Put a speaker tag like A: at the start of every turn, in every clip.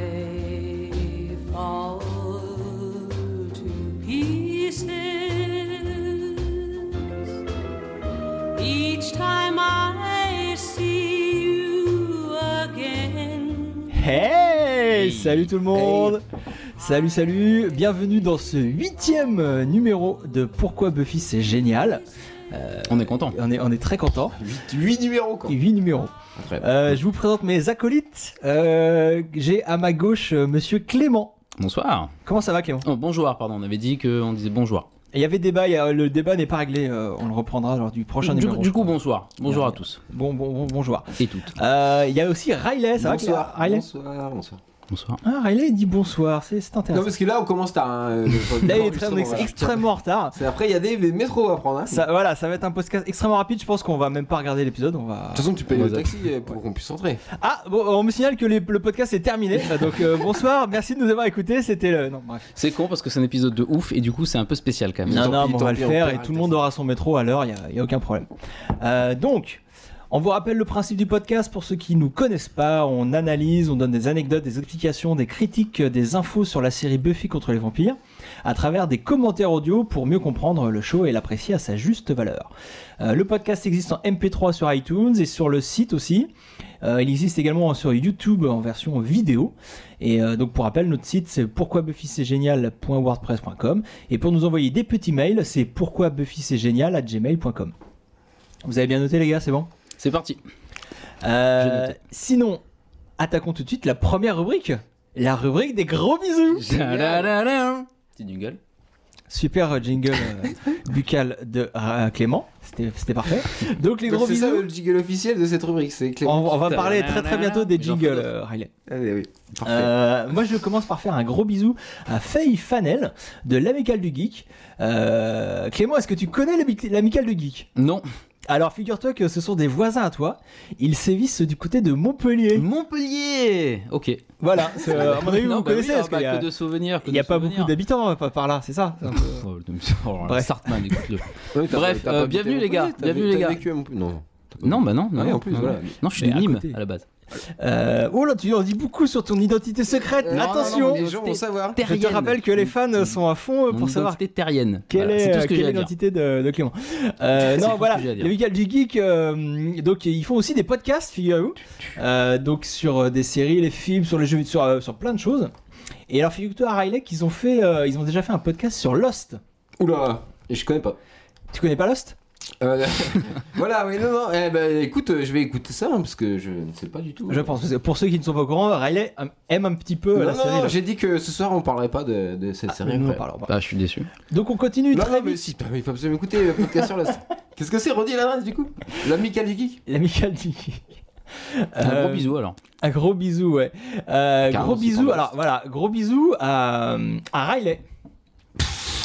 A: I fall to pieces each time I see you again.
B: Hey,
C: Hey.
B: Salut tout le monde Salut, salut Bienvenue dans ce huitième euh, numéro de Pourquoi Buffy c'est génial.
C: On est content.
B: On est, on est très content.
C: 8, numéros quoi.
B: Huit numéros.
C: Après,
B: Euh, je vous présente mes acolytes. Euh, J'ai à ma gauche euh, Monsieur Clément.
C: Bonsoir.
B: Comment ça va Clément
C: Oh, bonjour, pardon, on avait dit qu'on disait bonjour.
B: Et Il y avait débat, il y a- le débat n'est pas réglé, euh, on le reprendra lors du prochain
C: Du,
B: numéro.
C: du coup, bonsoir. Bonjour à
B: Bien.
C: tous
B: Bon, bon, bon, bonjour.
C: et toutes.
B: Euh, Il y a aussi Riley, ça
D: bonsoir,
B: va Clément Riley
D: bonsoir, bonsoir.
C: Bonsoir.
B: Ah, Riley il dit bonsoir, c'est c'est
D: Non,
B: intéressant.
D: parce que là, on commence tard. hein, euh, le-
B: Là, il est
D: le-
B: très-
D: justement, voilà.
B: extrêmement en retard.
D: C'est après, il y a des, des métros à prendre. hein.
B: Ça, voilà, ça va être un podcast extrêmement rapide. Je pense qu'on va même pas regarder l'épisode. On va.
D: De toute façon, tu payes
C: On
D: le
C: va-
D: taxi euh, pour qu'on puisse entrer.
B: Ah, bon, on me signale que les- le podcast est terminé. Donc euh, bonsoir, merci de nous avoir écoutés. C'était le. Non, bref.
C: C'est con parce que c'est un épisode de ouf et du coup, c'est un peu spécial quand même.
B: Non,
D: Tant
B: non,
D: pis,
B: mais on
D: tant
B: va le
D: pis, on
B: faire
D: paiera
B: et
D: le
B: tout le monde aura son métro à l'heure. Il y, a aucun problème. Euh, donc. On vous rappelle le principe du podcast pour ceux qui nous connaissent pas. On analyse, on donne des anecdotes, des explications, des critiques, euh, des infos sur la série Buffy contre les vampires à travers des commentaires audio pour mieux comprendre le show et l'apprécier à sa juste valeur. Euh, le podcast existe en MP3 sur iTunes et sur le site aussi. Euh, il existe également sur YouTube en version vidéo. Et euh, donc pour rappel, notre site c'est pourquoibuffycestgénial.wordpress.com et pour nous envoyer des petits mails, c'est pourquoibuffycestgénial@gmail.com. Vous avez bien noté les gars, c'est bon
C: C'est parti.
B: Euh,
C: J'ai noté.
B: Sinon, attaquons tout de suite la première rubrique, la rubrique des gros bisous.
C: Ta-da-da-da. Petit jingle.
B: Super jingle euh, buccal de euh, Clément, c'était c'était parfait. Donc les
D: Donc,
B: gros
D: Bah, C'est
B: bisous.
D: ça le jingle officiel de cette rubrique, c'est
B: On,
D: Clément.
B: on va parler très très bientôt des
C: Mais j'en fais
B: jingles,
C: d'autres.
B: euh, Riley.
D: Allez, Ah, oui.
B: Euh, moi, je commence par faire un gros bisou à Faye Fanel de l'Amicale du Geek. Euh, Clément, est-ce que tu connais l'Amic- l'Amicale du Geek
C: Non.
B: Alors, figure-toi que ce sont des voisins à toi. Ils sévissent du côté de Montpellier.
C: Montpellier. Ok.
B: Voilà, c'est- euh, à mon avis,
C: Non,
B: vous
C: bah oui,
B: connaissez.
C: ah,
B: parce
C: bah,
B: qu'il y a,
C: que de souvenirs. que
B: il y a
C: de
B: pas
C: souvenirs.
B: beaucoup d'habitants euh, par par là, c'est ça
C: Oh, le- oh,
B: Bref.
C: Sartman, écoute-le.
D: Ouais, t'as-
C: Bref,
D: t'as pas
C: euh,
D: habité
C: bienvenue, les gars.
D: Montpellier, t'as
C: Bienvenue,
D: vu-
C: les
D: t'as
C: gars.
D: vécu à Montpellier Non.
C: Non, bah non. non,
D: Ouais, en
C: non,
D: plus,
C: non,
D: voilà.
C: non, je suis
B: Mais
C: de
B: à
C: Nîmes
B: côté.
C: à la base.
B: Euh, Oh là, tu en dis beaucoup sur ton identité secrète.
D: Euh, non,
B: Attention
D: non, non, Les gens vont savoir.
B: Je te rappelle que les fans sont à fond euh,
C: Mon
B: pour savoir
C: identité terrienne.
B: Quelle
C: Voilà,
B: est,
C: c'est tout
B: euh,
C: ce que
B: quelle
C: j'ai
B: est
C: à dire.
B: l'identité de, de Clément Euh,
C: C'est tout
B: Non,
C: ce
B: voilà,
C: que j'ai à dire.
B: les Michael du Geek, euh, donc ils font aussi des podcasts, figurez-vous, euh, donc sur euh, des séries, les films, sur les jeux, sur, euh, sur plein de choses. Et alors, figure-toi, Riley, qu'ils ont fait, euh, ils ont déjà fait un podcast sur Lost.
D: Oula, je connais pas.
B: Tu connais pas Lost
D: Euh, voilà, oui, non, non. Eh ben, écoute, euh, je vais écouter ça hein, parce que je ne sais pas du tout.
B: Je pense. que c'est- Pour ceux qui ne sont pas au courant, Riley euh, aime un petit peu euh,
D: Non,
B: la
D: non,
B: série.
D: non,
B: Lost.
D: j'ai dit que ce soir on parlerait pas de, de cette série.
B: Mais nous, on
D: après.
B: parle, on parle.
C: Bah, je suis déçu.
B: Donc on continue
D: Non,
B: très
D: non, mais
B: vite.
D: si, putain, mais il faut absolument écouter le podcast sur Lost. Qu'est-ce que c'est Redis l'adresse du coup L'amical du geek
B: L'amical du Geek.
C: Un
B: Euh,
C: gros bisou alors.
B: Un gros bisou, ouais. Euh,
C: Carlos,
B: gros
C: il
B: bisou,
C: prend
B: alors voilà, gros bisou à, à Riley.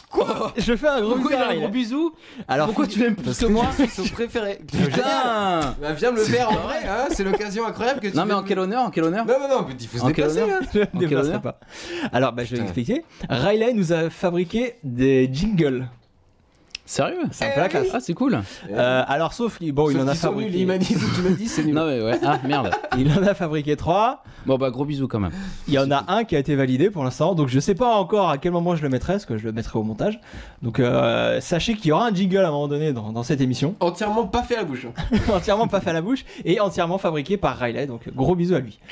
B: Quoi Je fais un gros bisou à Riley.
C: bisou
B: Alors,
C: Pourquoi tu l'aimes plus que moi
D: C'est son préféré.
C: Putain
D: Bah, viens me le faire en vrai, hein, c'est l'occasion incroyable que tu.
C: Non mais
D: veux-
C: en quel honneur, en quel honneur
D: Non, non, non, mais il faut se
C: En quel
D: déplacer là.
C: honneur
B: je ne
C: quel
B: déplacerai
C: honneur
B: pas. Alors, bah, je vais
D: Putain.
B: expliquer. Riley nous a fabriqué des jingles.
C: Sérieux
B: C'est un peu la classe.
C: Ah c'est cool
B: Euh, alors, sauf, qu'il- bon, il
D: Eh Sauf
B: en a
D: qu'ils sont nuls,
B: fabriqué.
D: Il m'a dit ce que tu m'as dit, c'est nul.
C: Non mais ouais, ah merde
B: Il en a fabriqué trois.
C: Bon bah gros bisou quand même
B: Il y en a un qui a été validé pour l'instant. Donc, je sais pas encore à quel moment je le mettrai, parce que je le mettrai au montage. Donc, euh, sachez qu'il y aura un jingle à un moment donné dans- dans cette émission.
D: Entièrement pas fait à la bouche. hein.
B: entièrement pas fait à la bouche et entièrement fabriqué par Riley. Donc gros bisous à lui.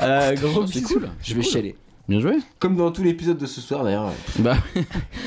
B: Euh, gros
C: C'est
B: bisous.
C: cool
D: Je vais
C: cool.
D: chialer.
C: Bien joué
D: Comme dans tout l'épisode de ce soir d'ailleurs.
C: Bah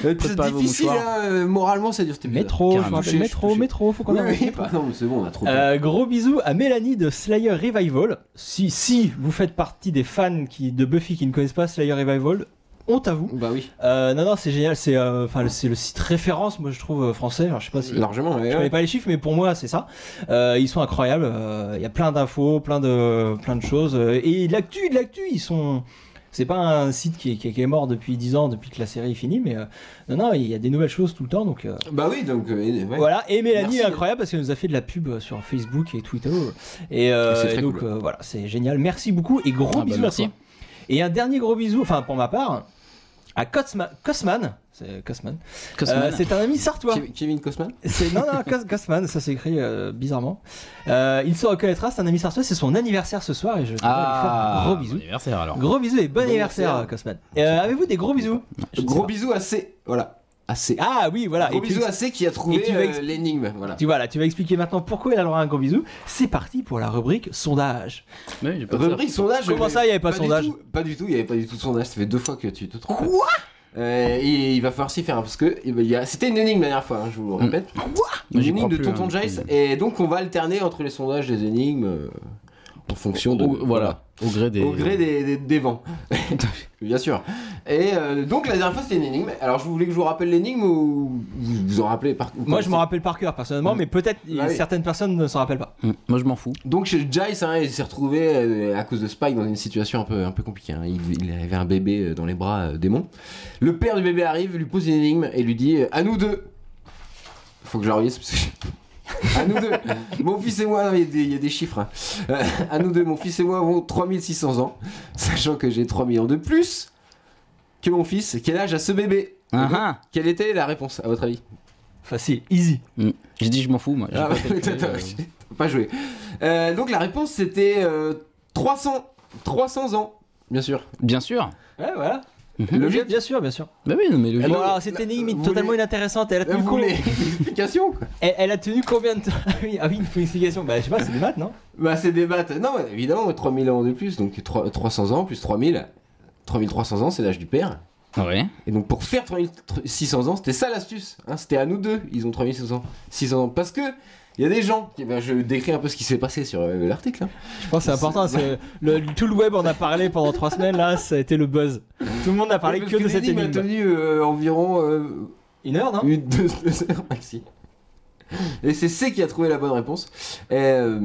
D: C'est
C: Préparez vos
D: difficile,
C: mouchoirs.
D: hein, euh, moralement ça dure cet épisode.
B: Métro, je me
C: Carrément.
B: rappelle,
D: Touché,
B: métro,
D: touché.
B: métro, faut qu'on
D: Oui,
B: avance.
D: oui, bah, non, mais c'est bon, on a trop.
B: Euh, gros bisous à Mélanie de Slayer Revival. Si, si vous faites partie des fans qui, de Buffy qui ne connaissent pas Slayer Revival, honte à vous.
D: Bah oui,
B: Euh, non, non, c'est génial, c'est euh, enfin, le- c'est le site référence, moi je trouve euh, français. Alors, je sais pas si.
D: largement. ouais,
B: Je
D: ouais.
B: connais pas les chiffres, mais pour moi, c'est ça. Euh, ils sont incroyables. euh, Il y a plein d'infos, plein de, plein de choses. euh, Et de l'actu, de l'actu, ils sont. C'est pas un site qui est, qui est- qui est mort depuis 10 ans, depuis que la série est finie, mais euh, non, non, il y a des nouvelles choses tout le temps. Donc euh,
D: Bah oui, donc. euh, ouais.
B: voilà. Et Mélanie
D: Merci.
B: est incroyable parce qu'elle nous a fait de la pub euh, sur Facebook et Twitter. Et, euh,
D: C'est très
B: et donc
D: cool.
B: euh, voilà, c'est génial. Merci beaucoup et gros
C: Ah bah,
B: bisous à
C: merci.
B: toi. Et un dernier gros bisou, enfin pour ma part, à Cosma- Cosman. C'est Cosman. Euh,
C: Cosman.
B: c'est un ami sartois.
D: Kev- Kevin Costman
B: C'est- Non, non, Cos- Cosman, ça s'écrit euh, bizarrement. Euh, il se reconnaîtra, c'est un ami sartois, c'est son anniversaire ce soir et je voudrais lui faire un
C: ah,
B: gros
C: bon
B: bisou.
C: anniversaire alors.
B: Gros bisous et bon,
D: Bon
B: anniversaire, Cosman. Euh, Avez-vous des gros bisous Je ne sais
D: Gros
B: pas.
D: bisous à C. Voilà. À C.
B: Ah oui, voilà.
D: Gros
B: Et tu-
D: bisous à C qui a
B: et
D: trouvé
B: tu vas
D: euh,
B: expli-
D: l'énigme. Voilà.
B: Tu, voilà, tu vas expliquer maintenant pourquoi il a le droit à un gros bisou. C'est parti pour la rubrique sondage.
C: Oui, j'ai pas de ça.
D: Rubrique sondage.
B: Comment
D: mais-
B: ça, il n'y avait pas, de
D: du
B: sondage
D: tout, Pas du tout, il n'y avait pas du tout de sondage. Ça fait deux fois que tu te trompes. Quoi Et il va falloir s'y faire hein, parce que eh ben, il y a- c'était une énigme la dernière fois, hein, je
B: Mm.
D: vous le répète.
B: Ah,
D: Une
C: Moi, j'y
D: énigme
C: crois
D: de
C: plus,
D: Tonton
C: hein.
D: Jace. Et donc on va alterner entre les sondages des énigmes euh, en fonction de.
C: Au- voilà, au gré des.
D: Au gré des, des- des vents. Bien sûr. Et euh, donc la dernière fois c'était une énigme. Alors je voulais que je vous rappelle l'énigme ou vous vous en rappelez par
B: Moi, je m'en rappelle par cœur personnellement, mais peut-être
D: Bah oui.
B: certaines personnes ne s'en rappellent pas.
C: Mm. Moi je m'en fous.
D: Donc chez Jice, hein, il s'est retrouvé euh, à cause de Spike dans une situation un peu, un peu compliquée. hein. Il, il avait un bébé euh, dans les bras euh, démon. Le père du bébé arrive, lui pose une énigme et lui dit euh, À nous deux Faut que je la relise parce que. à nous deux Mon fils et moi, non, il y, a des- il y a des chiffres. hein. Euh, à nous deux, mon fils et moi avons 3600 ans, sachant que j'ai 3 millions de plus que mon fils. Quel âge a ce bébé
C: Ah ah
D: Quelle était la réponse, à votre avis
B: Facile, easy.
C: Mm. J'ai dit je m'en fous moi. J'ai
D: Ah
C: pas
D: ouais,
C: calculé,
D: t'as- t'as-
C: euh,
D: t'as pas joué. Euh, donc la réponse c'était euh, 300, 300 ans, bien sûr.
C: Bien sûr.
B: Ouais, voilà.
C: Mhm.
D: Logique.
B: Bien- Bien sûr, bien sûr.
C: Bah oui, non, mais le
D: Elle-
C: jeu.
B: Bon, alors, cette
D: la-
B: énigme
D: vous
B: est totalement
D: voulez-
B: inintéressante. Elle a
D: Euh,
B: tenu
D: Vous
B: combien
D: voulez une explication quoi
B: elle, elle a tenu combien de temps Ah oui, ah oui, il faut une explication. Bah, je sais pas, c'est des maths, non
D: Bah c'est des maths. Non, mais évidemment, 3000 ans de plus, donc trois- 300 ans plus 3000. 3300 ans, c'est l'âge du père.
C: Ouais.
D: Et donc pour faire 3600 ans, c'était ça l'astuce. hein, c'était à nous deux, ils ont 3600 600 ans. Parce que il y a des gens, qui- bah, je décris un peu ce qui s'est passé sur euh, l'article. hein.
B: Je pense que c'est important. c'est- le- tout le web en a parlé pendant trois semaines. Là, ça a été le buzz. Tout le monde a parlé
D: Parce
B: que de cette
D: l'énigme a
B: énigme.
D: tenu euh, environ euh,
B: Une heure, non
D: Une, deux, deux heures maxi. Et c'est C qui a trouvé la bonne réponse. Et, euh,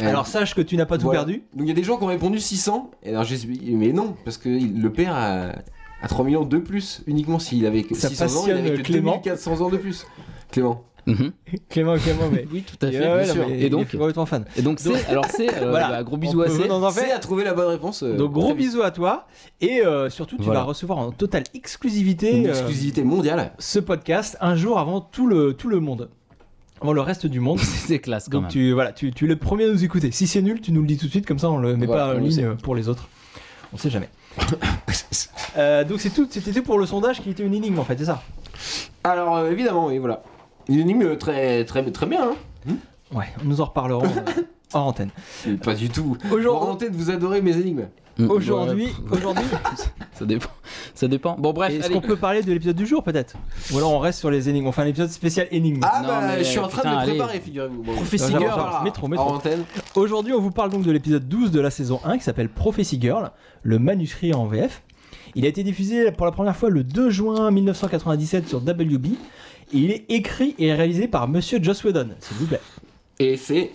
D: euh,
B: Alors, sache que tu n'as pas tout
D: voilà.
B: perdu.
D: Donc il y a des gens qui ont répondu 600. Et alors j'ai dit, mais non, parce que il- le père a, a 3 millions de plus uniquement s'il avait que
B: Ça
D: 600 ans, il
B: passionne,
D: avait que
B: Clément.
D: 2400 ans de plus. Clément.
C: Mhm.
B: Clément, Clément, mais.
C: Oui, tout à
B: Et
C: fait.
B: ouais,
C: bien
B: non,
C: sûr.
B: mais
C: Et
B: il est
C: donc,
B: complètement fan.
C: et donc c'est alors c'est euh,
B: Voilà.
C: bah, gros bisous
B: On
C: à
B: peut
C: C.
B: venir dans un fait.
D: C a trouvé la bonne réponse. euh,
B: Donc gros
D: très vite.
B: bisous à toi et euh, surtout tu
C: Voilà.
B: vas recevoir en totale exclusivité
D: Une
B: euh,
D: exclusivité mondiale.
B: ce podcast un jour avant tout le, tout le monde. Avant le reste du monde.
C: C'est classe quand
B: Donc
C: même.
B: tu, voilà, tu, tu es le premier à nous écouter. Si c'est nul, tu nous le dis tout de suite, comme ça on le met
D: Voilà,
B: pas en
D: on le
B: ligne
D: sait.
B: euh, pour les autres. On sait jamais. Euh, donc c'est tout, c'était tout pour le sondage qui était une énigme en fait, c'est ça
D: Alors euh, évidemment, oui, voilà. Une énigme très très très bien. hein.
B: Ouais, nous en reparlerons euh, hors antenne.
D: Pas du tout. Hors
B: Aujourd'hui,
D: honte de vous adorer mes énigmes.
C: Mm.
B: aujourd'hui,
C: Ouais,
B: aujourd'hui,
C: ça dépend. Ça dépend. Bon bref,
B: est-ce
C: allez.
B: qu'on peut parler de l'épisode du jour peut-être Ou alors on reste sur les énigmes, on fait un épisode spécial énigme.
D: Ah
C: Non,
D: bah
C: mais,
D: je suis en train de
C: putain,
D: le
C: allez.
D: préparer, figurez-vous. Bon,
B: Prophecy
D: on en
B: Girl,
D: reparlera
B: métro, métro.
D: En antenne.
B: Aujourd'hui, on vous parle donc de l'épisode 12 de la saison 1 qui s'appelle Prophecy Girl, le manuscrit en VF. Il a été diffusé pour la première fois le 2 juin 1997 sur WB. Et il est écrit et réalisé par Monsieur Joss Whedon, s'il vous plaît.
D: Et c'est.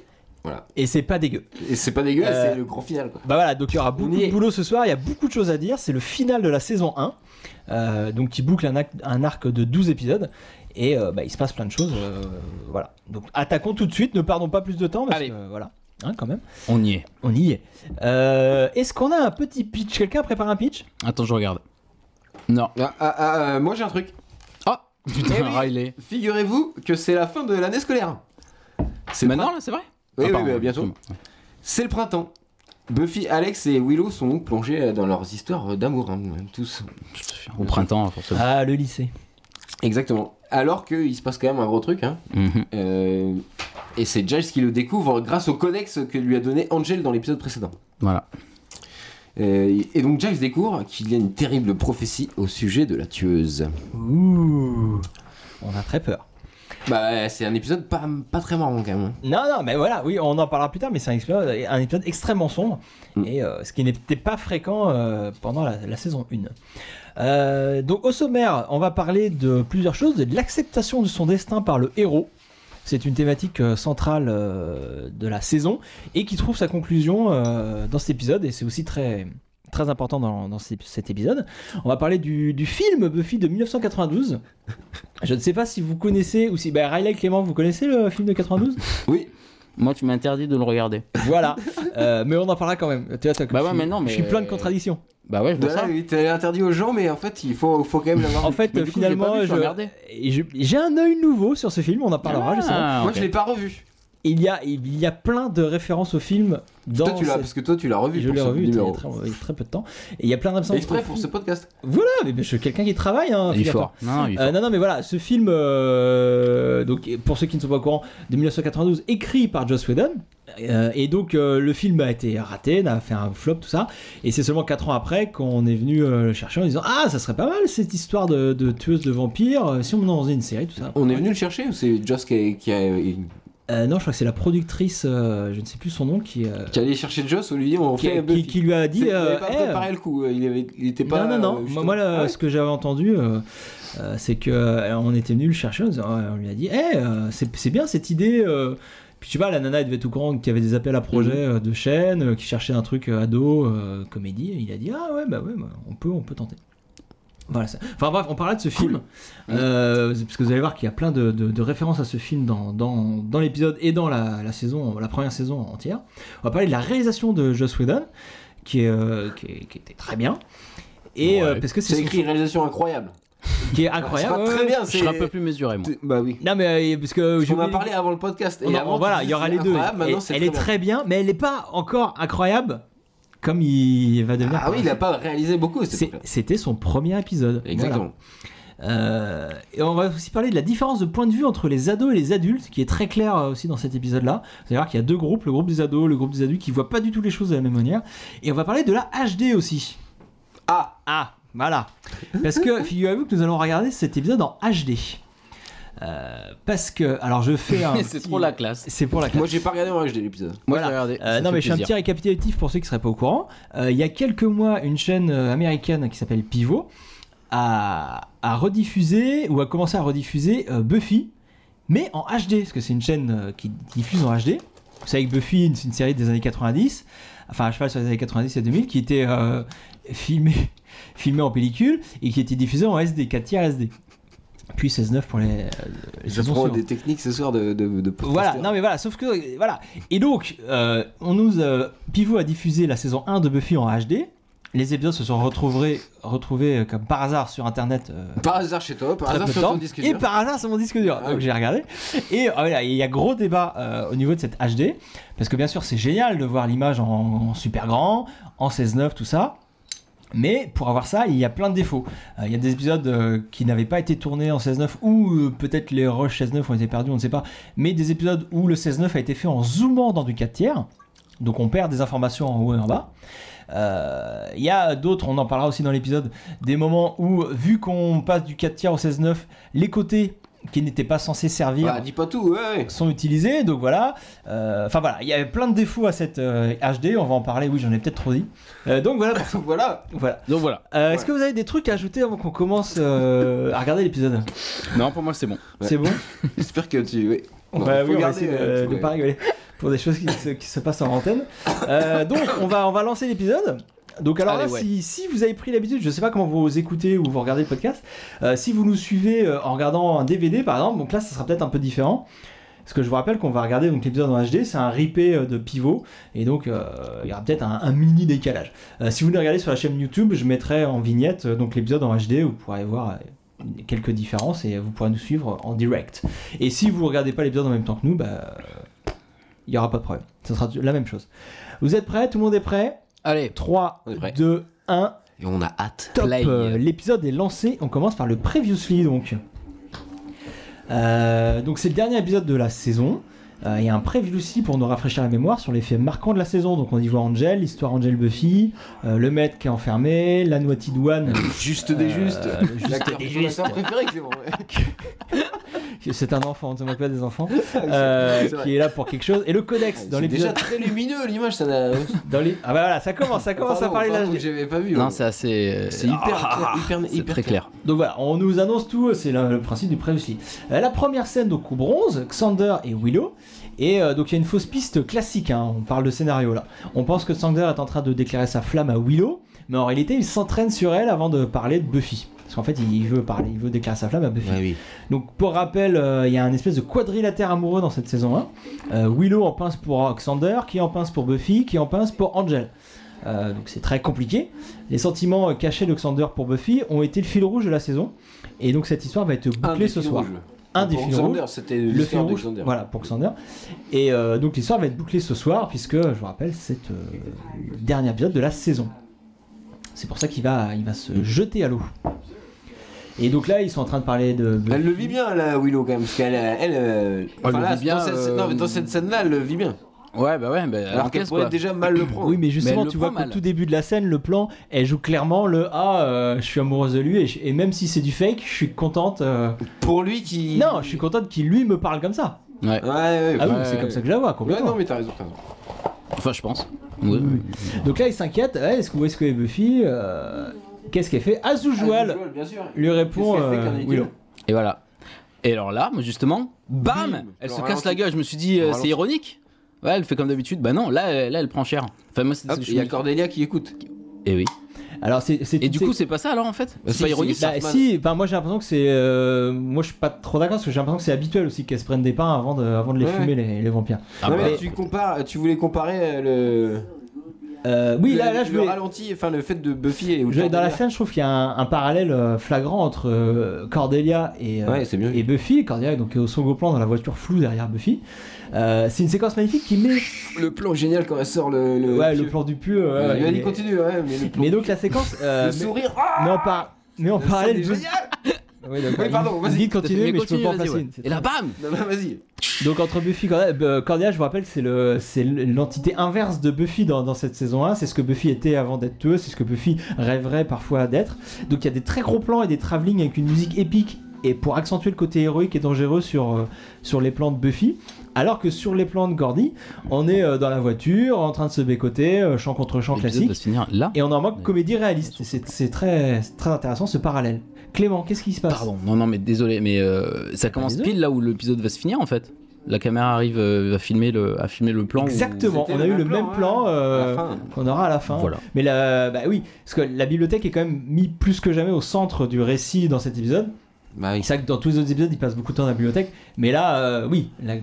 B: Et c'est pas dégueu.
D: Et c'est pas dégueulasse,
B: Euh,
D: c'est le grand final quoi.
B: Bah voilà, donc il y aura
D: On y
B: beaucoup
D: est.
B: de boulot ce soir, il y a beaucoup de choses à dire. C'est le final de la saison 1, euh, donc qui boucle un, ac- un arc de 12 épisodes. Et euh, bah, il se passe plein de choses. euh, voilà. Donc attaquons tout de suite, ne perdons pas plus de temps parce
C: Allez.
B: que euh, voilà, Hein, quand même.
C: On y est.
B: On y est. Euh, Est-ce qu'on a un petit pitch Quelqu'un prépare un pitch
C: Attends, je regarde. Non.
D: Ah, ah, ah, euh, moi j'ai un truc.
C: Ah
D: Eh
C: Putain,
D: oui.
C: Riley.
D: Figurez-vous que c'est la fin de l'année scolaire.
C: C'est maintenant là, c'est vrai
D: Oui,
C: Ah,
D: oui,
C: pardon,
D: bah, bientôt.
C: excuse-moi.
D: C'est le printemps. Buffy, Alex et Willow sont donc plongés dans leurs histoires d'amour, hein, tous.
C: Je te fais- Au printemps, forcément.
B: Ah, le lycée.
D: Exactement. Alors qu'il se passe quand même un gros truc. Hein.
C: Mhm.
D: Euh, et c'est Giles qui le découvre grâce au codex que lui a donné Angel dans l'épisode précédent.
C: Voilà.
D: Euh, et donc Giles découvre qu'il y a une terrible prophétie au sujet de la tueuse.
B: Ouh. On a très peur.
D: Bah c'est un épisode pas, pas très marrant quand même. hein.
B: Non, non, mais voilà, oui, on en parlera plus tard, mais c'est un épisode, un épisode extrêmement sombre,
D: Mm.
B: et euh, ce qui n'était pas fréquent euh, pendant la, la saison 1. Euh, donc au sommaire, on va parler de plusieurs choses, de l'acceptation de son destin par le héros. C'est une thématique euh, centrale euh, de la saison et qui trouve sa conclusion euh, dans cet épisode et c'est aussi très très important dans, dans cet- cet épisode. On va parler du, du film Buffy de 1992. Je ne sais pas si vous connaissez ou si bah, Riley Clément vous connaissez le film de 92
D: Oui,
C: Moi, tu m'interdis de le regarder.
B: voilà. Euh, mais on en parlera quand même. Tu vois, t'as-
C: Bah ouais,
B: je, suis-
C: mais non, mais-
B: je suis plein de contradictions.
C: Bah ouais, je vois
D: Voilà,
C: ça.
D: oui, t'as interdit aux gens, mais en fait, il faut, faut quand même l'avoir.
B: En
D: vu.
B: fait,
C: Mais du coup, je l'ai pas
B: finalement,
C: vu, je
B: je-
C: l'ai regardé.
B: et je- j'ai un œil nouveau sur ce film. On en parlera, je sais pas.
C: Ah,
D: Moi,
C: ok.
D: je l'ai pas revu.
B: Il y a, il y a plein de références au film dans.
D: Toi, tu l'as,
B: cette-
D: parce que toi, tu l'as revu.
B: Je
D: pour
B: l'ai
D: ce
B: revu il y a
D: numéro.
B: très, il y a très peu de temps. Et il y a plein d'absences.
D: Exprès
B: au
D: pour ce
B: film.
D: podcast.
B: Voilà, mais mais je suis quelqu'un qui travaille. Hein,
C: Il est
B: figure-toi.
C: fort. Non, non, il est
B: Euh,
C: fort.
B: non, non, mais voilà, ce film, euh, donc, pour ceux qui ne sont pas au courant, de 1992, écrit par Joss Whedon. Euh, et donc, euh, le film a été raté, a fait un flop, tout ça. Et c'est seulement 4 ans après qu'on est venu euh, le chercher en disant Ah, ça serait pas mal cette histoire de, de tueuse de vampires, euh, si on en faisait une série, tout ça.
D: On est venu le chercher ou c'est Joss qui a, qui a-
B: Euh, non, je crois que c'est la productrice, euh, je ne sais plus son nom, qui, euh,
D: qui est allé chercher Joss ou lui dit on
B: qui,
D: fait
B: qui-
D: Buffy
B: qui lui a
D: C'est-
B: dit
D: il avait
B: euh,
D: pas
B: Eh,
D: préparé le coup. Il, avait, il était pas.
B: non, non,
D: euh,
B: non.
D: juste-
B: Moi, moi, le-
D: Ah ouais.
B: ce que j'avais entendu, euh, euh, c'est que euh, on était venu le chercher. On, disait, euh, on lui a dit, Eh, euh, c'est c'est bien cette idée. euh. Puis tu vois, la nana elle devait être au courant qu'il y avait des appels à projets
D: Mm-hmm.
B: euh, de chaîne, qui cherchaient un truc euh, ado, euh, comédie. Et il a dit, ah ouais, bah ouais, bah, on peut, on peut tenter. Voilà. ça- Enfin bref, on parlait de ce film euh, parce que vous allez voir qu'il y a plein de, de- de références à ce film dans, dans, dans l'épisode et dans la, la saison, la première saison entière. On va parler de la réalisation de Joss Whedon qui, est, euh, qui, est- qui était très bien. Et euh,
C: Ouais.
B: parce que c'est
D: C'est
B: son-
D: écrit une réalisation incroyable.
B: qui est
D: C'est
B: incroyable.
D: pas
B: ouais,
D: très
B: ouais.
D: bien.
C: Je
D: C'est
C: serais un peu plus mesuré, moi.
D: Bah oui.
B: Non mais euh, parce que j'ai
D: On en a
B: oublié-
D: parlé avant le podcast.
B: on
D: et
B: en-
D: avant,
B: voilà, il
D: tu
B: y
D: dis,
B: aura
D: c'est
B: les deux.
D: incroyable,
B: Et-
D: maintenant, c'est
B: elle est
D: bien.
B: très bien, mais elle n'est pas encore incroyable comme il va devenir.
D: Ah oui, il a pas réalisé beaucoup. cette
B: C'est-
D: époque-là.
B: C'était son premier épisode. Voilà.
D: Exactement.
B: Euh, et on va aussi parler de la différence de point de vue entre les ados et les adultes, qui est très claire euh, aussi dans cet épisode-là. C'est-à-dire qu'il y a deux groupes, le groupe des ados, le groupe des adultes, qui voient pas du tout les choses de la même manière. Et on va parler de la HD aussi.
D: Ah.
B: Ah, voilà. Parce que figurez-vous que nous allons regarder cet épisode en HD. Euh, parce que, alors je fais un.
C: C'est
B: petit-
C: trop la classe.
B: C'est pour la classe.
D: Moi, j'ai pas regardé en HD l'épisode.
C: Moi, je
B: Voilà.
C: l'ai regardé.
B: Euh,
C: ça
B: non,
C: fait
B: mais je suis un
C: plaisir.
B: petit récapitulatif pour ceux qui seraient pas au courant. Euh, il y a quelques mois, une chaîne euh, américaine qui s'appelle Pivot a, a rediffusé ou a commencé à rediffuser euh, Buffy, mais en HD, parce que c'est une chaîne euh, qui diffuse en HD. Vous savez que Buffy, une- c'est une série des années 90, enfin à cheval sur les années 90 et 2000, qui était euh, filmée, filmée en pellicule et qui était diffusée en SD, 4 tiers SD. Puis 16-9 pour les, euh, les
D: Je
B: saisons
D: prends
B: suivantes.
D: des techniques ce soir de, de, de podcast.
B: Voilà, non mais voilà, sauf que euh, voilà. Et donc, euh, on nous euh, Pivot a diffusé la saison 1 de Buffy en HD. Les épisodes se sont retrouvés, retrouvés euh, comme par hasard sur internet. euh,
D: Par hasard chez toi, par
B: très
D: hasard
B: peu de
D: sur
B: temps.
D: ton disque
B: et
D: dur.
B: par hasard sur mon disque dur.
D: Ah
B: donc
D: oui.
B: j'ai regardé. Et euh, voilà, il y a gros débat euh, au niveau de cette HD. Parce que bien sûr, c'est génial de voir l'image en, en super grand, en 16-9, tout ça. Mais pour avoir ça, il y a plein de défauts. Euh, il y a des épisodes euh, qui n'avaient pas été tournés en 16-9 ou euh, peut-être les rushs 16-9 ont été perdus, on ne sait pas. Mais des épisodes où le 16-9 a été fait en zoomant dans du 4 tiers. Donc on perd des informations en haut et en bas. Euh, Il y a d'autres, on en parlera aussi dans l'épisode, des moments où, vu qu'on passe du 4 tiers au 16-9, les côtés qui n'étaient pas censés servir
D: Bah, dis pas tout, ouais, ouais.
B: sont utilisés. Donc voilà. Euh, Enfin voilà, il y avait plein de défauts à cette euh, HD. On va en parler. Oui, j'en ai peut-être trop dit. Euh, donc voilà.
D: voilà.
B: voilà.
C: Donc voilà.
B: Euh, Est-ce que vous avez des trucs à ajouter avant qu'on commence euh, à regarder l'épisode
C: Non, pour moi, c'est bon.
D: Ouais.
B: C'est bon
D: J'espère que tu. ouais.
B: on
D: Bon,
B: va, Bah
D: faut
B: oui, on va
D: garder,
B: essayer de,
D: euh,
B: de
D: ouais.
B: pas rigoler pour des choses qui se, qui se passent en antenne. Euh, donc, on va, on va lancer l'épisode. Donc alors
C: Allez,
B: là,
C: ouais.
B: si, si vous avez pris l'habitude, je sais pas comment vous écoutez ou vous regardez le podcast, euh, si vous nous suivez euh, en regardant un DVD par exemple, donc là ça sera peut-être un peu différent. Parce que je vous rappelle qu'on va regarder donc l'épisode en HD, c'est un ripé euh, de pivot, et donc euh, il y aura peut-être un, un mini décalage. Euh, si vous nous regardez sur la chaîne YouTube, je mettrai en vignette euh, donc l'épisode en HD, vous pourrez voir euh, quelques différences et vous pourrez nous suivre en direct. Et si vous regardez pas l'épisode en même temps que nous, bah euh, il y aura pas de problème. Ce sera la même chose. Vous êtes prêts Tout le monde est prêt
C: Allez.
B: 3,
D: On est prêt.
B: 2, 1,
D: Et on a hâte.
B: top
C: Play.
B: Euh, L'épisode est lancé, on commence par le previously donc. Euh, donc c'est le dernier épisode de la saison. Euh, Il y a un previously pour nous rafraîchir la mémoire sur les faits marquants de la saison. Donc on y voit Angel, l'histoire Angel Buffy, euh, le maître qui est enfermé, la Naughty One.
D: Juste des justes.
B: Euh, le juste
D: L'acteur
B: des
D: de ton
B: justes.
D: acteur préféré, Clément, ouais. Ah,
B: C'est un enfant, on ne se moque pas des enfants.
D: C'est
B: euh,
D: vrai. Ah,
B: qui est là pour quelque chose. Et le codex dans
D: C'est déjà
B: l'épisode.
D: très lumineux l'image, ça n'a.
B: Dans les... Ah bah voilà, ça commence, ça commence à
D: Pardon,
B: parler de
D: pardon,
B: l'âge.
D: J'avais pas vu.
C: Non,
D: ouais.
C: c'est assez. euh,
D: C'est hyper,
C: ah,
D: hyper, hyper,
C: C'est
D: hyper
C: très clair.
B: Donc voilà, on nous annonce tout, c'est le, le principe du previously. Euh, la première scène, donc au bronze, Xander et Willow. Et euh, donc il y a une fausse piste classique, hein, on parle de scénario là. On pense que Xander est en train de déclarer sa flamme à Willow, mais en réalité il s'entraîne sur elle avant de parler de Buffy. Parce qu'en fait il, il veut parler, il veut déclarer sa flamme à Buffy.
D: oui.
B: Donc pour rappel, euh, il y a un espèce de quadrilatère amoureux dans cette saison 1. Euh, Willow en pince pour Xander, qui en pince pour Buffy, qui en pince pour Angel. Euh, donc c'est très compliqué. Les sentiments euh, cachés d'Oxander pour Buffy ont été le fil rouge de la saison. Et donc cette histoire va être bouclée ce soir. Un des
D: Pour
B: fils rouges.
D: Xander, c'était
B: Le fil
D: l'histoire de
B: rouge,
D: Xander.
B: voilà, pour Xander. Et euh, donc l'histoire va être bouclée ce soir, puisque, je vous rappelle, c'est euh, le dernier épisode de la saison. C'est pour ça qu'il va, il va se jeter à l'eau. Et donc là, ils sont en train de parler de...
D: Elle le vit bien, la Willow, quand même, parce qu'elle, euh, elle, euh,
C: Oh, Elle
D: enfin,
C: le
D: là,
C: vit bien,
D: dans cette,
C: euh,
D: non, mais dans cette scène-là, elle le vit bien.
C: Ouais, bah ouais, bah,
D: Alors qu'elle
C: qu'est-ce,
D: pourrait
C: quoi.
D: déjà mal le prendre.
B: Oui, mais justement,
C: elle le
B: tu vois
C: prend
B: qu'au
C: mal.
B: tout début de la scène, le plan, elle joue clairement le « Ah, euh, je suis amoureuse de lui, et, je- et même si c'est du fake, je suis contente... euh,
D: Pour lui qui.
B: Non, je suis contente qu'il, lui, me parle comme ça.
C: Ouais.
D: Ouais, ouais,
B: Ah oui,
D: ouais.
B: c'est comme ça que je la vois,
D: Ouais,
B: complètement.
D: non, mais t'as raison, t'as raison.
C: Enfin, je pense. Ouais, ouais.
B: Donc là, il s'inquiète. Ouais, est-ce que où est-ce que est Buffy Euh, Qu'est-ce qu'elle fait As usual,
D: Ah, bien sûr.
B: lui répond
D: Qu'est-ce qu'elle fait
B: euh,
D: quand elle est
B: Willow.
D: kid
C: Et voilà. Et alors là, moi justement, bam
D: Bim
C: Elle se
D: Au
C: casse
D: ralenti.
C: la gueule. Je me suis dit, euh,
D: Au
C: c'est
D: ralenti.
C: ironique. Ouais, elle fait comme d'habitude. Bah non, là, elle- là, elle prend cher. Enfin, moi, c'est
B: Ah,
D: Hop,
C: ce que je
D: Il y a
C: me dis.
D: Cordelia qui écoute.
C: Et oui.
B: Alors c'est c'est-
C: Et du
B: c'est-
C: coup, c'est pas ça alors en fait C'est
D: si,
C: pas
D: si,
C: ironique
D: si.
B: bah,
D: Sartman.
B: si, enfin, moi j'ai l'impression que c'est. euh, moi je suis pas trop d'accord parce que j'ai l'impression que c'est habituel aussi qu'elles se prennent des pains avant de, avant de les
D: Ouais,
B: fumer, les, les vampires.
C: Ah
D: non,
C: bah,
D: mais tu, compares, tu voulais comparer euh, le.
B: Euh, oui,
D: le-
B: là, là je
D: le
B: voulais.
D: ralenti, enfin le fait de Buffy et.
B: je- dans la
D: Cordelia.
B: scène, je trouve qu'il y a un, un parallèle euh, flagrant entre euh, Cordelia et, euh,
D: Ouais, c'est bien.
B: et Buffy. Cordelia donc est au second plan dans la voiture floue derrière Buffy. Euh, c'est une séquence magnifique qui met
D: Le plan est génial quand elle sort le. le
B: ouais, le plan du pieu. ouais,
D: Il m'a
B: ouais,
D: dit
B: et-
D: continue, ouais, mais le plan.
B: Mais donc la séquence. euh,
D: le
B: mais-
D: sourire. Ah
B: mais en, par... mais en
D: La scène
B: parallèle.
D: est géniale
B: Oui, donc,
D: Oui,
B: euh,
D: pardon, vas-y.
B: Guy
C: t'as fait-
B: continue, mais, je
C: bah, continue,
B: peux pas en
C: vas-y,
B: passer
C: ouais.
B: une, c'est
C: Et là, bam
D: Non, non, vas-y.
B: très- Donc entre Buffy et Cordelia, euh, Cordelia, je vous rappelle, c'est le, c'est l'entité inverse de Buffy dans, dans cette saison 1. C'est ce que Buffy était avant d'être tueuse, c'est ce que Buffy rêverait parfois d'être. Donc il y a des très gros plans et des travelling avec une musique épique et pour accentuer le côté héroïque et dangereux sur, euh, sur les plans de Buffy. Alors que sur les plans de Gordy, on est euh, dans la voiture, en train de se bécoter, euh, chant contre chant
C: L'épisode
B: classique.
C: doit se finir là.
B: Et on est en mode comédie réaliste. C'est c'est très, c'est très intéressant ce parallèle. Clément, qu'est-ce qui se passe
C: Pardon, non, non, mais désolé, mais euh, ça commence
B: désolé.
C: pile là où l'épisode va se finir en fait. La caméra arrive euh, à filmer le, à filmer le plan. où-
B: Exactement,
D: C'était
B: on a eu le même plan
D: ouais,
B: euh,
D: à la fin.
B: qu'on aura à la fin.
C: Voilà.
B: Mais la, bah oui, parce que la bibliothèque est quand même mise plus que jamais au centre du récit dans cet épisode.
D: Bah oui.
B: C'est vrai que dans tous les autres épisodes, il passe beaucoup de temps dans la bibliothèque, mais là, euh, oui, la, la-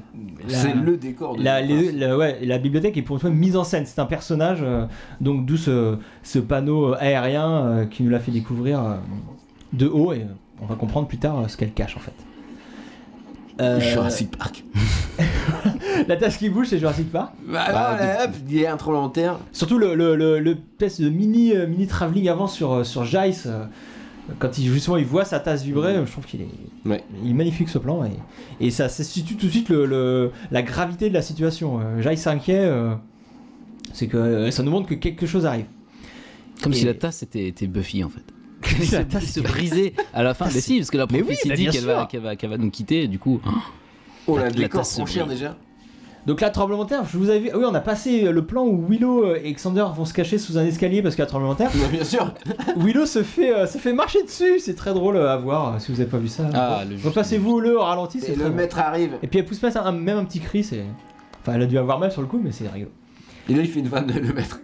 D: C'est le décor de
B: la,
D: la
B: les- la- ouais, la bibliothèque est pour une fois mise en scène. C'est un personnage, euh, donc d'où ce, ce panneau aérien euh, qui nous l'a fait découvrir euh, de haut, et euh, on va comprendre plus tard euh, ce qu'elle cache en fait. Euh,
C: Jurassic Park.
B: la tasse qui bouge, c'est Jurassic Park.
D: Bah,
C: Bah,
D: là, hop, il y a un trou en terre.
B: Surtout le, le, le, le espèce de mini, euh, mini travelling avant sur, euh, sur Jace, euh, quand il, justement il voit sa tasse vibrer, euh, je trouve qu'il est,
D: Ouais.
B: il est magnifique ce plan et, et ça situe tout de suite le, le- la gravité de la situation. Euh, Jace s'inquiète, euh, c'est que euh, ça nous montre que quelque chose arrive.
C: Comme
B: Et-
C: si la tasse était, était Buffy en fait.
B: Comme si la tasse
C: se
B: était-
C: brisait à la fin.
B: Tasse-
C: Mais si, parce que la
B: Mais oui,
C: prophétie
B: bah,
C: dit
B: bien
C: qu'elle va,
B: sûr. Ah,
C: qu'elle va, qu'elle va nous quitter, et du coup.
D: Oh,
C: La-
D: la
C: la
D: décor
C: tasse,
D: en
C: oui.
D: chair déjà.
B: Donc là, tremblement de terre, je vous avais oui, on a passé euh, le plan où Willow et Xander vont se cacher sous un escalier parce qu'il y a tremblement de terre.
D: Bah, Bien sûr.
B: Willow se fait, euh, se fait marcher dessus, c'est très drôle à voir euh, si vous avez pas vu ça.
C: Ah, le juste-
B: Repassez-vous le au ralenti, c'est
D: Et
B: très
D: le
B: bon.
D: maître arrive.
B: Et puis elle pousse pas ça, un- même un petit cri, c'est. Enfin, elle a dû avoir mal sur le coup, mais c'est rigolo.
D: Et là, il fait une vanne, le maître.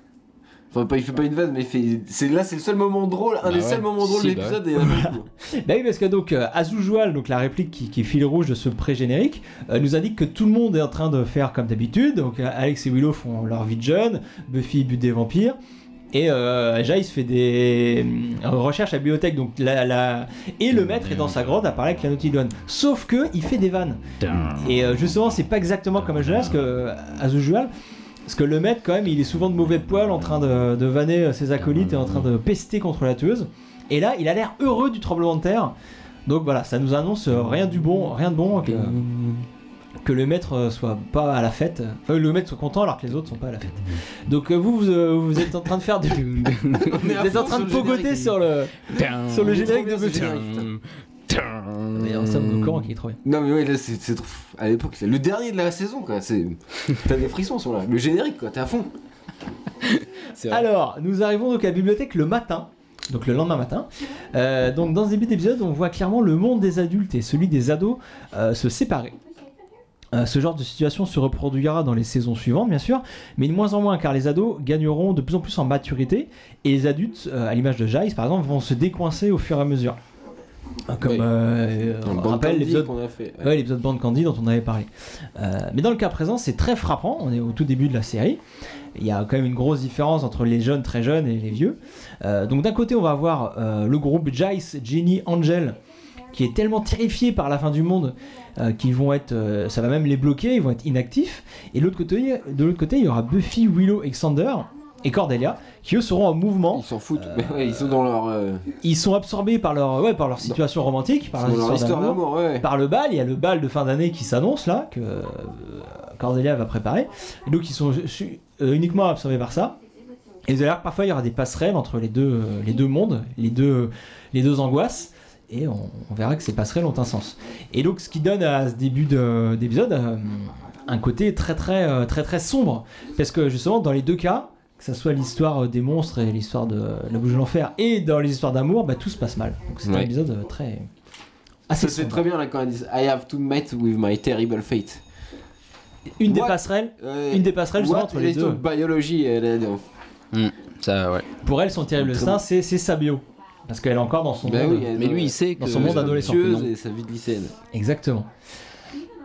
D: Enfin, pas, il fait pas une vanne, mais il fait... c'est là, c'est le seul moment drôle, un
C: Bah
D: des
C: ouais.
D: seuls moments drôles
C: Si, bah
D: de l'épisode. et il y en a pas beaucoup.
B: Bah oui, parce que donc, euh, as usual, donc la réplique qui, qui est fil rouge de ce pré-générique, euh, nous indique que tout le monde est en train de faire comme d'habitude. Donc, euh, Alex et Willow font leur vie de jeune, Buffy bute des vampires. Et euh, Jace fait des euh, recherches à la bibliothèque, donc la, la- et le maître est dans sa grotte à parler avec la Naughty Dog. Sauf que il fait des vannes. Et euh, justement, c'est pas exactement comme Angela, parce que euh, as usual, parce que le maître, quand même, il est souvent de mauvais poil en train de, de vanner euh, ses acolytes et en train de pester contre la tueuse. Et là, il a l'air heureux du tremblement de terre. Donc voilà, ça nous annonce euh, rien du bon, rien de bon que, que le maître euh, soit pas à la fête. Enfin, le maître soit content alors que les autres sont pas à la fête. Donc euh, vous, vous, euh, vous êtes en train de faire du-
D: On est à
B: vous êtes en
D: fond
B: train de
D: sur le
B: pogoter
D: générique.
B: sur le. Sur le générique de
D: Trop bien, ce
B: Buffy.
D: générique, putain.
B: Mais en somme,
C: Hmm.
B: le courant qui est trop bien.
D: Non, mais ouais, là, c'est c'est trop. À l'époque, c'est le dernier de la saison, quoi. c'est- T'as des frissons sur là. Le générique, quoi, t'es à fond.
B: Alors, nous arrivons donc à la bibliothèque le matin, donc le lendemain matin. Euh, donc dans ce début d'épisode, on voit clairement le monde des adultes et celui des ados euh, se séparer. Euh, ce genre de situation se reproduira dans les saisons suivantes, bien sûr, mais de moins en moins, car les ados gagneront de plus en plus en maturité, et les adultes, euh, à l'image de Jace par exemple, vont se décoincer au fur et à mesure. Euh, Comme
D: Oui.
B: euh,
D: Un
B: on
D: bon
B: rappelle
D: temps de
B: l'épisode
D: vie qu'on a fait.
B: Ouais, l'épisode Band Candy dont on avait parlé. Euh, mais dans le cas présent, c'est très frappant. On est au tout début de la série. il y a quand même une grosse différence entre les jeunes très jeunes et les vieux. Euh, donc d'un côté, on va avoir euh, le groupe Jice, Jenny, Angel, qui est tellement terrifié par la fin du monde euh, qu'ils vont être, euh, ça va même les bloquer, ils vont être inactifs. Et de l'autre côté, de l'autre côté, il y aura Buffy, Willow, et Xander et Cordelia, qui eux seront en mouvement.
D: Ils s'en foutent. Ouais, ils sont dans leur, euh,
B: Ils sont absorbés par leur, ouais, par leur situation romantique, par
D: dans
B: leur
D: leur
B: histoire
D: histoire
B: d'amour.
D: d'amour. ouais.
B: par le bal, il y a le bal de fin d'année qui s'annonce là, que euh, Cordelia va préparer. Et donc ils sont su- euh, uniquement absorbés par ça. Et d'ailleurs, parfois il y aura des passerelles entre les deux, euh, les deux mondes, les deux, euh, les deux angoisses, et on, on verra que ces passerelles ont un sens. Et donc ce qui donne à ce début de- d'épisode euh, un côté très très euh, très très sombre, parce que justement dans les deux cas, que ce soit l'histoire euh, des monstres et l'histoire de euh, la bouche de l'enfer, et dans les histoires d'amour, bah, tout se passe mal. Donc c'est un
D: Ouais.
B: épisode euh, très assez
D: Ça se fait
B: sombre.
D: très bien là quand ils disent I have to meet with my terrible fate.
B: Une des
D: What
B: passerelles,
D: Euh,
B: une des passerelles justement
D: what
B: entre les
D: is the
B: deux.
D: biology elle est dans-
C: Ça, ouais.
B: Pour elle, son terrible
D: Très
B: sein,
D: bon.
B: c'est c'est sa bio. Parce qu'elle est encore dans son
D: Bah
B: monde.
D: oui, elle-
C: Mais lui, il sait que.
B: Dans son monde
D: euh,
B: adolescent,
D: pieuse
C: non.
D: et sa vie de lycéenne.
B: Exactement.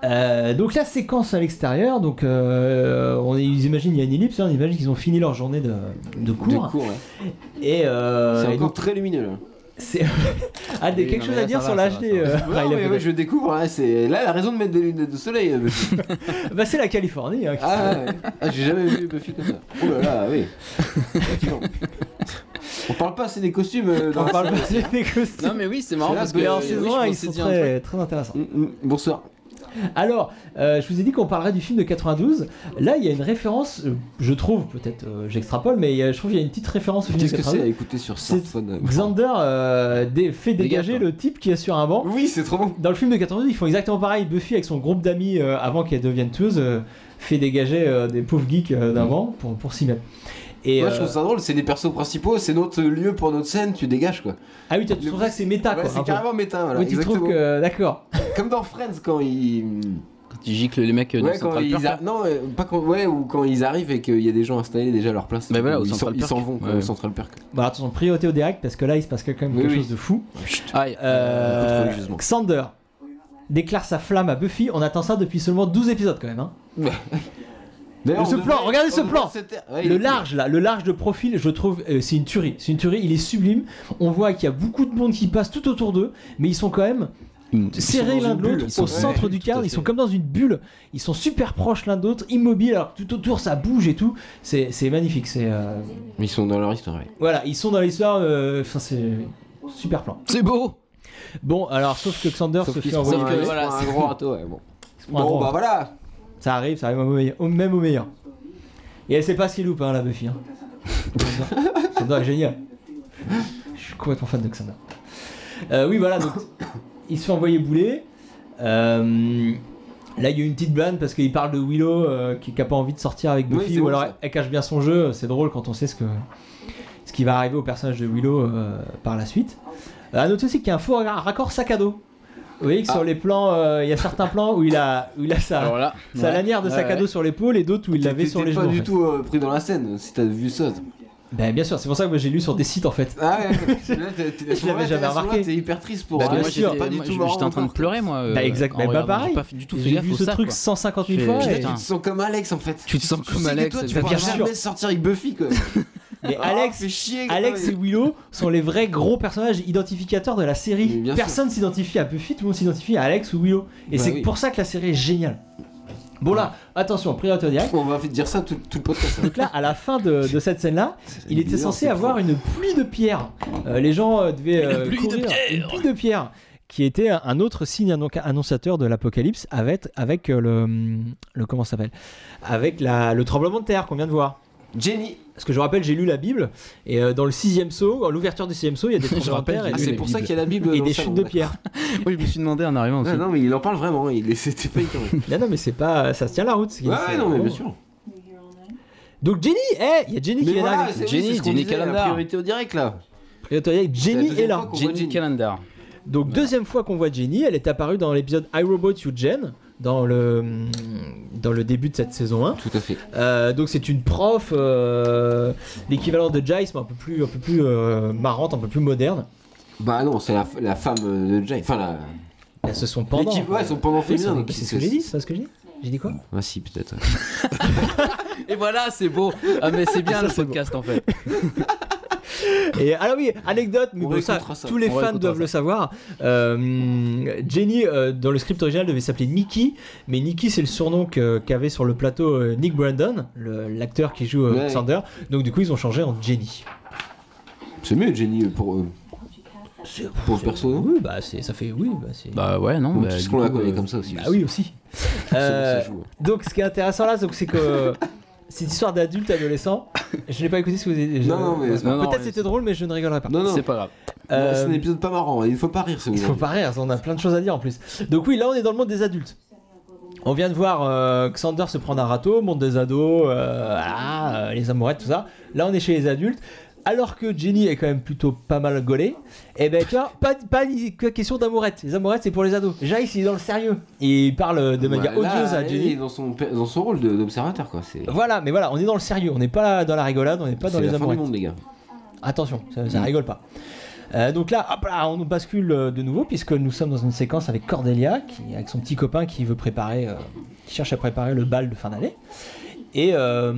B: Euh, donc la séquence à l'extérieur, donc euh, on ils imaginent il y a une ellipse, hein, on imagine qu'ils ont fini leur journée de, de cours
D: De cours, ouais.
B: et, euh,
D: C'est
B: et
D: encore
B: donc,
D: très lumineux là.
B: c'est ah des-
C: Oui,
B: quelque
C: non,
B: chose
C: mais
B: à
C: là,
B: dire
C: ça
B: sur
C: va,
B: la
C: ça
B: HD,
C: va, ça
B: euh,
D: Non,
B: Riley
D: mais ouais,
B: Buddy.
D: je découvre, hein, c'est là la raison de mettre des lunettes de soleil. euh, Buffy.
B: Bah, c'est la Californie. hein, qui-
D: ah, ouais. Ah, j'ai jamais vu Buffy comme ça. Oh là là, oui. Effectivement. On parle pas assez des costumes euh, dans
B: on
D: la
B: parle
D: série.
B: pas des costumes.
C: Non, mais oui, c'est marrant
D: C'est là,
C: parce que.
D: mais
B: Mais en
D: euh,
B: saison
C: oui, je
B: un,
C: me
B: ils
C: suis
B: sont
C: dit un truc.
B: très, très intéressants.
D: Mm, mm, Bonsoir.
B: Alors, euh, je vous ai dit qu'on parlerait du film de 92. Là, il y a une référence, euh, je trouve, peut-être euh, j'extrapole, mais euh, je trouve qu'il y a une petite référence au film de
D: Qu'est-ce que c'est à
B: 92.
D: écouter sur
B: C'est-
D: smartphone euh,
B: Xander euh, dé- fait
C: Dégage,
B: dégager
C: toi.
B: le type qui est sur un banc.
D: Oui, c'est trop bon.
B: Dans le film de 92, ils font exactement pareil. Buffy, avec son groupe d'amis, euh, avant qu'elle devienne tueuse, euh, fait dégager euh, des pauvres geeks euh, d'un banc pour, pour s'y mettre. Et, euh,
D: Moi, Mmh. je trouve ça drôle, c'est les persos principaux, c'est notre lieu pour notre scène, tu dégages quoi.
B: Ah oui, toi, tu trouves ça que c'est méta,
D: Ouais,
B: quoi. un
D: c'est
B: peu.
D: carrément méta, voilà.
B: Oui, tu
D: exactement.
B: trouves que. D'accord.
D: Comme dans Friends, quand ils.
C: Quand tu gicles les mecs euh, dans
D: ouais, quand
C: Central
D: ils
C: Perk,
D: a-
C: là.
D: Non, euh, pas quand. Ouais, ou quand ils arrivent et qu'il y a des gens installés déjà à leur place.
C: Bah voilà, au
D: ils s'en-
C: Central
D: ils s'en
C: Perk.
D: vont, quoi,
C: Ouais.
D: au Central Perk.
B: Bon, alors, Bah, attention, priorité au direct, parce que là, il se passe quand même
D: Oui,
B: quelque
D: oui.
B: chose de fou.
C: Aïe.
B: Euh,
D: Coup de feu, justement.
B: Xander déclare sa flamme à Buffy. On attend ça depuis seulement 12 épisodes quand même. hein.
D: D'ailleurs,
B: ce
D: on
B: plan, regardez
D: on
B: ce
D: devrait
B: plan.
D: se taire. Ouais, Ah, il
B: Le
D: est-
B: large là, le large de profil, je trouve, euh, c'est une tuerie. C'est une tuerie, il est sublime. On voit qu'il y a beaucoup de monde qui passe tout autour d'eux, mais ils sont quand même
C: Ils sont
B: serrés l'un
D: dans une
B: de
D: bulle,
B: l'autre,
D: ils
B: au
D: sont-
B: centre
D: ouais,
B: du
D: tout à
B: cadre. Ils
D: fait.
B: sont comme dans une bulle. Ils sont super proches l'un de l'autre, immobiles. Alors que tout autour ça bouge et tout. C'est c'est magnifique. C'est euh,
D: Ils sont dans leur histoire, ouais.
B: voilà, ils sont dans l'histoire. euh, Enfin, c'est super plan.
C: C'est beau
B: Bon, alors sauf que Xander
D: Sauf
B: se
D: qu'ils
B: fait
D: se
B: envoyer.
D: prennent
C: que
D: un- ils se
C: voilà,
D: prennent un
C: c'est-
D: gros râteau, ouais, bon.
B: il se prend un
D: Bon,
B: droit.
D: bah voilà.
B: Ça arrive, ça arrive au meilleur- au- même au meilleur. Et elle sait pas ce qu'il loupe, hein, la Buffy. Hein. Xander est génial. Je suis complètement fan de Xander. Euh, oui, voilà, donc il se fait envoyer bouler. Euh, là, il y a une petite blague parce qu'il parle de Willow euh, qui n'a pas envie de sortir avec
D: Oui,
B: Buffy,
D: c'est
B: ou
D: bon,
B: alors elle,
D: ça.
B: elle cache bien son jeu. C'est drôle quand on sait ce, que, ce qui va arriver au personnage de Willow euh, par la suite. Euh, À noter aussi qu'il y a un faux ra- raccord sac à dos. Vous voyez
D: Ah.
B: que sur les plans, euh, il y a certains plans où il a, où il a sa,
C: Alors là.
B: sa
C: ouais.
B: lanière de sac à
C: Ouais,
B: dos sur l'épaule et d'autres où il l'avait
D: T'étais
B: sur les
D: pas
B: genoux. en
D: du
B: fait.
D: tout euh, pris dans la scène, si t'as vu ça.
B: Ben, bien sûr, c'est pour ça que moi j'ai lu sur des sites en fait.
D: Ah ouais, là, t'es- t'es- à ce
B: Je l'avais jamais
D: moment-là, t'es- à ce moment-là,
B: remarqué.
D: T'es hyper triste pour.
C: Bah,
B: Bien
C: moi,
D: Ah,
B: sûr.
C: j'étais-
D: pas du
C: moi,
D: tout
C: je-
D: marrant,
C: J'étais en train de
D: toi.
C: pleurer, moi. euh,
B: Bah, exact.
C: en
B: Bah, pas
C: regardant,
B: pareil.
C: J'ai pas fait du tout fait
B: J'ai
C: gaffe
B: vu
C: au
B: ce
C: sac,
B: truc
C: quoi.
B: 150 000
C: J'ai-
B: fois.
C: j'ai
B: et-
C: Putain.
D: Tu te sens comme Alex en fait.
C: Tu te sens comme
D: sais que
C: Alex,
D: Toi, tu
C: bien
D: pourras
B: sûr.
D: jamais sortir avec Buffy quoi.
B: Mais
D: Ah,
B: Alex,
D: fais chier,
B: Alex et Willow sont les vrais gros personnages identificateurs de la
D: Mais
B: série.
D: bien sûr.
B: Personne s'identifie à Buffy, tout le monde s'identifie à Alex ou Willow. Et
D: Bah
B: c'est
D: oui.
B: pour ça que la série est géniale. Bon là, attention, priorité au direct.
D: On va dire ça tout, tout le podcast. hein.
B: Donc là, à la fin de, de cette scène-là, il était
D: bizarre,
B: censé
D: c'est
B: avoir
D: fort.
B: une pluie de pierres. Euh, les gens euh, devaient
C: Une
B: euh,
C: pluie de
B: courir.
C: pierres.
B: Une pluie de pierres, qui était un- un autre signe annon- annonciateur de l'apocalypse avec, avec euh, le, le comment ça s'appelle Avec la, le tremblement de terre qu'on vient de voir.
D: Jenny.
B: Parce que je rappelle, j'ai lu la Bible et euh, dans le sixième saut, à l'ouverture du sixième saut, il y a des tremblements de
C: rappelle,
B: terre et,
C: j'ai
D: Ah,
C: lu
D: c'est
C: la
D: pour
C: Bible.
D: ça qu'il y a la Bible.
B: et
D: dans
B: des
D: le salon,
B: chutes de
D: d'accord.
B: pierres.
C: Oui, je me suis demandé en arrivant aussi.
D: Non, non, mais il en parle vraiment. Il est- C'était pas étonnant.
B: Non, non, mais c'est pas, ça se tient la route. c'est-
D: Ouais,
B: c'est
D: ouais, non, mais
B: vraiment-
D: bien sûr.
B: Donc Jenny, eh, il y a Jenny qui
D: Mais
B: vient
D: voilà,
B: d'arriver.
D: c'est
C: Jenny,
D: Jenny, c'est ce qu'on
C: Jenny
D: disait, la
C: Calendar.
D: priorité au direct là.
B: Priorité au direct, Jenny
D: deuxième
B: est là.
D: fois qu'on voit
C: Jenny
D: Jenny.
C: Calendar.
B: Donc deuxième fois qu'on voit Jenny, elle est apparue dans l'épisode I Robot Eugen dans le dans le début de cette saison 1.
D: Tout à fait.
B: Euh, donc c'est une prof, euh, l'équivalent de Jice, mais un peu plus un peu plus euh, marrante, un peu plus moderne.
D: Bah non, c'est la, la femme de Jay. Enfin, la.
B: Elles se sont pendant.
D: L'équipe, ouais, son pendant
B: Oui,
D: féminin.
B: c'est-
D: donc
B: c'est
D: il
B: ce
D: se-
B: que j'ai dit, c'est pas ce que j'ai dit. J'ai dit quoi
D: Ah si, peut-être.
C: Et voilà, c'est beau. Ah, mais c'est bien
B: Ça,
C: le
B: c'est beau.
C: podcast en fait.
B: Et ah oui, anecdote, mais
D: On
B: bon, ça,
D: réécoutera ça.
B: tous les
C: On
B: fans
C: réécoutera
B: doivent le savoir. Euh, Jenny, euh, dans le script original, devait s'appeler Nikki, mais Nikki, c'est le surnom que- qu'avait sur le plateau euh, Nick Brandon, le- l'acteur qui joue
D: Ouais.
B: euh, Xander. Donc du coup, ils ont changé en Jenny.
D: C'est mieux, Jenny, pour, euh, pour le perso. hein
B: Oui, bah c'est, ça fait oui, bah c'est.
C: Bah ouais, non. bah,
D: Puisqu'on
C: du
D: la
C: coup,
D: connaît
C: euh,
D: comme ça aussi.
B: Bah
D: je
B: oui
D: sais.
B: aussi.
D: ça
B: Euh,
D: joue. hein.
B: donc ce qui est intéressant là, donc, c'est que cette histoire d'adulte adolescent, je l'ai pas écouté si vous avez. je-
D: Non, non, mais-
C: Non, non,
B: peut-être
C: mais-
B: c'était drôle, mais je ne rigolerai pas.
D: Non, non,
C: C'est pas grave.
B: Euh,
D: c'est un épisode pas marrant. hein. Il faut pas rire, c'est
B: Il faut pas rire, on a plein de choses à dire en plus. Donc oui, là on est dans le monde des adultes. On vient de voir euh, Xander se prendre un râteau, monde des ados, euh, voilà, euh, les amourettes, tout ça. Là on est chez les adultes. Alors que Jenny est quand même plutôt pas mal gaulée, et ben tu vois, pas, pas ni- que question d'amourette. Les amourettes c'est pour les ados. Jace il est dans le sérieux. Et il parle de manière odieuse à Jenny.
D: Dans son, pe- dans son rôle de- d'observateur, quoi. C'est
B: Voilà, mais voilà, on est dans le sérieux, on n'est pas dans la rigolade, on n'est pas dans
D: c'est
B: les
D: la fin du
B: amourettes.
D: monde, les gars.
B: Attention, ça, ça
C: Mm.
B: rigole pas. Euh, donc là, hop là, on nous bascule euh, de nouveau puisque nous sommes dans une séquence avec Cordelia, qui, avec son petit copain qui veut préparer, euh, qui cherche à préparer le bal de fin d'année. Et euh,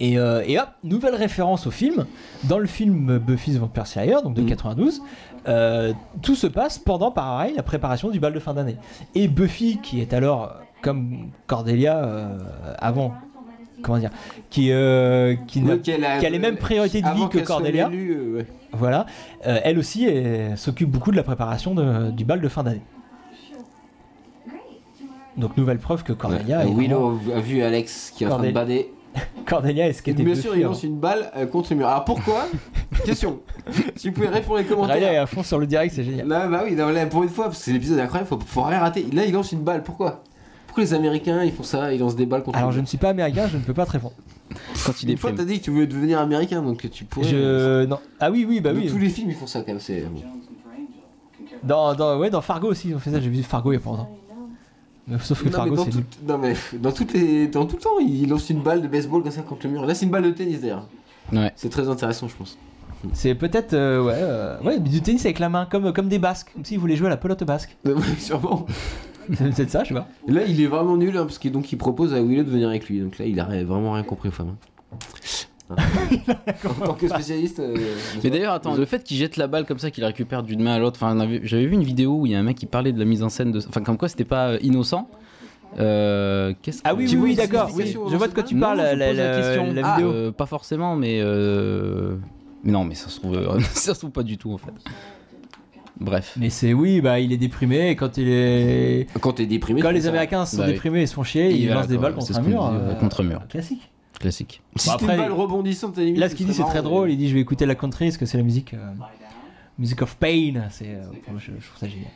B: et, euh, et hop, nouvelle référence au film. Dans le film Buffy the Vampire Slayer, donc de
D: Mm.
B: 92, euh, tout se passe pendant, pareil, la préparation du bal de fin d'année. Et Buffy, qui est alors euh, comme Cordelia euh, avant, comment dire, qui euh, qui n'a
D: Ouais, qu'elle a-
B: qui a les mêmes priorités de
D: avant
B: vie que
D: qu'elle soit
B: Cordelia.
D: élue, euh, ouais.
B: Voilà, Euh, elle aussi elle s'occupe beaucoup de la préparation de- du bal de fin d'année. Donc nouvelle preuve que Cordelia, est,
D: Euh, Willow a vu Alex qui est en train de
B: Cordelia-
D: bader.
B: Cordelia est ce qu'était
D: Bien
B: Buffy
D: sûr, il
B: avant.
D: lance une balle euh, contre le mur. Alors pourquoi Question. Si vous pouvez répondre les
B: Cordelia est
D: commentaires.
B: à fond sur le direct, c'est génial.
D: Là, bah oui, non, là, pour une fois, parce que c'est l'épisode incroyable, faut, faut rien rater. Là, il lance une balle, pourquoi Pourquoi les Américains ils font ça Ils lancent des balles contre
B: Alors
D: le
B: je ne
D: mur
B: suis pas américain, je ne peux pas te répondre.
C: Quand il
D: Une fois,
C: déprime.
D: t'as dit que tu voulais devenir américain, donc tu pourrais. euh,
B: Je non. Ah oui oui bah
D: Dans
B: oui.
D: Tous les films ils font ça quand même. C'est...
B: Dans, dans- ouais dans Fargo aussi ils ont fait ça. J'ai vu Fargo il y a pas longtemps. Mais Sauf que
D: Non, mais
B: Fargo
D: dans,
B: c'est
D: tout-
B: nul.
D: non, mais dans, toutes les... dans tout le temps, ils lancent une balle de baseball comme ça contre le mur. Là, c'est une balle de tennis d'ailleurs.
C: Ouais.
D: C'est très intéressant, je pense.
B: C'est peut-être euh, ouais euh, ouais mais du tennis avec la main comme comme des basques comme s'ils voulaient jouer à la pelote basque.
D: Sûrement.
B: C'est peut-être ça je sais pas.
D: Et Là, il est vraiment nul, hein, parce qu'il donc, il propose à Willow de venir avec lui. Donc là, il a rien- vraiment rien compris aux femmes. hein. en tant que spécialiste. euh, n'est-ce
C: Mais
D: pas
C: d'ailleurs, attends, le fait qu'il jette la balle comme ça, qu'il la récupère d'une main à l'autre, enfin, on avait- j'avais vu une vidéo où il y a un mec qui parlait de la mise en scène de, enfin, comme quoi c'était pas euh, innocent. Euh, qu'est-ce
B: Ah oui
C: que-
B: oui
D: vois
B: oui
D: une
B: d'accord. Oui,
D: signification
B: je vois de quoi
D: dans
B: tu
C: Non,
B: parles.
C: je
B: la,
C: pose la question.
B: la
C: Ah,
B: vidéo.
C: euh, pas forcément, mais euh, mais non, mais ça se trouve, euh, ça se trouve pas du tout en fait. Bref.
B: Mais c'est oui, bah il est déprimé et quand il est
D: Quand t'es déprimé.
B: quand
D: tu
B: les
D: fais ça.
B: Américains sont
C: Bah oui.
B: déprimés et se font chier,
C: Il
B: ils
C: va,
B: lancent des
C: quoi,
B: balles contre
C: c'est ce
B: un
C: qu'on
B: mur. euh,
C: dit, ouais, contre un mur.
B: Classique.
C: Classique.
D: Si
B: Bon,
D: c'était
B: après,
D: une balle rebondissante, t'as limite,
B: Là, ce qu'il dit,
D: serait
B: c'est très
D: marrant,
B: drôle.
D: mais-
B: Il dit, je vais écouter la country parce que c'est la musique. euh, Music of Pain, c'est euh, pour moi, je, je trouve ça génial.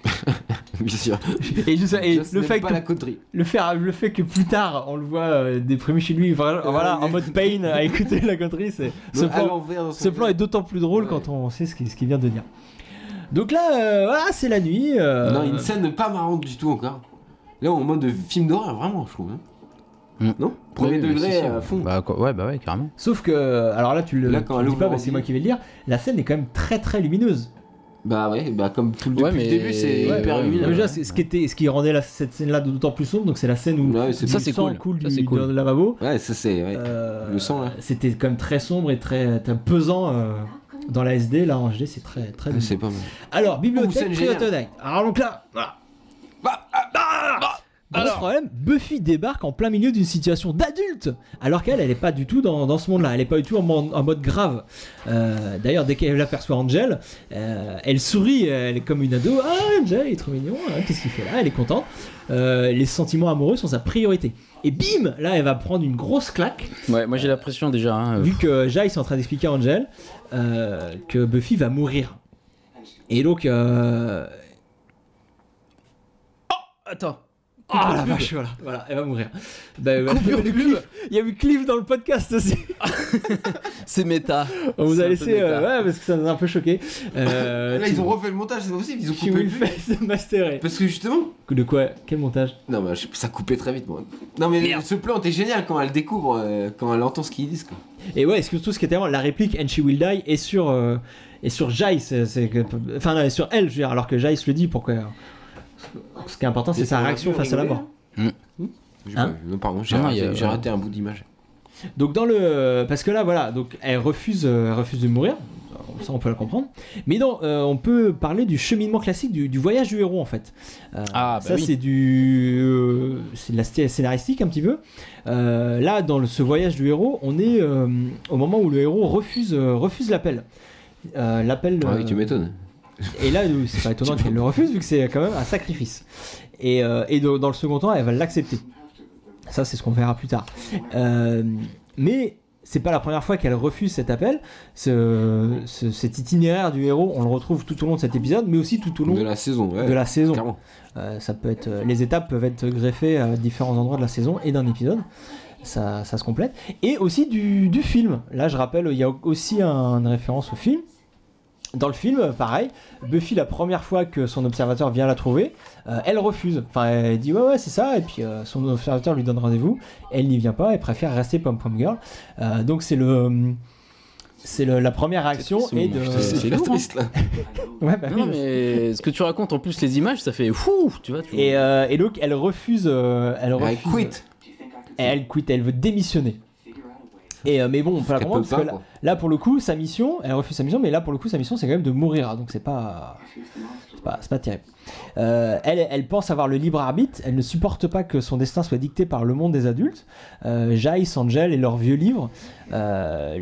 D: Bien sûr.
B: Et, juste, et
D: Just
B: le,
D: n'aime
B: fait
D: pas
B: que,
D: la coterie.
B: le, fait, le fait que plus tard on le voit euh, déprimé chez lui, vra- voilà, en mode pain à écouter la country, c'est ce
D: Donc, à
B: plan,
D: l'envers dans son
B: ce plan est
D: jeu.
B: d'autant plus drôle
D: Ouais.
B: quand on sait ce qu'il ce qu'il vient de dire. Donc là, euh, voilà, c'est la nuit. euh,
D: Non, une scène pas marrante du tout encore. Là, en mode film d'horreur, vraiment, je trouve. hein.
C: Mm.
D: Non Premier
C: Ouais, mais
D: degré
C: si, si,
D: à
C: ouais.
D: fond.
C: Bah, quoi- ouais, bah ouais, carrément.
B: Sauf que, alors là, tu le,
D: Là, quand
B: tu le
D: elle
B: dis pas,
D: ouvre
B: mais c'est
D: l'ordi.
B: moi qui vais le dire. La scène est quand même très très lumineuse.
D: Bah ouais, bah comme tout le,
C: Ouais,
D: depuis le
C: mais-
D: début, c'est
C: Ouais,
D: hyper
C: ouais,
D: lumineux.
B: Non, mais déjà, c'est- ce qui était, ce qui rendait la- cette scène-là d'autant plus sombre, donc c'est la scène où
D: Ouais, c'est-
B: du
C: ça, c'est
B: sang
C: cool.
B: coule
C: Ça,
B: du-
C: c'est cool.
B: dans le lavabo.
D: Ouais, ça c'est. ouais.
B: Euh,
D: Le sang, là.
B: C'était quand même très sombre et très, très pesant euh, dans la SD. Là, en HD, c'est très très.
D: Ouais,
B: lumineux.
D: c'est pas mal.
B: Alors,
D: Ouh, scène
B: bibliothèque
D: géniale.
B: Cryotonic. Alors donc là, voilà. Gros
C: Alors.
B: problème, Buffy débarque en plein milieu d'une situation d'adulte, alors qu'elle, elle est pas du tout dans, dans ce monde-là, elle est pas du tout en, mon- en mode grave. Euh, D'ailleurs, dès qu'elle aperçoit Angel, euh, elle sourit, elle est comme une ado. Ah, Angel, il est trop mignon, hein, qu'est-ce qu'il fait là Elle est contente. Euh, les sentiments amoureux sont sa priorité. Et bim, là, elle va prendre une grosse claque,
C: Ouais, moi j'ai la pression déjà. hein, euh,
B: vu que Jace est en train d'expliquer à Angel euh, que Buffy va mourir. Et donc. euh,
C: Attends.
B: Ah la vache, voilà, voilà, elle va mourir. Bah, bah, il y a eu Cliff- Il y a eu Cliff dans le podcast aussi.
C: C'est méta.
B: On vous
C: C'est
B: a
C: un peu
B: laissé,
C: méta.
B: euh, ouais, parce que ça nous a un peu choqué. Euh,
D: Là, ils ont refait le montage, c'est pas possible, ils ont
B: She
D: coupé le
B: will
D: but.
B: face masteré.
D: Parce que justement.
B: De quoi Quel montage
D: Non, mais je- ça coupait très vite, moi. Non, mais ce plan était génial quand elle découvre, euh, quand elle entend ce qu'ils disent, quoi.
B: Et ouais, excuse tout ce qui était avant, la réplique And she will die est sur, euh, est sur Jai, c'est- c'est que- enfin non, est sur elle, je veux dire, alors que Jai se le dit pourquoi. Ce qui est important, c'est
D: Et
B: sa
D: ça aurait
B: réaction
D: pu
B: face à la
D: rigoler,
B: mort.
C: hein.
B: Hmm.
D: J'ai
B: Hein
D: pas vu. Non, pardon, j'ai
C: Non, non, il y
D: raté,
C: a-
D: j'ai raté un bout d'image.
B: Donc dans le parce que là voilà donc elle refuse euh, elle refuse de mourir ça on peut la comprendre mais non euh, on peut parler du cheminement classique du, du voyage du héros en fait Euh,
C: Ah, bah
B: ça
C: oui.
B: c'est du euh, c'est de la sté- scénaristique un petit peu Euh, là dans le- ce voyage du héros on est euh, au moment où le héros refuse euh, refuse l'appel Euh, l'appel
D: Ah oui, tu
B: euh,
D: m'étonnes.
B: et là, euh, c'est pas étonnant qu'elle le refuse vu que c'est quand même un sacrifice. Et, euh, et dans, dans le second temps, elle va l'accepter. Ça, c'est ce qu'on verra plus tard. Euh, mais c'est pas la première fois qu'elle refuse cet appel. Ce- ce- cet itinéraire du héros, on le retrouve tout au long de cet épisode, mais aussi tout au long
D: De la saison, ouais.
B: de la saison.
D: Clairement.
B: Euh, ça peut être, euh, les étapes peuvent être greffées à différents endroits de la saison et d'un épisode. Ça, ça se complète. Et aussi du, du film. Là, je rappelle, il y a aussi un- une référence au film. Dans le film, euh, pareil, Buffy, la première fois que son observateur vient la trouver, euh, elle refuse. Enfin, elle dit ouais, ouais, c'est ça. Et puis euh, son observateur lui donne rendez-vous. Elle n'y vient pas. Elle préfère rester Pom Pom Girl. Euh, donc, c'est le. C'est le- la première réaction.
C: triste, ce
B: Et
C: moment.
B: de...
C: Putain,
D: C'est
C: c'est
D: la
C: lourd, hein.
D: triste là.
B: Ouais, bah oui,
C: Non, mais ce que tu racontes en plus, les images, ça fait fou, tu vois. Tu
B: Et, euh, et donc, elle refuse. euh, elle
C: Bah,
D: Elle
B: refuse.
D: quit.
B: Et elle quitte, elle veut démissionner. Et euh, mais bon, on peut la
D: Elle peut
B: comprendre parce
D: pas,
B: que là,
D: quoi.
B: là, pour le coup, sa mission, elle refuse sa mission, mais là pour le coup, sa mission c'est quand même de mourir, hein, donc c'est pas, c'est pas, c'est pas terrible. Euh, elle, elle pense avoir le libre arbitre, elle ne supporte pas que son destin soit dicté par le monde des adultes. Euh, Jace, Angel et leurs vieux livres euh,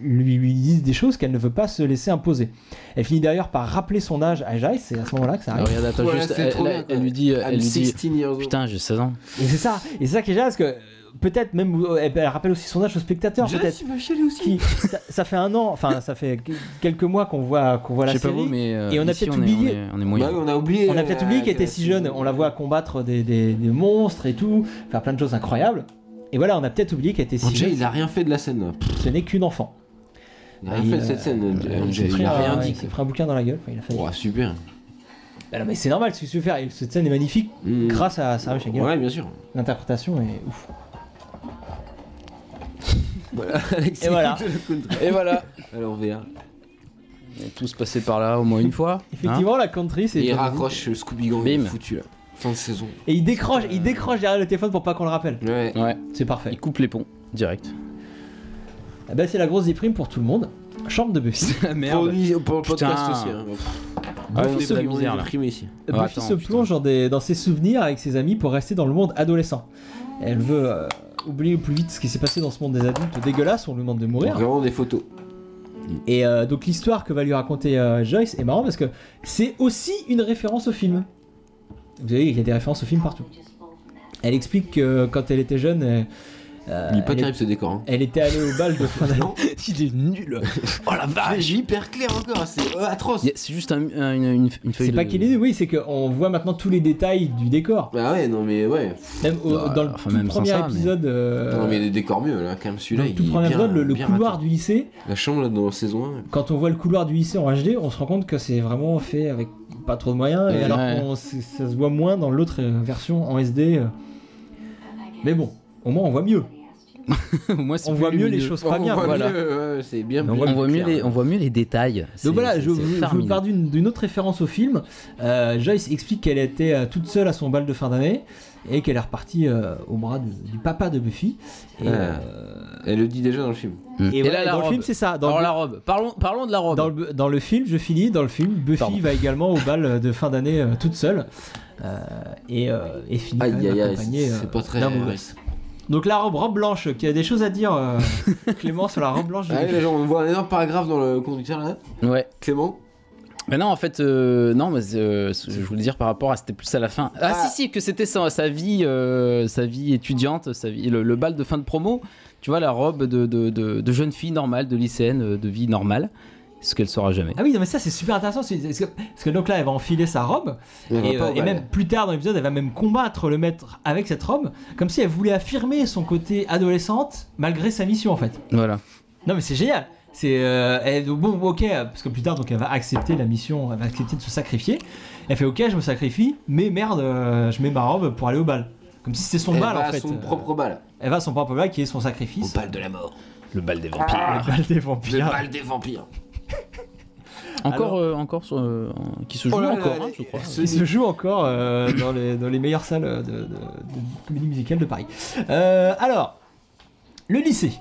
B: lui, lui disent des choses qu'elle ne veut pas se laisser imposer. Elle finit d'ailleurs par rappeler son âge à Jace, c'est à ce moment-là que ça
C: Alors,
B: arrive.
C: regarde, attends,
D: Ah Ouais,
C: juste,
D: c'est
C: elle,
D: trop
C: là,
D: bien, quoi.
C: elle lui dit, elle lui
D: I'm
C: dit
D: 16 years old.
C: Putain, j'ai 16 ans.
B: Et c'est ça, et c'est ça qui est génial, parce que euh, peut-être même, euh, elle elle rappelle aussi son âge au spectateur,
D: Jess,
B: peut-être.
D: il va chialer aussi.
B: qui- ça, ça fait un an, enfin ça fait quelques mois qu'on voit qu'on voit
C: Je
B: la
C: sais pas
B: série.
C: vous, mais. euh,
B: Et on a
C: ici,
B: peut-être
C: est-
B: oublié.
C: On est, on est
D: Bah
C: moyen.
D: oui, on a oublié.
B: On a peut-être oublié
D: euh,
B: qu'elle était
D: la
B: si jeune.
D: saison.
B: On la voit combattre des, des- des monstres et tout, faire plein de choses incroyables. Et voilà, on a peut-être oublié qu'elle était si
D: Jay,
B: jeune.
D: il a rien fait de la scène. là. Pff,
B: Ce n'est qu'une enfant.
D: Il a rien
B: Il,
D: fait de
B: euh,
D: cette scène. euh,
C: il
D: Jay,
C: s'est
D: Il a
B: Ah,
D: rien
B: ouais,
D: dit.
B: Il s'est
D: quoi.
B: pris un bouquin dans la gueule. enfin, il a fait-
D: Ouah, super.
B: Bah non, mais c'est normal ce qu'il se faire. Et Cette scène est magnifique
D: Mm.
B: grâce à Sarah Michel Gellar.
D: Ouais, Hein bien sûr.
B: L'interprétation est ouf.
D: Alexis,
B: Et voilà.
D: de la country.
C: Et voilà.
D: Alors, VA.
C: On est tous passés par là au moins une fois. hein.
B: Effectivement, la country, c'est.
D: Et il raccroche euh, Scooby Gang. il est
C: Bim.
D: Foutu là. Fin de saison.
B: Et il décroche, il décroche derrière le téléphone pour pas qu'on le rappelle.
D: Ouais.
C: Ouais,
B: C'est parfait.
C: il coupe les ponts direct.
B: Eh ben, c'est la grosse déprime pour tout le monde. Chambre de Buffy.
C: la
D: Pour, lui- pour le
C: Putain.
D: podcast aussi. Hein.
C: Ah,
D: Buffy
C: on est
D: se-
C: de la misère
D: est
C: là.
D: déprimé ici.
C: Ah,
B: Buffy
C: attends,
B: se
C: putain.
B: plonge dans, des- dans ses souvenirs avec ses amis pour rester dans le monde adolescent. Elle veut euh, oublier au plus vite ce qui s'est passé dans ce monde des adultes dégueulasse, on lui demande de mourir.
D: Vraiment des photos.
B: Et euh, donc l'histoire que va lui raconter euh, Joyce est marrant parce que c'est aussi une référence au film. Vous savez, il y a des références au film partout. Elle explique que quand elle était jeune, elle, euh,
D: Il est pas
B: elle,
D: terrible ce décor. hein.
B: elle était allée au bal de fin d'année.
C: Il est nul. Oh la
B: Bah,
D: Ah,
C: vache.
D: j'ai hyper clair
B: hein,
D: encore, c'est euh, atroce.
C: Il y a- C'est juste un- un- une, une- une feuille.
B: C'est pas
C: de-
B: qu'il est nul, oui, c'est qu'on voit maintenant tous les détails du décor.
D: Bah ouais, non mais ouais.
B: Même au-
C: Bah,
B: dans le
C: enfin,
B: tout
C: même sans
B: premier
C: ça, mais-
B: épisode. euh,
D: Non mais il y a des décors mieux là, quand même
B: dans
D: celui-là.
B: le
D: il
B: tout
D: est
B: premier
D: bien-
B: épisode, le, le
D: bien
B: couloir
D: raté.
B: du lycée,
D: La chambre là dans la saison 1.
B: quand on voit le couloir du lycée en HD, on se rend compte que c'est vraiment fait avec pas trop de moyens, et
C: Ouais.
B: alors qu'on- c'est- ça se voit moins dans l'autre euh, version en SD. euh. Mais bon, au moins on voit mieux.
C: Au moins, c'est
B: On
C: plus
B: voit mieux les
C: lumineux.
B: choses pas bien.
D: on voit
B: voilà.
D: mieux, ouais, c'est bien
B: On
D: plus
B: voit-
C: On voit, mieux
D: clair.
C: les, on voit mieux les détails. C'est-
B: Donc voilà,
C: c'est-
B: je, vous-
C: c'est
B: je vous
C: farmine.
B: parle d'une d'une autre référence au film. Euh, Joyce explique qu'elle était euh, toute seule à son bal de fin d'année et qu'elle est repartie euh, au bras du, du papa de Buffy. Et,
D: Ah.
B: euh,
D: Elle le dit déjà dans le film.
C: Mm.
B: et voilà, et dans le film, c'est ça. Dans
C: Alors
B: le-
C: la robe. Parlons, parlons de la
D: Oh,
C: robe.
B: Dans le, dans le film, je finis, dans le film, Buffy
C: Pardon.
B: va également au bal de fin d'année euh, toute seule. Euh, et, euh, et finit quand
D: Aïe
B: même
D: aïe aïe,
B: accompagnée,
D: c'est
B: euh,
D: c'est pas très.
B: d'un beau
D: ouais.
B: gosse. Donc la robe, robe blanche, qui a des choses à dire, euh, Clément, sur la robe blanche. de
D: Ah, ouais,
B: Buffy.
D: là, genre, on voit un énorme paragraphe dans le conducteur là.
C: Ouais.
D: Clément.
C: Mais non, en fait, euh, non, mais euh, ce que je voulais dire par rapport à c'était plus à la fin. Ah,
D: Ah.
C: si si, que c'était sa, sa vie, euh, sa vie étudiante, sa vie, le, le bal de fin de promo. Tu vois la robe de, de, de- de jeune fille normale, de lycéenne, euh, de vie normale, ce qu'elle saura jamais.
B: Ah oui, non, mais ça c'est super intéressant, c'est- parce que, parce que donc là elle va enfiler sa robe,
D: Elle va
B: et,
D: pas
B: euh,
D: au
B: et
D: bal.
B: même plus tard dans l'épisode elle va même combattre le maître avec cette robe, comme si elle voulait affirmer son côté adolescente malgré sa mission en fait.
C: Voilà.
B: Non mais c'est génial. C'est euh, elle- bon ok parce que plus tard donc elle va accepter la mission, elle va accepter de se sacrifier. Elle fait ok je me sacrifie mais merde euh, je mets ma robe pour aller au bal. Comme si c'était son
D: Elle
B: bal
D: va
B: en
D: à
B: fait.
D: Eh ben, son
B: Euh,
D: propre bal.
B: Elle va à son propre bal qui est son
D: Au
B: sacrifice.
D: bal de la mort.
C: Le bal des vampires.
B: Le bal des
D: Le
B: vampires.
D: bal des vampires.
C: Encore,
B: Alors-
C: euh, encore sur, euh, en- qui se joue
D: Oh là là
C: encore,
D: là,
C: hein, je crois.
D: ce-
B: Il se joue encore euh, dans, les, dans les meilleures salles euh, de, de- de comédie musicale de Paris. Euh, alors, le lycée.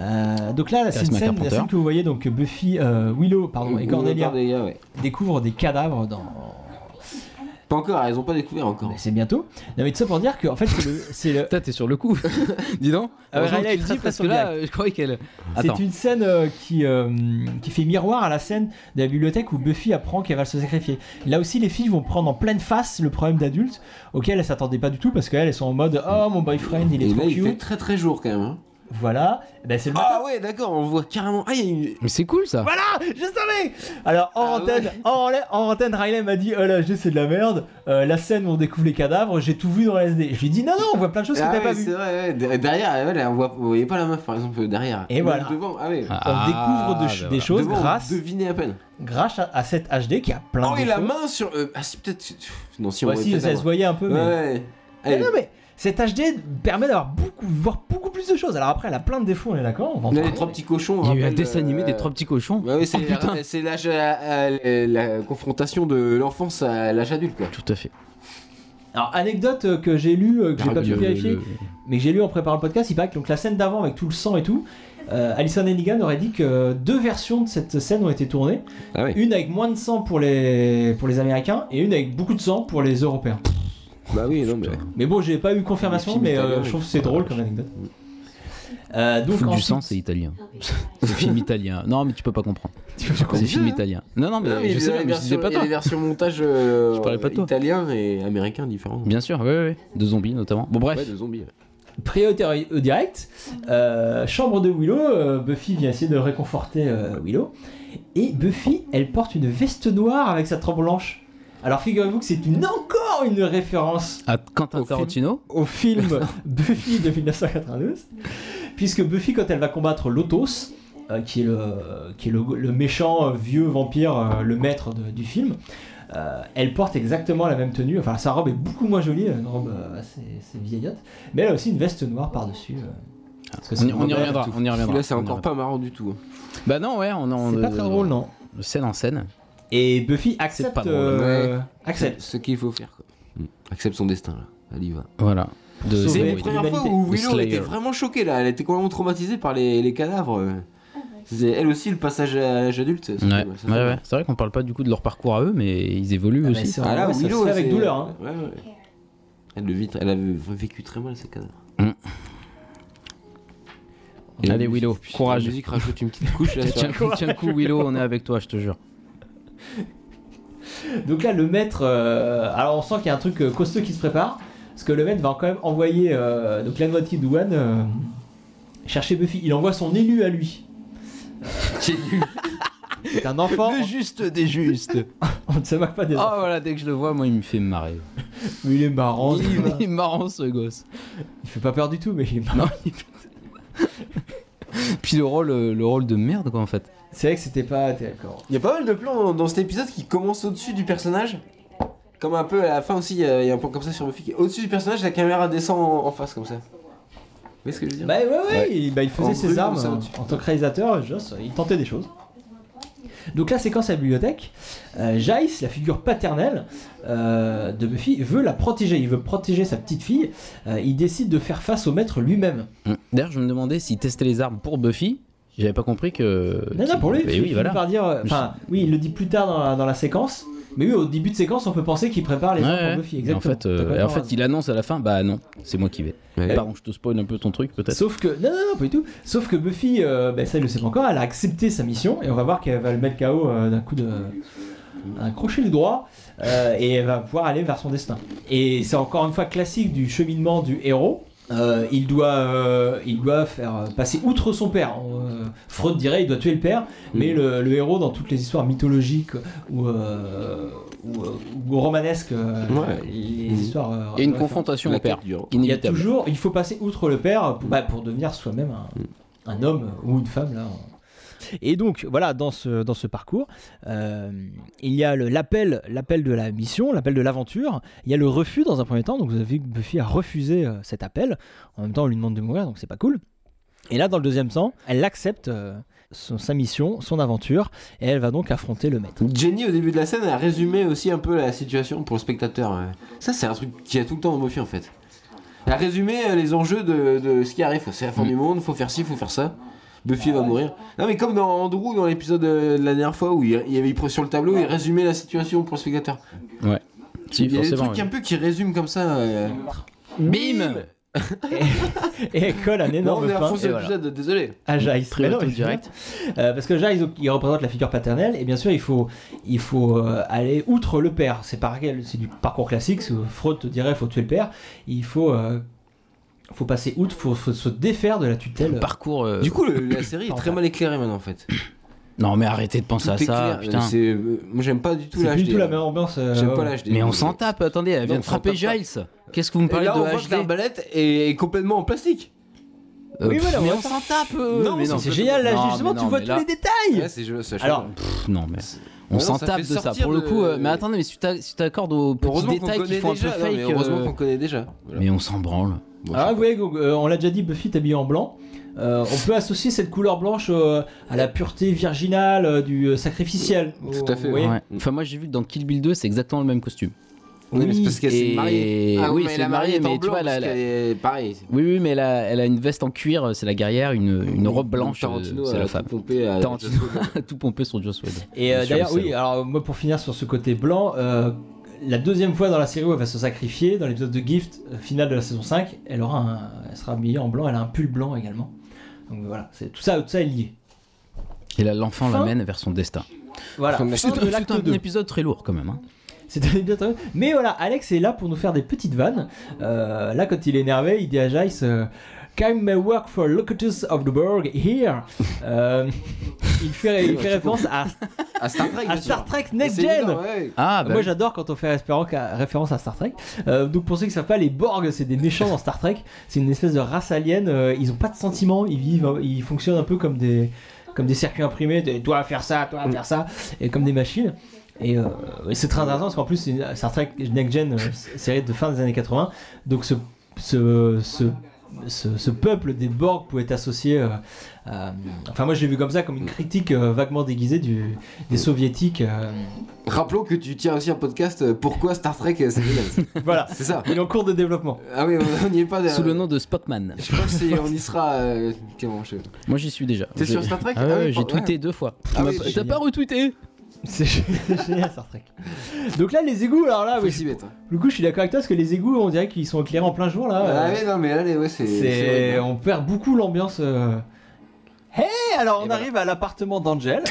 B: Euh, donc là, c'est une
C: Charisma
B: scène, la
C: Carpenter.
B: scène que vous voyez, donc Buffy, euh, Willow pardon, et
D: Euh,
B: Cordelia
D: Cordelia, ouais.
B: découvrent des cadavres dans...
D: Pas encore, elles ont pas découvert encore.
B: Mais C'est bientôt. Non mais tout ça pour dire que en fait, c'est le- c'est le-
C: Putain, t'es sur le coup. Dis donc.
B: Ah ouais,
C: Heureusement
B: Riley est
C: que tu le
B: très,
C: dis,
B: très
C: parce
B: sur
C: que
B: le
C: là, euh, je croyais qu'elle. Attends.
B: c'est une scène euh, qui, euh, qui fait miroir à la scène de la bibliothèque où Buffy apprend qu'elle va se sacrifier. Là aussi, les filles vont prendre en pleine face le problème d'adulte auquel elles s'attendaient pas du tout parce qu'elles elles sont en mode Oh mon boyfriend, il est
D: Et
B: trop
D: là, il
B: cute.
D: fait très très jour quand même. hein.
B: Voilà, Eh ben c'est le matin.
D: Ah ouais, d'accord, on voit carrément. Ah, il y a une.
C: Mais c'est cool ça.
B: Voilà, je savais Alors, en
D: Ah
B: antenne,
D: ouais.
B: en, relais- en antenne, Riley m'a dit Oh là, je sais, c'est de la merde. Euh, la scène où on découvre les cadavres, j'ai tout vu dans la SD. Je lui ai dit Non, non, on voit plein de choses
D: Ah
B: que t'as
D: ouais,
B: pas
D: c'est
B: vues.
D: vrai, ouais. De- Derrière, ouais, là, on voit... vous voyez pas la meuf par exemple derrière.
B: Et
D: Même
B: voilà.
D: Devant, ah ouais.
C: Ah,
B: On découvre de-
C: bah
B: des
C: voilà.
B: choses
D: Devant,
B: grâce,
D: on devinait à peine.
B: grâce à, à cette HD qui a plein
D: Oh,
B: de
D: et la
B: défauts.
D: main sur. euh, Ah, si, peut-être. Non, si, on
B: Bah
D: voit
B: si,
D: peut-être
B: ça
D: la
B: se
D: main.
B: voyait un peu, mais.
D: Ouais, Eh. ouais.
B: Mais
D: Allez.
B: non, mais cette HD permet d'avoir beaucoup, voir beaucoup plus de choses. Alors après, elle a plein de défauts, on est d'accord On va en
D: Il y a
B: parler.
D: les trois petits cochons.
C: Il y a eu un
D: rappelle,
C: dessin animé
D: euh,
C: des trois petits cochons.
D: Ouais, oui, c'est
C: Oh, putain.
D: la- c'est l'âge, euh, euh, la confrontation de l'enfance à l'âge adulte, quoi.
C: Tout à fait.
B: Alors, anecdote euh, que j'ai lue, euh, que j'ai
D: Ah,
B: pas pu
D: le-
B: vérifier, mais que j'ai lu en préparant le podcast, il paraît que donc, la scène d'avant avec tout le sang et tout, euh, Alison Hennigan aurait dit que deux versions de cette scène ont été tournées.
D: Ah oui.
B: Une avec moins de sang pour les, pour les Américains et une avec beaucoup de sang pour les Européens.
D: Bah oui, non, mais.
B: Mais bon, j'ai pas eu confirmation,
D: Les films
B: mais euh,
D: italiens,
B: je trouve que
D: oui.
B: c'est drôle comme anecdote.
D: Mm.
B: Euh, donc,
C: Foule du
B: ensuite-
C: sang, c'est italien. C'est film italien. Non, mais tu peux pas comprendre.
D: C'est
C: C'est film
D: vieux, hein.
C: italien. Non, non, mais
D: Non, mais
C: je
D: il y
C: sais
D: a
C: bien,
D: les
C: mais je disais pas
D: versions- il y a
C: toi.
D: les versions montage euh,
C: Je parlais pas de toi.
D: italien et américain différents.
C: Bien sûr, ouais, ouais, ouais. De zombies notamment. Bon, bref.
D: Ouais, de zombies. ouais.
B: Priorité au direct, euh, chambre de Willow, euh, Buffy vient essayer de réconforter euh, Willow. Et Buffy, elle porte une veste noire avec sa robe blanche. Alors figurez-vous que c'est une, encore une référence
C: À Quentin
D: Au film.
C: Tarantino.
B: au film Buffy de 1992, puisque Buffy, quand elle va combattre Lotos, euh, qui est le, qui est le, le méchant euh, vieux vampire, euh, le maître de- du film, euh, elle porte exactement la même tenue. Enfin, sa robe est beaucoup moins jolie, une robe euh, assez, assez vieillotte, mais elle a aussi une veste noire par-dessus. euh, parce que
C: On
B: c'est
C: y, on y
B: une-
C: reviendra. On y reviendra.
D: Là, c'est
C: on y
D: encore
C: reviendra.
D: pas marrant du tout. hein.
C: Bah non, ouais, on en. euh,
B: C'est pas très drôle, non
C: Scène en scène.
B: Et Buffy accepte.
C: pas drôle.
B: euh,
D: Ouais.
B: accepte.
D: Ce qu'il faut faire, quoi. Mm. Accepte son destin, là. Elle y va.
C: Voilà. De
B: sauver
D: C'est
B: oui,
D: la
B: oui.
D: première
B: L'humanité.
D: fois où
C: Le
D: Willow
C: Slayer.
D: était vraiment choquée, là. Elle était complètement traumatisée par les, les cadavres. euh. C'est elle aussi, le passage à l'âge adulte. ça fait
C: Ouais, ouais,
D: mal, ça fait mal.
C: ouais. C'est vrai qu'on parle pas du coup de leur parcours à eux, mais ils évoluent
B: Ah, mais
C: aussi.
B: c'est-
D: Ah là,
B: Ouais, ça se
D: Willow,
B: fait avec
D: c'est-
B: douleur, hein.
D: Ouais, ouais. Elle, le vit, elle a vécu très mal ces cadavres.
C: Mm.
D: Et la
C: Allez,
D: musique-
C: Willow,
D: Oh, putain,
C: courage.
D: La musique rajoute une petite couche là. sur
C: Tiens,
D: la-
C: tiens, tiens le coup, Willow, on est avec toi, je te jure.
B: Donc là, le maître. euh, alors, on sent qu'il y a un truc euh, costaud qui se prépare. Parce que le maître va quand même envoyer. euh, donc, l'advocatif douane. euh, chercher Buffy. Il envoie son élu à lui. C'est un enfant.
C: juste des justes.
B: on ne se moque pas des
C: Ah
B: enfants.
C: voilà, dès que je le vois, moi, il me fait marrer.
B: Mais il est marrant.
C: Il,
B: il,
C: est marrant ce gosse.
B: il fait pas peur du tout, mais il est marrant.
C: Non, il- Puis le rôle, euh, le rôle de merde quoi en fait.
B: C'est vrai que c'était pas terrible. quand
D: Il y a pas mal de plans dans, dans cet épisode qui commencent au-dessus du personnage. Comme un peu à la fin aussi, il y a il y a un plan comme ça sur Buffy. qui est Au-dessus du personnage, la caméra descend en, en face comme ça. Vous voyez ce que je veux dire
B: Bah ouais, ouais, Il, bah, il faisait
D: En
B: ses
D: brume,
B: armes
D: ça,
B: hein.
D: au-dessus.
B: en tant que réalisateur, Joss, il tentait des choses. Donc la séquence à la bibliothèque, euh, Jace, la figure paternelle euh, de Buffy, veut la protéger, il veut protéger sa petite fille, Euh, il décide de faire face au maître lui-même.
C: Mm. D'ailleurs, je me demandais s'il testait les armes pour Buffy. J'avais pas compris que.
B: Non, non,
C: qu'il-
B: pour lui,
C: Euh, Mais
B: il
C: oui,
B: finit
C: voilà.
B: par dire, euh, enfin, oui, il le dit plus tard dans la, dans la séquence, mais oui, au début de séquence, on peut penser qu'il prépare les
C: Ouais,
B: armes
C: ouais.
B: pour Buffy,
C: Et en
B: exactement.
C: fait, euh,
B: T'as
C: et en
B: complètement
C: fait,
B: raison.
C: il annonce à la fin, bah non, c'est moi qui vais.
D: Ouais.
C: Pardon, je te spoil un peu ton truc peut-être.
B: Sauf que, non, non, non, pas du tout. Sauf que Buffy, euh, ben, ça, il le sait pas encore, elle a accepté sa mission et on va voir qu'elle va le mettre KO euh, d'un coup de. un crochet du droit euh, et elle va pouvoir aller vers son destin. Et c'est encore une fois classique du cheminement du héros. Euh, il, doit, euh, il doit faire euh, passer outre son père. On, euh, Freud dirait il doit tuer le
C: Mm.
B: père, mais le, le héros dans toutes les histoires mythologiques ou, euh, ou, euh, ou romanesques, euh,
D: Ouais.
B: les
D: Mhm.
B: histoires. euh,
C: Et une
B: références.
C: confrontation au
D: La
C: père.
D: quête dure.
B: Il y a
C: Inévitable.
B: toujours, il faut passer outre le père pour, bah, pour devenir soi-même un, un homme ou une femme là. Mm. Et donc voilà dans ce dans ce parcours, euh, il y a le- l'appel l'appel de la mission, l'appel de l'aventure. Il y a le refus dans un premier temps. Donc vous avez vu que Buffy a refusé euh, cet appel. En même temps, on lui demande de mourir, donc c'est pas cool. Et là, dans le deuxième temps, elle l'accepte. euh, son- sa mission, son aventure, et elle va donc affronter le maître.
D: Jenny, au début de la scène, a résumé aussi un peu la situation pour le spectateur. euh. Ça, c'est un truc qui a tout le temps dans Buffy, en fait. Elle a résumé euh, les enjeux de, de ce qui arrive. Faut- C'est la fin
C: Mm.
D: du monde, faut faire ci, faut faire ça. Buffy va mourir. Non, mais comme dans Andrew, dans l'épisode euh, de la dernière fois où il, il y avait il, sur le tableau, il résumait la situation pour le spectateur.
C: Ouais. Si,
D: il y a des
C: forcément.
D: trucs un peu qui résument comme ça. euh.
C: Bim
B: Et elle colle un
D: Non,
B: énorme
D: on est à
B: pain
D: fond sur
C: et voilà.
D: l'épisode, désolé.
B: à Jace.
C: Très
B: Mais
C: haut
B: non,
C: taux
B: il-
C: direct.
B: Euh, parce que Jace, donc, il représente la figure paternelle, et bien sûr, il faut, il faut euh, aller outre le père. C'est pareil, c'est du parcours classique. c'est- Freud te dirait, faut tuer le père. Il faut, euh, faut passer outre, faut, faut se défaire de la tutelle.
C: Parcours. euh,
D: Du coup, le- la série est très mal éclairée maintenant, en fait.
C: Non, mais arrêtez de penser
D: Tout
C: à
D: est
C: ça,
D: clair.
C: putain.
D: C'est- euh, Moi, j'aime pas du tout
B: c'est
D: la
B: plus du
D: HD,
B: tout la
D: là.
B: même ambiance. euh,
D: J'aime
B: ouais,
D: pas
B: ouais.
D: la HD.
C: Mais on s'en tape, attendez, elle vient
D: Non,
C: de
D: on s'en
C: frapper
D: tape pas.
C: Giles. Qu'est-ce que vous me
D: Et
C: parlez
D: là,
C: de
D: on voit que
C: HD
D: l'arbalète est complètement en plastique.
C: Euh,
B: Oui,
C: pff,
B: voilà,
C: Mais
B: ouais.
C: on s'en tape euh,
D: Non,
C: mais
D: c'est
B: C'est
C: peut-
B: génial, là,
C: Non,
B: justement,
C: mais
B: tu
C: non,
B: vois
C: mais
B: tous
C: là-
B: les détails.
D: c'est jeu, ça,
B: Alors,
C: Pff, Non, mais.
D: Ouais,
C: On s'en
D: Bah non, ça
C: tape
D: fait
C: de ça.
D: sortir
C: Pour le
D: de-
C: coup, euh, mais attendez, mais si tu t'a- si tu t'accordes aux petits
D: heureusement qu'on
C: détails qui
D: connaît
C: font un peu
D: déjà. non, mais
C: fake.
D: heureusement
C: euh,
D: qu'on connaît déjà. Voilà.
C: Mais on s'en branle.
D: Bon,
B: Ah, vous voyez, donc, euh, on l'a déjà dit, Buffy est habillée en blanc. Euh, on peut associer cette couleur blanche euh, à la pureté virginale euh, du euh, sacrificiel.
D: Tout à fait,
B: Vous voyez
C: Ouais. Enfin, moi j'ai vu que dans Kill Bill 2, c'est exactement le même costume.
D: Oui, mais c'est parce qu'elle s'est
C: et-
D: mariée. Ah
C: oui,
D: mais
C: c'est
D: la mariée,
C: mariée,
D: est en
C: mais tu
D: blanc
C: vois,
D: parce
C: la- la-
D: qu'elle est pareil.
C: Oui, oui, mais elle a, elle a une veste en cuir, euh, c'est la guerrière, une, une robe blanche, euh,
D: Tarantino
C: c'est
D: a
C: la
D: tout
C: femme.
D: pompé à-
C: Tarantino a tout pompé sur Joss Whedon.
B: Et euh,
C: Bien sûr,
B: d'ailleurs,
C: le
B: oui, alors moi pour finir sur ce côté blanc, euh, la deuxième fois dans la série où elle va se sacrifier, dans l'épisode de Gift, euh, finale de la saison 5, elle, aura un, elle sera habillée en blanc, elle a un pull blanc également. Donc voilà, c'est- tout, ça, tout ça est lié.
C: Et là, l'enfant
B: Fin.
C: l'amène vers son destin.
B: Voilà,
D: Enfin,
B: fin
C: C'est
B: de l'acte
C: un
B: 2.
C: épisode très lourd quand même. hein.
B: C'était bien très- Mais voilà, Alex est là pour nous faire des petites vannes. Euh, là, quand il est énervé, il dit à Jace euh, Come work for Locutus of the Burg here. Euh, il fait, il fait référence à,
D: À Star Trek.
B: à
D: bien sûr.
B: Star Trek
D: Et
B: Next
D: c'est hein.
B: Gen.
D: évident, ouais.
C: Ah, bah,
B: Moi j'adore quand on fait référence à- référence à Star Trek. Euh, donc pour ceux qui ne savent pas, les Borg c'est des méchants dans Star Trek. C'est une espèce de race alien. euh, ils n'ont pas de sentiments. Ils vivent, euh, ils fonctionnent un peu comme des comme des circuits imprimés. Des, toi faire ça, toi faire ça, et comme des machines. Et, euh, et c'est très intéressant parce qu'en plus c'est une- Star Trek Next Gen euh, c'est- série de fin des années 80. Donc ce ce, ce ce, ce peuple des Borg pouvait être associé, euh, à- enfin moi je l'ai vu comme ça, comme une critique euh, vaguement déguisée du, des soviétiques. euh,
D: Rappelons que tu tiens aussi un podcast euh, Pourquoi Star Trek euh, c'est génial.
B: voilà.
D: C'est ça.
B: Il est en cours de développement.
D: Ah oui, on on n'y est pas.
C: sous le
D: euh,
C: nom de Spockman.
D: Je pense qu'on y sera. euh, Clément, je-
C: Moi j'y suis déjà.
D: T'es
C: J'ai-
D: sur Star Trek
C: Ah ouais,
D: Ah oui,
C: j'ai
D: pour- ouais.
C: tweeté deux fois.
D: Ah
C: T'as
D: oui,
C: pas-
D: c'est
C: T'as
B: génial.
C: pas retweeté
B: C'est gé- c'est génial Star Trek. Donc là, les égouts, alors là,
D: Faut
B: oui,
D: s'y mettre.
B: du coup, je suis d'accord avec toi parce que les égouts, on dirait qu'ils sont éclairés en plein jour là.
D: Ah
B: Euh,
D: ouais, non, mais allez, ouais, c'est. c'est hein.
B: c'est,
D: vrai.
B: on perd beaucoup l'ambiance. euh. Hey, alors on
D: Et voilà.
B: arrive à l'appartement d'Angel.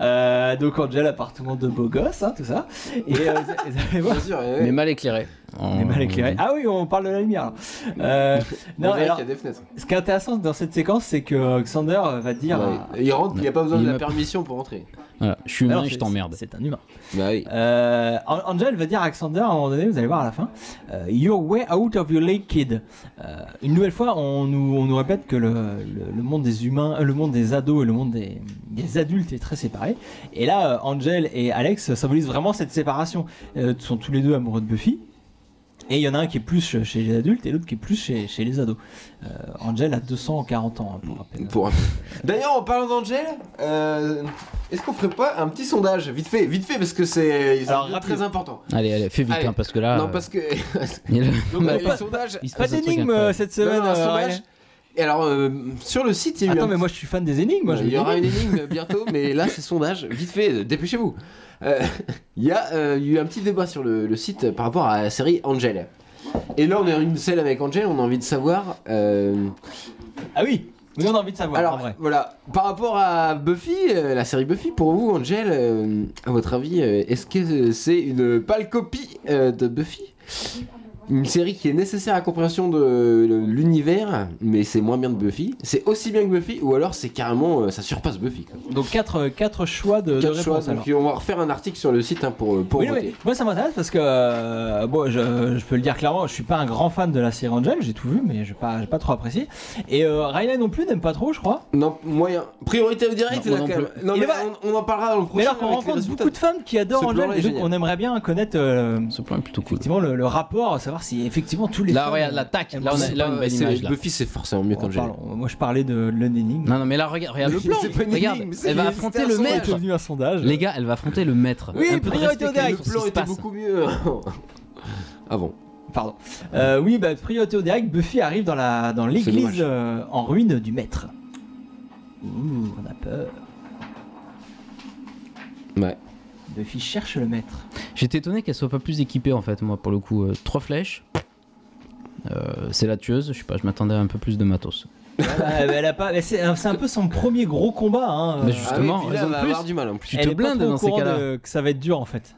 B: Euh, donc Angel, appartement de beau gosse, hein, tout ça. Et euh, vous- vous allez voir,
D: Bien sûr, ouais.
C: Mais mal éclairé.
B: on est mal éclairé. Ah oui, on parle de la lumière. là. Euh, non,
D: On dirait
B: alors,
D: qu'il y a des fenêtres.
B: ce qui est intéressant dans cette séquence, c'est que Xander va dire.
D: Ouais,
B: à-
D: Il rentre, il n'y a pas besoin
C: Il
D: de la
C: m'a-
D: permission pour entrer.
C: Voilà, Je suis humain
B: Alors,
C: et je
B: c'est-
C: t'emmerde.
B: euh, C'est un humain.
D: Bah oui.
B: Euh, An- Angel va dire à Alexander à un moment donné, vous allez voir à la fin, euh, You're way out of your league, kid. Euh, une nouvelle fois, on nous, on nous répète que le, le- le monde des humains, euh, le monde des ados et le monde des, des adultes est très séparé. Et là, euh, Angel et Alex symbolisent vraiment cette séparation. Euh, ils sont tous les deux amoureux de Buffy. Et il y en a un qui est plus chez chez les adultes et l'autre qui est plus chez, chez les ados. Euh, Angel a 240 ans, hein, pour rappel.
D: Pour un peu. Euh, D'ailleurs, en parlant d'Angel, euh, est-ce qu'on ferait pas un petit sondage Vite fait, vite fait, parce que c'est c'est
B: Alors,
D: très
B: rapide. Ah.
D: important.
C: Allez, allez, fais vite
D: Allez.
C: hein, parce que là.
D: non, parce que.
C: euh, il y a le-
D: Donc,
C: on a
D: les
C: pas-
D: sondages.
C: il se
B: Pas
C: passe un truc
B: d'énigme
C: incroyable.
B: cette
D: Non, non,
B: semaine.
D: un
B: euh,
D: sondage.
B: Aurélien.
D: Et alors, euh, sur le site, il y a eu
B: Attends,
D: un
B: mais
D: petit-
B: moi je suis fan des énigmes. Moi, je
D: il y
B: veux
D: aura
B: des
D: une énigme bientôt, mais là c'est sondage. Vite fait, euh, dépêchez-vous. Euh, Il y a euh, eu un petit débat sur le, le site par rapport à la série Angel. Et là, on est une scène avec Angel, on a envie de savoir. euh,
B: Ah oui, mais on a envie de savoir. Bah, en
D: alors,
B: vrai.
D: voilà, par rapport à Buffy, euh, la série Buffy, pour vous, Angel, euh, à votre avis, euh, est-ce que euh, c'est une pâle copie euh, de Buffy une série qui est nécessaire à la compréhension de l'univers, mais c'est moins bien que Buffy. C'est aussi bien que Buffy, ou alors c'est carrément, euh, ça surpasse Buffy. quoi.
B: Donc 4 quatre choix de, de
D: Quatre
B: réponses,
D: choix, donc
B: alors.
D: on va refaire un article sur le site hein, pour, pour
B: Oui,
D: voter.
B: oui. Moi ça m'intéresse parce que euh, bon, je, je peux le dire clairement, je suis pas un grand fan de la série Angel, j'ai tout vu mais j'ai pas, j'ai pas trop apprécié. Et euh, Riley non plus n'aime pas trop je crois.
D: Non, moyen. Priorité au direct,
C: Non,
D: là,
C: moi
D: quand
C: non
D: même. Non,
B: Il
D: mais
B: est pas-
D: on, on en parlera dans le
B: mais
D: prochain.
B: alors qu'on
D: avec les
B: rencontre
D: résultats.
B: beaucoup de femmes qui adorent
D: Ce plan-là
B: Angel,
D: est
B: donc
D: génial.
B: on aimerait bien connaître euh,
C: Ce plan est plutôt cool.
B: effectivement le, le rapport, savoir savoir si effectivement tous les.
C: Là,
B: fans-
C: regarde, l'attaque.
B: Eh ben,
C: Là, on a,
B: c'est
C: là,
D: pas-
C: une belle
D: c'est-
C: image. Là.
D: Buffy, c'est forcément mieux
B: Oh,
D: quand j'ai.
B: pardon, moi je parlais de l'énigme.
C: Non, non, mais là, regarde, regarde le
D: Oui,
C: plan.
D: c'est pas une
C: Regarde,
D: énigme, c'est-
C: elle va
D: c'est
C: affronter
D: un
C: le
D: sondage.
B: C'est
C: maître.
B: devenu un sondage.
C: Les gars, elle va affronter le maître.
D: Euh,
B: Oui,
C: un peu de
B: priorité
C: respect
B: au
C: quand même
B: gag.
C: sur ce
D: Le plan
C: qui se
D: était
C: passe.
D: beaucoup mieux avant.
B: Pardon. Euh, oui, bah, priorité au direct, Buffy arrive dans la dans l'église
D: dommage.
B: euh, en ruine du maître. Ouh, on a peur.
D: Ouais.
B: Buffy cherche le maître.
C: J'étais étonné qu'elle soit pas plus équipée en fait, moi pour le coup. Euh, trois flèches. Euh, c'est la tueuse, je sais pas, je m'attendais à un peu plus de matos.
B: Ah, bah, elle a pas. mais C'est un- c'est un peu son premier gros combat. Hein.
C: Mais
B: Euh,
C: je- Justement,
D: ah oui, puis là,
C: raison
D: elle
C: de
D: va
C: plus.
D: avoir du mal en plus.
C: Tu
B: elle
C: te
B: est pas
C: blindes
B: trop au
C: dans ces
B: courant
C: cas-là.
B: de- que ça va être dur en fait.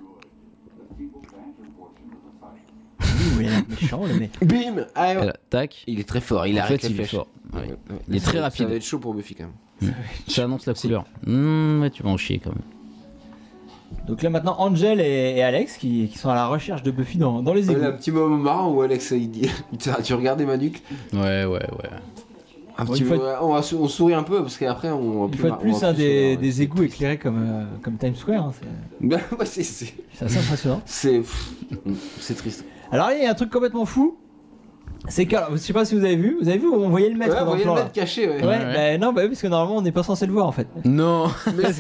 B: Ouh, il est méchant le mec.
D: Bim Ah, ouais.
C: Elle attaque.
D: Il est très fort, il
C: En
D: arrête
C: fait,
D: les
C: il est
D: flèches.
C: fort. Ouais.
D: Ouais, ouais.
C: Il est très
D: Ça-
C: rapide.
D: Ça va être chaud pour Buffy quand même.
C: Ça annonce la
D: Si.
C: couleur. Mmh, ouais, tu vas en chier quand même.
B: Donc là maintenant Angel et, et Alex qui, qui sont à la recherche de Buffy dans, dans les
D: Il y
B: égouts.
D: a un petit moment marrant où Alex il dit Tu as- tu regardais Manuc
C: Ouais, ouais, ouais.
D: Un
B: Bon,
D: petit
B: une fois-
D: moment- on, va sou- on sourit un peu parce qu'après on.
B: Une fois de plus, un des, des égouts éclairés comme, euh, comme Times Square. hein, c'est-
D: Bah, ouais, c'est- c'est.
B: c'est assez impressionnant.
D: C'est. pff, Mm, C'est triste.
B: Alors, il y a un truc complètement fou. C'est que, alors, je sais pas si vous avez vu, vous avez vu, on voyait le maître
D: Ouais, vous
B: dans le
D: voyez le
B: plan.
D: mec caché, ouais.
B: là. Ouais,
C: Ouais, ouais.
B: bah, non, bah, oui, parce que normalement on n'est pas censé le voir en fait.
C: Non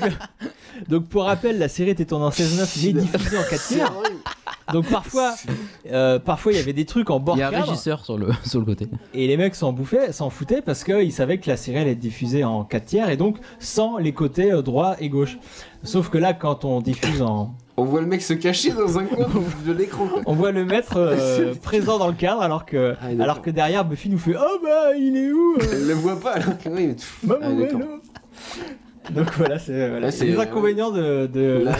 B: Donc pour rappel, la série était tournée en 16-9, il est diffusé en 4
D: C'est
B: tiers.
D: horrible.
B: Donc parfois, euh, parfois il y avait des trucs en bord
C: Il y a un
B: cadre
C: régisseur sur le, sur le côté.
B: et les mecs s'en bouffaient, s'en foutaient parce qu'ils savaient que la série allait être diffusée en 4 tiers et donc sans les côtés euh, droit et gauche. Sauf que là, quand on diffuse en,
D: On voit le mec se cacher dans un coin de l'écran. quoi.
B: On voit le maître euh, présent dans le cadre alors que,
D: Ah, d'accord.
B: alors que derrière Buffy nous fait Oh bah il est où euh,
D: Elle le voit pas alors que. oui, mais pff,
B: Maman,
D: ah, d'accord.
B: hello Bah, Donc voilà, c'est euh, voilà,
D: Là,
B: c'est
D: c'est- euh,
B: les inconvénients de. de-
D: La-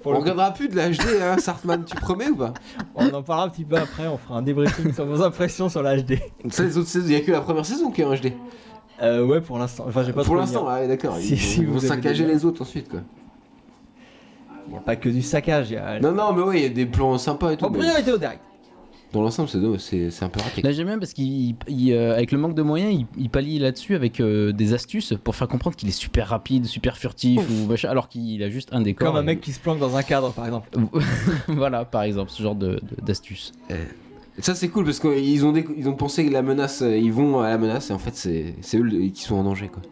B: pour
D: On
B: le-
D: regardera plus de la HD, hein, Sartman, tu promets ou pas
B: on en parlera un petit peu après, on fera un débriefing sur vos impressions sur la HD.
D: Ça, les autres saisons, il n'y a que la première saison qui est en HD.
B: Euh, ouais, pour l'instant. Enfin, j'ai pas
D: Pour
B: trop
D: l'instant,
B: dire.
D: ah, ouais, d'accord.
B: Si,
D: ils
B: si,
D: ils
B: vous
D: vont
B: avez
D: saccager
B: des-
D: les autres ensuite, quoi.
B: Y a pas que du saccage. Y a...
D: Non, non, mais ouais, il y a des plans sympas et tout.
B: En
D: mais
B: priorité au direct.
D: Dans l'ensemble, c'est dommage, c'est c'est un peu raté.
C: Là j'aime bien parce qu'il, il, euh, avec le manque de moyens, il, il pallie là-dessus avec euh, des astuces pour faire comprendre qu'il est super rapide, super furtif ou machin, alors qu'il a juste un décor.
B: Comme un
C: et-
B: mec qui se planque dans un cadre, par exemple.
C: voilà, par exemple, ce genre de, de- d'astuces.
D: Ça, c'est cool parce qu'ils ont, déco- ils ont pensé que la menace, euh, ils vont à la menace et en fait, c'est c'est eux le- qui sont en danger, quoi.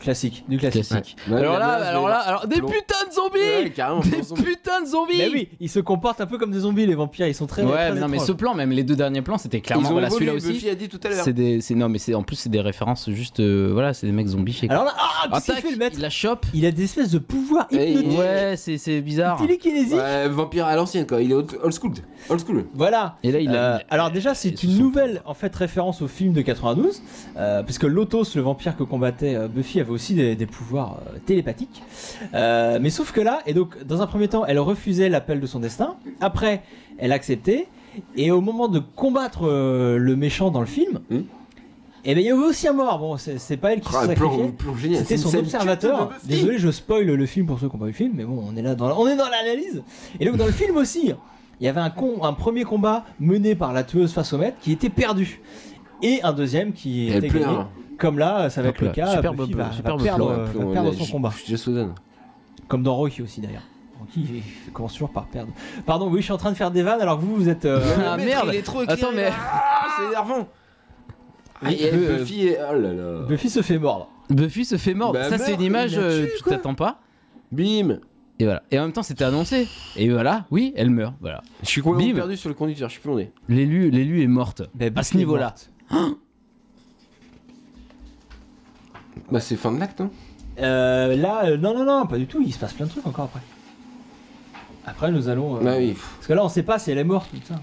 B: Classique, du classique.
C: Classique.
D: Ouais.
C: Alors
D: Ouais,
C: là,
D: la menace,
C: alors
D: mais-
C: là, alors des
D: Plomb.
C: putains de zombies,
D: Ouais, carrément,
C: des
D: plans zombies.
C: putains de zombies.
B: Mais oui, ils se comportent un peu comme des zombies, les vampires, ils sont très.
C: Ouais,
B: très
C: mais non, mais
B: étranges.
C: ce plan, même les deux derniers plans, c'était clairement
D: Ils ont
C: voilà,
D: évolué,
C: celui-là aussi.
D: Buffy a dit tout à l'heure.
C: C'est des, c'est non, mais c'est en plus c'est des références juste, euh, voilà, c'est des mecs zombifiés. quoi.
B: Alors là, ah, qu'est-ce qu'il
C: Attaque,
B: fait le maître
C: il la chope.
B: Il a des espèces de pouvoirs
D: Et il-
B: hypnotiques,
C: Ouais, c'est, c'est bizarre.
B: télékinésiques.
D: Ouais, vampire à l'ancienne, quoi. Il est old old school. Old school.
B: Voilà.
C: Et là, il a,
B: Euh,
C: il a-
B: alors déjà, c'est
C: sous
B: une
C: son-
B: nouvelle en fait référence au film de 92, euh, puisque Lotos, le vampire que combattait euh, Buffy, avait aussi des, des pouvoirs euh, télépathiques. Euh, mais sauf que là, et donc dans un premier temps, elle refusait l'appel de son destin. Après, elle acceptait. Et au moment de combattre euh, le méchant dans le film,
D: Hmm.
B: eh ben, il y avait aussi un mort. Bon, c'est c'est pas elle qui
D: Ah,
B: se
D: le plan,
B: sacrifiait.
D: le plan génial.
B: C'était
D: C'est une
B: son
D: scène
B: observateur.
D: culte de Buffy.
B: Désolé, je spoil le film pour ceux qui n'ont pas vu le film, mais bon, on est là dans la- on est dans l'analyse. Et donc dans le film aussi, il y avait un con- un premier combat mené par la tueuse face au maître qui était perdu, et un deuxième qui
D: Elle
B: était
D: pleure.
B: gagné. Comme là, ça va être
C: Hop là,
B: le cas.
C: superbe
B: Buffy
C: bleu,
B: va, va
C: superbe
B: perdre,
C: bleu,
B: euh,
D: Puis
B: va
D: on
B: perdre
D: est-
B: son
D: je-
B: combat,
D: Je suis déjà soudain.
B: comme dans Rocky aussi d'ailleurs. Rocky il commence toujours par perdre. Pardon, oui, je suis en train de faire des vannes alors que vous, vous êtes. euh,
C: Ah, merde.
D: Il est trop
C: Attends, mais-
D: Ah, c'est énervant. Ah,
B: Oui,
D: et
B: le-
D: Buffy est. Oh là là.
B: Buffy se fait mordre.
C: Buffy se fait mordre.
D: Bah,
C: ça, c'est
D: meurt,
C: une image
D: il la
C: euh,
D: tue,
C: tu
D: quoi.
C: t'attends pas.
D: Bim.
C: Et voilà. Et en même temps, c'était annoncé. Et voilà, oui, elle meurt. Voilà.
D: Je suis complètement
C: Bim.
D: perdu sur le conducteur, je suis plombé.
C: L'élu, l'élu est morte.
B: Mais
C: à
B: Buffy
C: ce
B: est
C: niveau-là.
B: morte.
D: Bah, c'est fin de l'acte, non
B: Euh, là, euh, non, non, non, pas du tout. Il se passe plein de trucs encore après. Après, nous allons. euh,
D: Bah oui.
B: Parce que là, on sait pas si elle est morte, putain.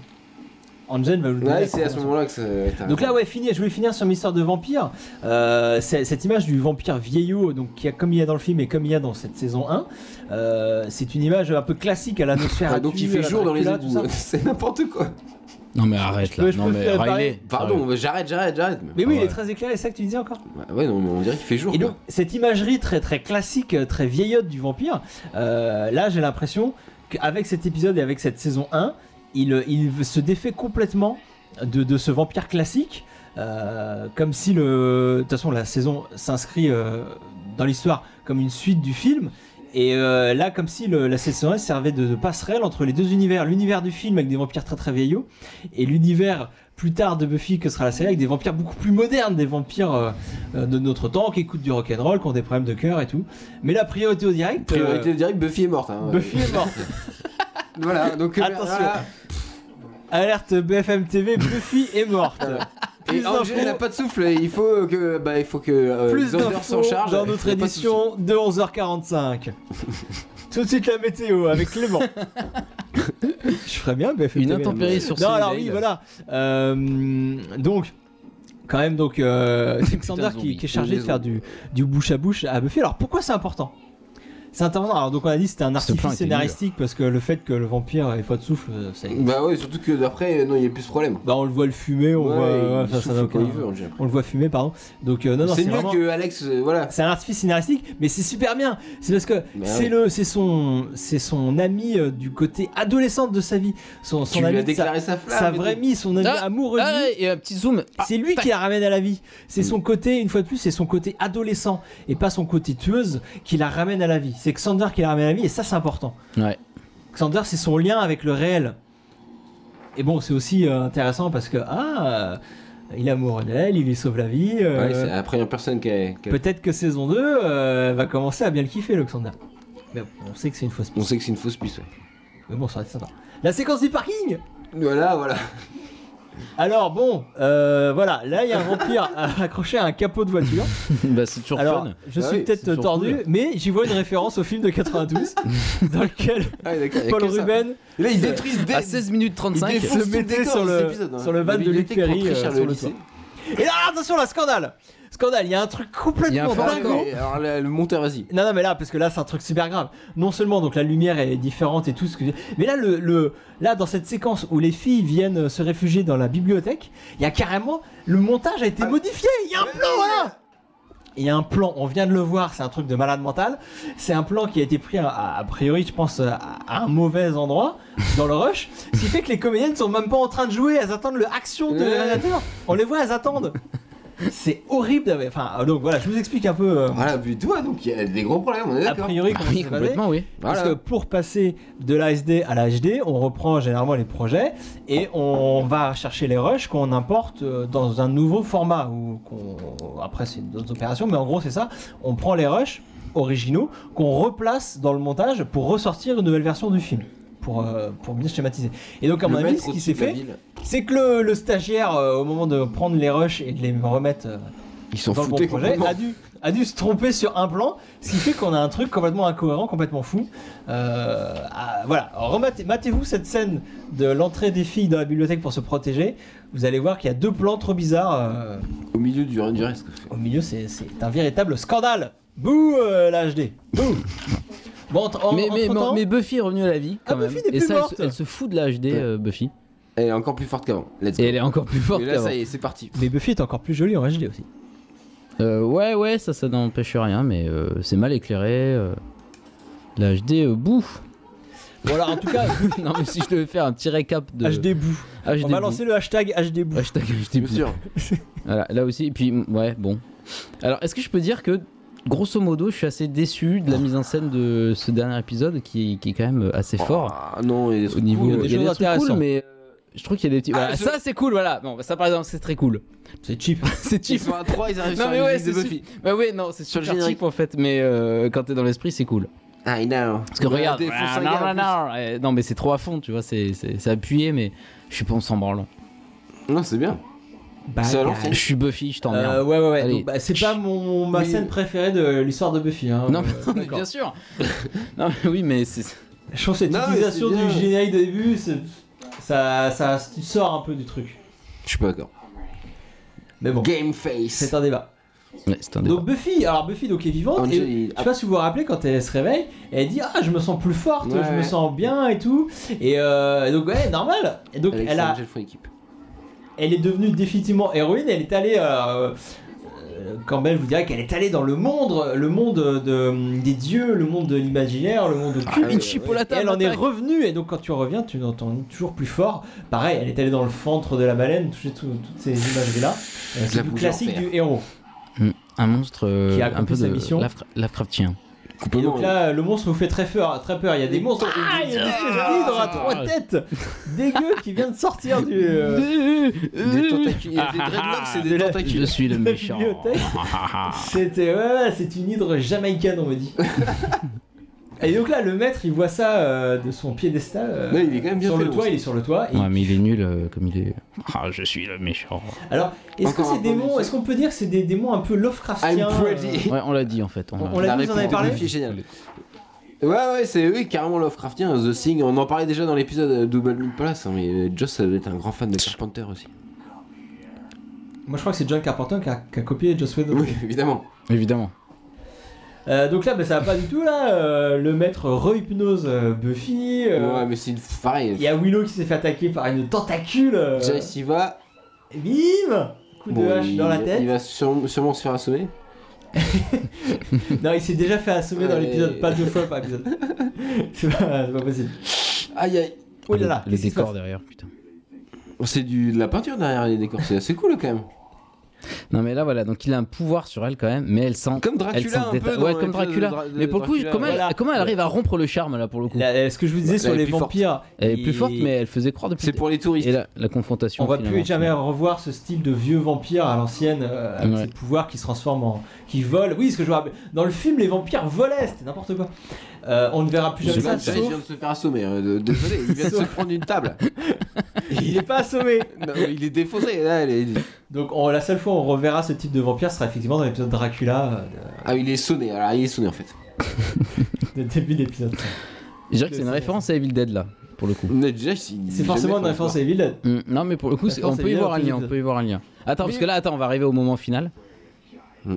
B: Angel va nous le
D: Ouais,
B: dire.
D: c'est à ce moment-là que ça.
B: Donc là, ouais, fini, je voulais finir sur l'histoire de vampire. Euh, c'est- cette image du vampire vieillot, donc qui a, comme il y a dans le film et comme il y a dans cette saison 1, euh, c'est une image un peu classique à l'atmosphère.
D: Ah, donc il fait jour dans les égouts. hein.
B: égouts.
D: C'est n'importe quoi.
C: Non, mais arrête là.
B: peux- je
C: non,
B: peux
C: mais
B: faire
C: Riley,
B: pareil.
D: Pardon, mais j'arrête, j'arrête, j'arrête.
B: Mais oui,
C: Ah
B: il
C: ouais.
B: est très éclairé, c'est ça que tu disais encore.
D: Bah, ouais, non, mais on dirait qu'il fait jour.
B: Et
D: quoi.
B: donc, cette imagerie très très classique, euh, très vieillotte du vampire, euh, là j'ai l'impression qu'avec cet épisode et avec cette saison 1, il, euh, il se défait complètement de, de ce vampire classique, euh, comme si le. De toute façon, la saison s'inscrit euh, dans l'histoire comme une suite du film. Et euh, là, comme si le- la saison 1 servait de, de passerelle entre les deux univers. L'univers du film avec des vampires très très vieillots et l'univers plus tard de Buffy que sera la série avec des vampires beaucoup plus modernes, des vampires euh, euh, de notre temps qui écoutent du rock'n'roll, qui ont des problèmes de cœur et tout. Mais la priorité au direct. euh,
D: Priorité de direct, Buffy est morte. hein.
B: Buffy est morte.
D: Voilà, donc euh,
B: Attention.
D: voilà.
B: Alerte BFM TV, Buffy est morte.
D: Euh,
B: Plus
D: Et Angel n'a
B: d'infos-
D: pas de souffle, et il faut que, bah, il faut que euh,
B: plus
D: Xander
B: d'infos
D: s'en charge.
B: dans
D: Il faut
B: notre
D: pas de soucis.
B: édition de 11h45. Tout de suite la météo avec Clément. Je ferais bien BFM
C: Une
B: TV, non
C: intempérie sur
B: Non,
C: Sunnyvale.
B: alors oui, voilà. Euh, donc, quand même, donc, euh, Alexander
C: de
B: qui,
C: zombies.
B: qui est chargé
D: Des
B: de faire du, du bouche à bouche à Buffy. Alors pourquoi c'est important C'est important. Alors, donc, on a dit que c'était un
C: Ce
B: artifice
C: plan était
B: scénaristique parce que le fait que le vampire ait pas de souffle, euh, ça existe.
D: Bah ouais, surtout que d'après, euh, non, il y a plus ce problème.
B: Bah, on le voit le fumer, on
D: Ouais,
B: voit.
D: il
B: ouais, ça, ça
D: souffle
B: n'a
D: quand
B: aucun-
D: il veut, Angel.
B: On le voit fumer, pardon. Donc, euh, non, non,
D: C'est
B: c'est
D: mieux
B: vraiment-
D: que Alex, euh, voilà.
B: c'est un artifice scénaristique, mais c'est super bien. C'est parce que
D: Bah
B: c'est
D: oui.
B: le, c'est son, c'est son ami euh, du côté adolescente de sa vie, son, son
D: tu lui
B: ami,
D: as
B: de sa,
D: déclaré sa, flamme.
B: sa
D: et
B: vraie
D: tout.
B: mise, son ami
C: Ah,
B: amoureux. de
C: Ah,
B: lui.
C: et un petit zoom. Ah,
B: C'est lui
C: tac.
B: qui la ramène à la vie. C'est
D: Mm.
B: son côté, une fois de plus, c'est son côté adolescent et pas son côté tueuse qui la ramène à la vie. C'est Xander qui la ramène à la vie et ça c'est important.
C: Ouais.
B: Xander, c'est son lien avec le réel. Et bon, c'est aussi euh, intéressant parce que ah, euh, il est amoureux d'elle, il lui sauve la vie. euh,
D: Ouais, c'est la première personne qui a. qui a-
B: Peut-être que saison 2 euh, va commencer à bien le kiffer, le Xander. Mais bon, on sait que c'est une fausse
D: On
B: piste.
D: sait que c'est une fausse piste, ouais.
B: Mais bon, ça va être sympa. La séquence du parking
D: Voilà, voilà.
B: Alors bon, euh, voilà, là il y a un vampire accroché à un capot de voiture.
C: bah, c'est toujours
B: Alors,
C: fun.
B: je suis
D: Ah oui,
C: c'est
B: peut-être
C: toujours
B: tordu,
C: cool.
B: mais j'y vois une référence au film de 92, dans lequel
D: Ah, d'accord, il y a
B: Paul
D: que ça. Euh,
B: Ruben
D: Là, ils détruisent des.
C: À 16 minutes 35.
D: ils défoncent
B: se
D: tout
B: mettait
D: décor
B: sur
D: de
B: le-
D: cet épisode, hein.
B: sur le van
D: La
B: de
D: bibliothèque
B: Luc Perry,
D: pour tricher
B: euh,
D: le
B: sur le
D: lycée.
B: Et là, attention, là, scandale Scandale, il y a un truc
C: Il y a
B: complètement
C: un
D: Ah,
B: dingue.
C: D'accord.
D: mais Alors, là, le monteur, vas-y.
B: Non, non, mais là, parce que là, c'est un truc super grave. Non seulement, donc, la lumière est différente et tout ce que. Mais là, le, le- là, dans cette séquence où les filles viennent euh, se réfugier dans la bibliothèque, il y a carrément. Le montage a été modifié. Il y a un plan, voilà. Il y a un plan, on vient de le voir, c'est un truc de malade mental. C'est un plan qui a été pris, à- à- a priori, je pense, à, à un mauvais endroit, dans le rush. Ce qui fait que les comédiennes sont même pas en train de jouer, elles attendent le action de
D: Ouais.
B: réalisateur. On les voit, elles attendent. C'est horrible. d'avoir- Enfin, euh, donc voilà, je vous explique un peu. euh,
D: Voilà, puis toi, donc il y a des gros problèmes, on est
B: a
D: d'accord. Bah
B: priori,
C: Ah
B: comment
C: oui,
B: ça va aller.
C: complètement, oui.
B: Parce
D: Voilà.
B: que pour passer de l'ASD à l'HD, on reprend généralement les projets et on va chercher les rushs qu'on importe euh, dans un nouveau format. Ou qu'on- Après, c'est d'autres opérations, mais en gros, c'est ça. On prend les rushs originaux qu'on replace dans le montage pour ressortir une nouvelle version du film. Pour, euh, pour bien schématiser. Et donc, à
D: Le
B: mon avis,
D: maître
B: ce qui s'est
D: au-dessus de la
B: fait,
D: ville,
B: c'est que le, le stagiaire, euh, au moment de prendre les rushs et de les remettre euh,
D: Ils s'en
B: dans le bon
D: foutaient
B: projet,
D: complètement.
B: a dû, a dû se tromper sur un plan, ce qui fait qu'on a un truc complètement incohérent, complètement fou. Euh, ah, voilà, rematez matez-vous cette scène de l'entrée des filles dans la bibliothèque pour se protéger. Vous allez voir qu'il y a deux plans trop bizarres. euh,
D: Au milieu du, du reste.
B: au
D: quoi.
B: milieu, c'est c'est un véritable scandale. Bouh, euh, la HD. Bouh. Bon, en, en-
C: mais, mais,
B: entre-temps-
C: mais Buffy est revenue à la vie quand
B: Ah,
C: même.
B: Buffy n'est
C: et
B: plus
C: ça, elle
B: morte.
C: se- elle, se fout de la HD,
D: Ouais.
C: euh, Buffy.
D: Elle est encore plus forte qu'avant. Let's go.
C: Et elle est encore plus forte.
D: Et là,
C: qu'avant.
D: ça y est, c'est parti.
B: mais Buffy est encore plus jolie en HD aussi.
C: Euh, ouais, ouais, ça, ça n'empêche rien, mais euh, c'est mal éclairé. euh, la HD euh, bouffe.
B: Bon, alors en tout cas,
C: non, mais si je devais faire un petit récap de
B: HD boue.
C: HD
B: On va
C: bouffe.
B: lancer le hashtag HD boue.
C: Hashtag HD
D: Bien
C: bouffe.
D: sûr.
C: Voilà, là aussi, et puis m- ouais, bon. Alors, est-ce que je peux dire que, grosso modo, je suis assez déçu de la mise en scène de ce dernier épisode qui, qui est quand même euh, assez fort
D: Ah non, et
C: au niveau.
B: il y a des choses
C: trucs
B: intéressantes.
C: cool, mais euh, je trouve qu'il y a des petits.
D: Ah,
C: voilà,
D: je-
C: ça c'est cool, voilà. Bon, bah, ça par exemple, c'est très cool.
B: C'est cheap.
C: c'est
D: Ils
C: cheap.
D: sont à 3, ils arrivent
C: Non,
D: sur
C: mais
D: la
C: ouais,
D: musique de
C: c'est
D: Buffy.
C: Bah ouais, non, c'est super
D: Sur le
C: cheap
D: générique.
C: en fait, mais euh, quand t'es dans l'esprit, c'est cool.
B: Ah,
D: I know.
C: Parce que
D: Ouais,
C: regarde,
D: des faux
C: ah,
D: cinglés, en
C: non, non, non, euh, non, mais c'est trop à fond, tu vois, c'est c'est- c'est appuyé, mais je suis pas en s'en branlant.
D: plus. Non, c'est bien. C'est à l'ancienne.
C: Je suis Buffy, je t'emmerde.
B: Euh, ouais, ouais, ouais.
C: Allez.
B: Donc, bah, c'est pas mon, ma
D: Mais-
B: scène préférée de l'histoire de Buffy. Hein.
C: non,
B: Euh,
C: mais, non, mais
B: d'accord.
C: bien sûr. non, mais oui, mais c'est.
B: Je trouve cette
D: Non, mais
B: utilisation
D: c'est
B: du
D: bien.
B: générique de début, c'est- ça, ça, tu sors un peu du truc.
D: Je suis pas d'accord.
B: Mais bon,
D: Game face.
B: c'est un débat.
C: Ouais, c'est un débat.
B: Donc Buffy, alors Buffy donc est vivante.
D: Angel,
B: et,
D: il-
B: je sais pas si vous vous rappelez quand elle se réveille, elle dit ah je me sens plus forte,
D: Ouais,
B: je me
D: ouais.
B: sens bien et tout. Et euh, donc ouais normal. Et donc
D: Avec
B: elle a,
D: Angel font équipe.
B: elle est devenue définitivement héroïne. Elle est allée. euh, euh, Campbell vous dirait qu'elle est allée dans le monde, le monde de, des dieux, le monde de l'imaginaire, le monde occulte.
D: une
B: Et
C: chipolata.
B: elle en est revenue, et donc quand tu reviens, tu entends toujours plus fort. Pareil, elle est allée dans le ventre de la baleine, toucher tout- toutes ces imageries-là. Euh,
D: La
B: C'est du
D: bouche
B: classique
D: d'enfer.
B: du héros.
C: un monstre euh,
B: Qui a
C: un
B: accompli
C: peu
B: sa
C: de
B: mission.
C: Lovecra- Lovecraftien.
B: Et
D: complètement.
B: donc là, le monstre vous fait très peur, très peur. Il y a des monstres, ah, il y a des espèces d'hydres à trois têtes, dégueu qui vient de sortir du. euh,
D: Des tentacules.
C: Ah,
D: Des
C: ah,
D: dreadlocks, c'est
B: de
D: des
B: la-
D: tentacules.
C: Je suis le
B: de la
C: méchant. Ah,
B: bibliothèque. C'était ouais, ouais, c'est une hydre jamaïcaine on me dit. Et donc là le maître il voit ça euh, de son piédestal euh,
D: Ouais, il est quand même bien
B: sur
D: fait,
B: le
D: le
B: toit,
D: monstre.
B: il est sur le toit. et-
C: Ouais, mais il est nul euh, comme il est. Ah, je suis le méchant.
B: Alors est-ce que
D: Encore
B: c'est
D: un
B: des
D: peu
B: démons
D: de-
B: Est-ce qu'on peut dire que c'est des démons un peu Lovecraftiens
D: I'm
B: euh,
D: pretty.
C: Ouais, on l'a dit en fait.
B: On-
C: a-
B: on l'a
D: La
B: dit, vous en avez
D: réplique de
B: parlé
D: Buffy est géniale. Ouais, ouais, c'est oui, carrément Lovecraftien, The Thing. On en parlait déjà dans l'épisode euh, Double Meat Palace, hein, mais euh, Joss ça doit être un grand fan de Carpenter aussi.
B: Moi je crois que c'est John Carpenter qui a, qui a copié Joss Whedon.
D: Oui, évidemment.
C: Évidemment.
B: Euh, donc là ben, ça va pas du tout là. euh, le maître rehypnose euh, Buffy. euh,
D: Ouais, mais c'est une... pareil.
B: Il y a Willow qui s'est fait attaquer par une tentacule. euh,
D: Jace y va.
B: Bim Coup de
D: Bon,
B: hache
D: il,
B: dans la
D: Il
B: tête.
D: va sûrement, sûrement se faire assommer.
B: Non, il s'est déjà fait assommer dans
D: Ouais.
B: l'épisode, pas deux fois par épisode. c'est pas, c'est pas possible.
D: Aïe aïe.
B: Oh là là,
C: le, le
B: qu'est-ce qui se
C: décor
B: passe
C: derrière, putain.
D: C'est du... de la peinture derrière les décors, c'est assez cool quand même.
C: Non mais là voilà, donc il a un pouvoir sur elle quand même, mais elle sent.
D: Comme
C: Elle
D: Dracula
C: sent
D: un
C: déta-
D: peu. dans
C: Ouais, comme
D: l'épisode de
C: Dracula.
D: Dra- de
C: mais pour le
D: Dracula,
C: coup, comment,
D: voilà.
C: elle, comment elle arrive à rompre le charme là pour le coup
B: La- euh, ce que je vous disais
D: Ouais,
B: sur
D: elle est
B: les
D: plus forte.
B: vampires,
C: Elle est plus
B: il-
C: forte, mais elle faisait croire depuis.
D: C'est pour les touristes.
C: Et la, la confrontation.
B: on va
C: finalement.
B: plus jamais revoir ce style de vieux vampire à l'ancienne euh, avec
C: Ouais.
B: ses pouvoirs qui se transforment en. qui volent. Oui, ce que je me rappelle. Dans le film, les vampires volaient, c'était n'importe quoi. Euh, on ne verra plus
D: Je sais
B: jamais
D: pas,
B: ça,
D: Jace vient
B: sauf.
D: de se faire assommer. hein, de- Désolé, il vient de se prendre une table.
B: Il n'est pas assommé.
D: Non, il est défoncé. Là, il est-
B: Donc on- la seule fois où on reverra ce type de vampire sera effectivement dans l'épisode Dracula
D: Ah, il est sonné. Alors, il est sonné en fait.
B: euh, de début d'épisode.
C: Je dirais que c'est une référence à Evil Dead là, pour le coup.
D: Mais Jace, il-
B: C'est forcément une
D: jamais fait
B: référence à Evil Dead.
C: Mm, non mais pour le coup,
B: Parce
C: c'est-
B: qu'on
C: on
B: sait
C: peut y
B: bien
C: voir un
B: que-
C: lien. On peut y voir un lien. Attends, parce
D: Mais-
C: que là, attends, on va arriver au moment final.
D: Mm.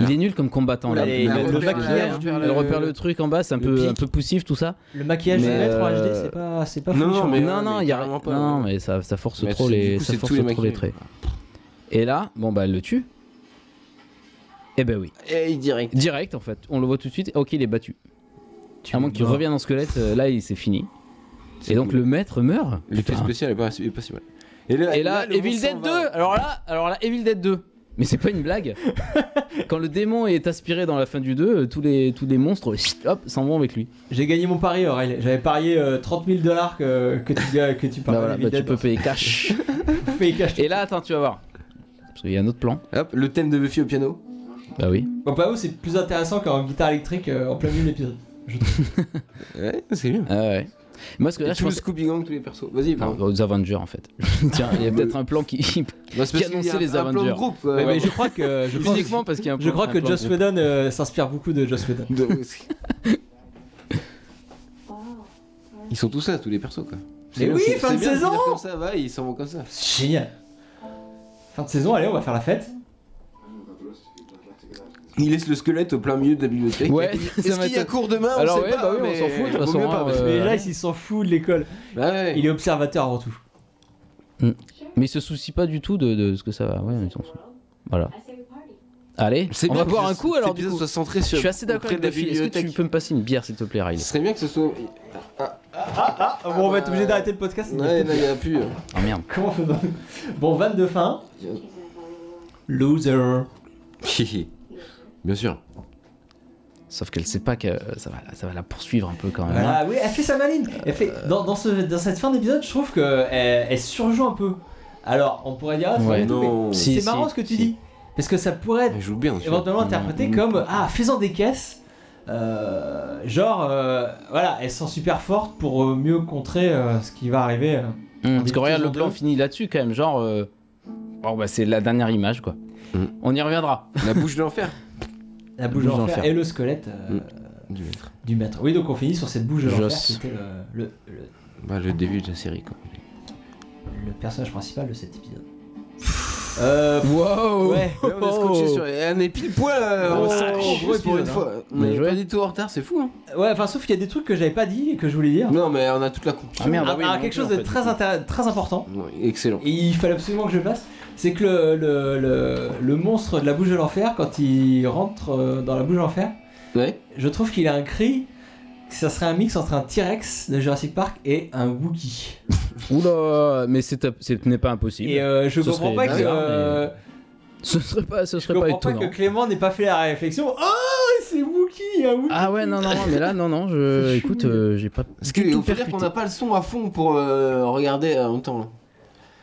C: Il est nul comme combattant là.
B: Oula, les-
C: Elle
B: le-
D: repère
B: le
D: le-
B: maquillage du-
D: elle
C: elle repère le truc en bas, c'est un
B: le
C: peu,
B: pic.
C: un peu poussif tout ça.
B: Le maquillage
C: Mais,
B: des lettres en
C: euh,
B: HD, c'est pas, c'est pas
D: non,
B: folichon.
D: non, mais-
C: non, non, il y a
D: carrément pas,
C: Non,
D: ouais.
C: mais ça, ça force
D: Mais
C: trop
D: c'est- du
C: les,
D: coup,
C: ça
D: c'est
C: force
D: tous les
C: trop les
D: maquillés.
C: traits. Et là, bon bah elle le tue. Eh ben oui.
D: Et il direct.
C: Direct en fait, on le voit tout de suite. Ok, il est battu.
B: Tu
C: À moins qu'il
B: meurs.
C: revienne en squelette, euh, là il- c'est fini.
D: C'est
C: Et donc
D: cool.
C: le maître meurt.
D: L'effet
C: Putain.
D: spécial est pas, est pas si mal. Et là,
C: Et là,
D: le
C: Evil
D: monstre
C: Dead
D: s'en
C: 2
D: va.
C: Alors là, alors là, Evil Dead 2 mais c'est pas une blague. Quand le démon est aspiré dans la fin du 2, euh, tous les, tous les monstres chut, hop, s'en vont avec lui.
B: J'ai gagné mon pari, Aurélien. J'avais parié euh, 30 000 dollars que, que tu, que tu
C: Bah
B: parles
C: voilà, bah, tu peux payer cash. Et là, attends, tu vas voir. Parce qu'il y a un autre plan.
D: Hop, le thème de Buffy au piano.
C: Bah oui.
B: Bon, pas c'est plus intéressant qu'en guitare électrique euh, en plein milieu de l'épisode.
D: Ouais, c'est bien.
C: Ah ouais. Moi, ce que là,
D: Et
C: je
D: tout le
C: pense.
D: Scooby Gang, tous les persos. Vas-y,
C: Non,
D: pardon.
C: aux Avengers en fait. Tiens, il y a peut-être un plan qui.
D: Bah, c'est
C: qui
D: parce qu'il y
C: annonçait
D: a un-
C: les
D: un plan de
C: Avengers.
D: groupe, quoi.
B: Ouais,
D: Ouais,
B: mais je crois que je pense,
C: Physiquement, parce qu'il y a un
B: je
C: plan-
B: crois
C: un
B: que
C: plan
B: Joss
C: de-
B: Whedon euh, s'inspire beaucoup de Joss Whedon.
D: bon. De- Ils sont tous ça, tous les persos, quoi. C'est bien,
B: oui,
D: c'est-
B: fin
D: c'est
B: de
D: bien, c'est
B: saison
D: bien Comme ça, va, ils s'en vont comme ça.
B: C'est Génial. Fin de saison, allez, on va faire la fête.
D: Ils laissent le squelette au plein milieu de la bibliothèque.
C: Ouais, ça
D: Est-ce
C: m'a
D: qu'il y a
C: été-
D: cours demain
C: Alors
D: on sait
C: ouais,
D: pas,
C: bah oui, on
D: mais
C: s'en fout, de toute
D: vaut
C: façon,
D: mieux pas,
C: hein,
D: parce que-
B: Mais
C: euh,
B: là, il s'en fout de l'école.
D: Bah ouais.
B: Il est observateur avant tout.
C: Mais il se soucie pas du tout de, de ce que ça va. Ouais, ils sont- Voilà.
E: I say we party.
C: Allez,
D: C'est
C: on
D: bien
C: va
D: que
C: boire
D: ce-
C: un coup
D: cet
C: alors du
D: épisode
C: coup.
D: soit centré
C: Je
D: sur.
C: suis assez d'accord
D: auprès
C: avec
D: de la
C: Buffy. Est-ce que tu
D: bibliothèque.
C: peux me passer une bière s'il te plaît, Riley
D: Ce serait bien que ce soit.
B: Ah, bon, on va être obligé d'arrêter le podcast. il y a
D: Ouais,
B: peut-être-
D: non, il y a plus. hein.
C: Ah merde.
B: Comment faisons Bon, vanne de fin. Loser.
D: Bien sûr.
C: Sauf qu'elle sait pas que euh, ça va, ça va la poursuivre un peu quand même. hein.
B: Voilà, Ah oui, elle fait sa maline. Elle fait,
C: Euh.
B: dans, dans, ce, dans cette fin d'épisode, je trouve qu'elle elle surjoue un peu. Alors, on pourrait dire, ah, c'est
C: Ouais.
B: pas du tout, mais
D: Non.
B: c'est
C: Si,
B: marrant
C: si,
B: ce que tu
C: si.
B: dis. Parce que ça pourrait être
D: Elle joue bien. celui-là.
B: éventuellement interprété comme Ah, faisant des caisses. euh, genre, euh, voilà, elles sont super fortes pour euh, mieux contrer euh, ce qui va arriver. euh.
C: Hum, parce que
B: Des
C: regarde, le
B: petits
C: plan
B: endroits.
C: finit là-dessus quand même. Genre, euh, bon bah c'est la dernière image quoi.
D: Mm.
C: On y reviendra.
D: La bouche de l'enfer.
B: La bouche
C: bouche
B: d'enfer
C: d'enfer.
B: et le squelette euh,
D: Mm. Du maître.
B: du maître. Oui, donc on finit sur cette bouche de l'enfer
C: Joss.
B: qui était le- le- le
D: Bah, le début de la série, quoi.
B: le personnage principal de cet épisode. Euh,
C: Wow.
B: ouais.
D: Là, on est scotché sur. On est pile poil euh,
B: Oh,
D: on
B: gros
D: s'accroche pour
B: épisode,
D: une
B: hein.
D: fois. On
C: Bien
D: est
C: joué.
D: pas du tout en retard, c'est fou. hein.
B: ouais, enfin sauf qu'il y a des trucs que j'avais pas dit et que je voulais dire.
D: Non, mais on a toute la conclusion.
C: Ah, merde.
B: Ah,
C: oui,
B: ah,
C: non
B: quelque
C: plus,
B: chose
C: en
B: de
C: fait,
B: très,
C: du coup.
B: intér- très important
D: Ouais, Excellent.
B: et il fallait absolument que je le passe, c'est que le, le, le- le monstre de la bouche de l'enfer, quand il rentre euh, dans la bouche de l'enfer,
D: Ouais.
B: je trouve qu'il a un cri, que ça serait un mix entre un T-Rex de Jurassic Park et un Wookie.
C: Oula, mais c'est ce n'est pas impossible.
B: Et euh, je
C: Ce
B: comprends
C: serait
B: pas que...
C: bizarre,
B: euh,
C: Ce serait pas, ce
B: Je
C: serait pas
B: comprends pas
C: étonnant.
B: que Clément n'ait pas fait la réflexion. Oh, c'est vous Wookie, un Wookie.
C: Ah ouais, non, non, non, mais là, non, non, je, écoute, euh, j'ai pas.
D: Parce
C: du
D: qu'il
C: tout
D: faut dire qu'on
C: percuté.
D: n'a pas le son à fond pour euh, regarder en même temps. là.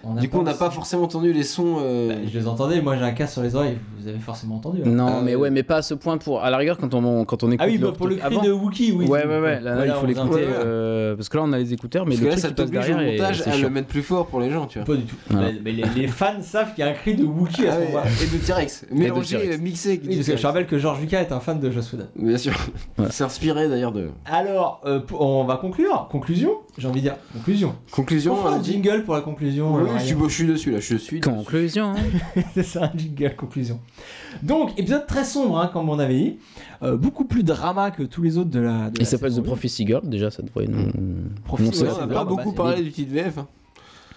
B: On
D: Du coup, Ah, on n'a pas forcément entendu les sons. euh,
B: Bah, je les entendais, moi j'ai un casque sur les oreilles, vous avez forcément entendu. hein.
C: Non,
D: Euh,
C: mais Ah, ouais, mais pas à ce point pour. À la rigueur, quand on, quand on écoute.
B: Ah oui, bah,
C: leur
B: pour le
C: truc
B: cri
C: avant.
B: de Wookie, oui.
C: ouais, ouais, ouais. Là,
B: Voilà,
C: il
B: on
C: faut
B: les a
C: l'écouter.
D: entendus.
C: euh, parce que là, on a les écouteurs, mais
D: Parce que
C: le
D: là,
C: truc
D: ça
C: qui passe
D: t'oblige au
C: derrière, et
D: montage
C: c'est
D: à le
C: chiant.
D: mettre plus fort pour les gens,
C: euh.
D: tu vois.
B: Pas du tout.
C: Voilà.
B: Mais, mais les, les fans savent qu'il y a un cri de Wookie à
D: Ah
B: ce
D: ouais,
B: moment-là.
D: et de T-Rex.
C: Et de
D: Mélangé,
C: T-Rex.
D: mixé.
B: Oui, parce que je rappelle que George Lucas est un fan de Joss Whedon.
D: Bien sûr.
C: Ouais.
D: C'est inspiré d'ailleurs de.
B: Alors, euh, pour- on va conclure. Conclusion J'ai envie de dire conclusion. euh,
D: Conclusion,
B: On fait un
D: dit-
B: jingle pour la conclusion.
D: Oui,
B: euh,
D: je,
B: Ryan.
D: suis, je suis dessus là, je suis. dessus.
C: Conclusion. hein.
B: C'est ça, un jingle, conclusion. Donc, épisode très sombre, hein, comme on avait dit. Euh, beaucoup plus drama que tous les autres de la. de la
C: Il s'appelle The
B: saison.
C: Prophecy Girl, déjà, ça devrait nous.
B: Prophecy
C: annoncer
D: Ouais,
B: Girl,
C: la saison.
D: on n'a pas
B: bah,
D: beaucoup
B: c'est
D: parlé du titre VF. hein.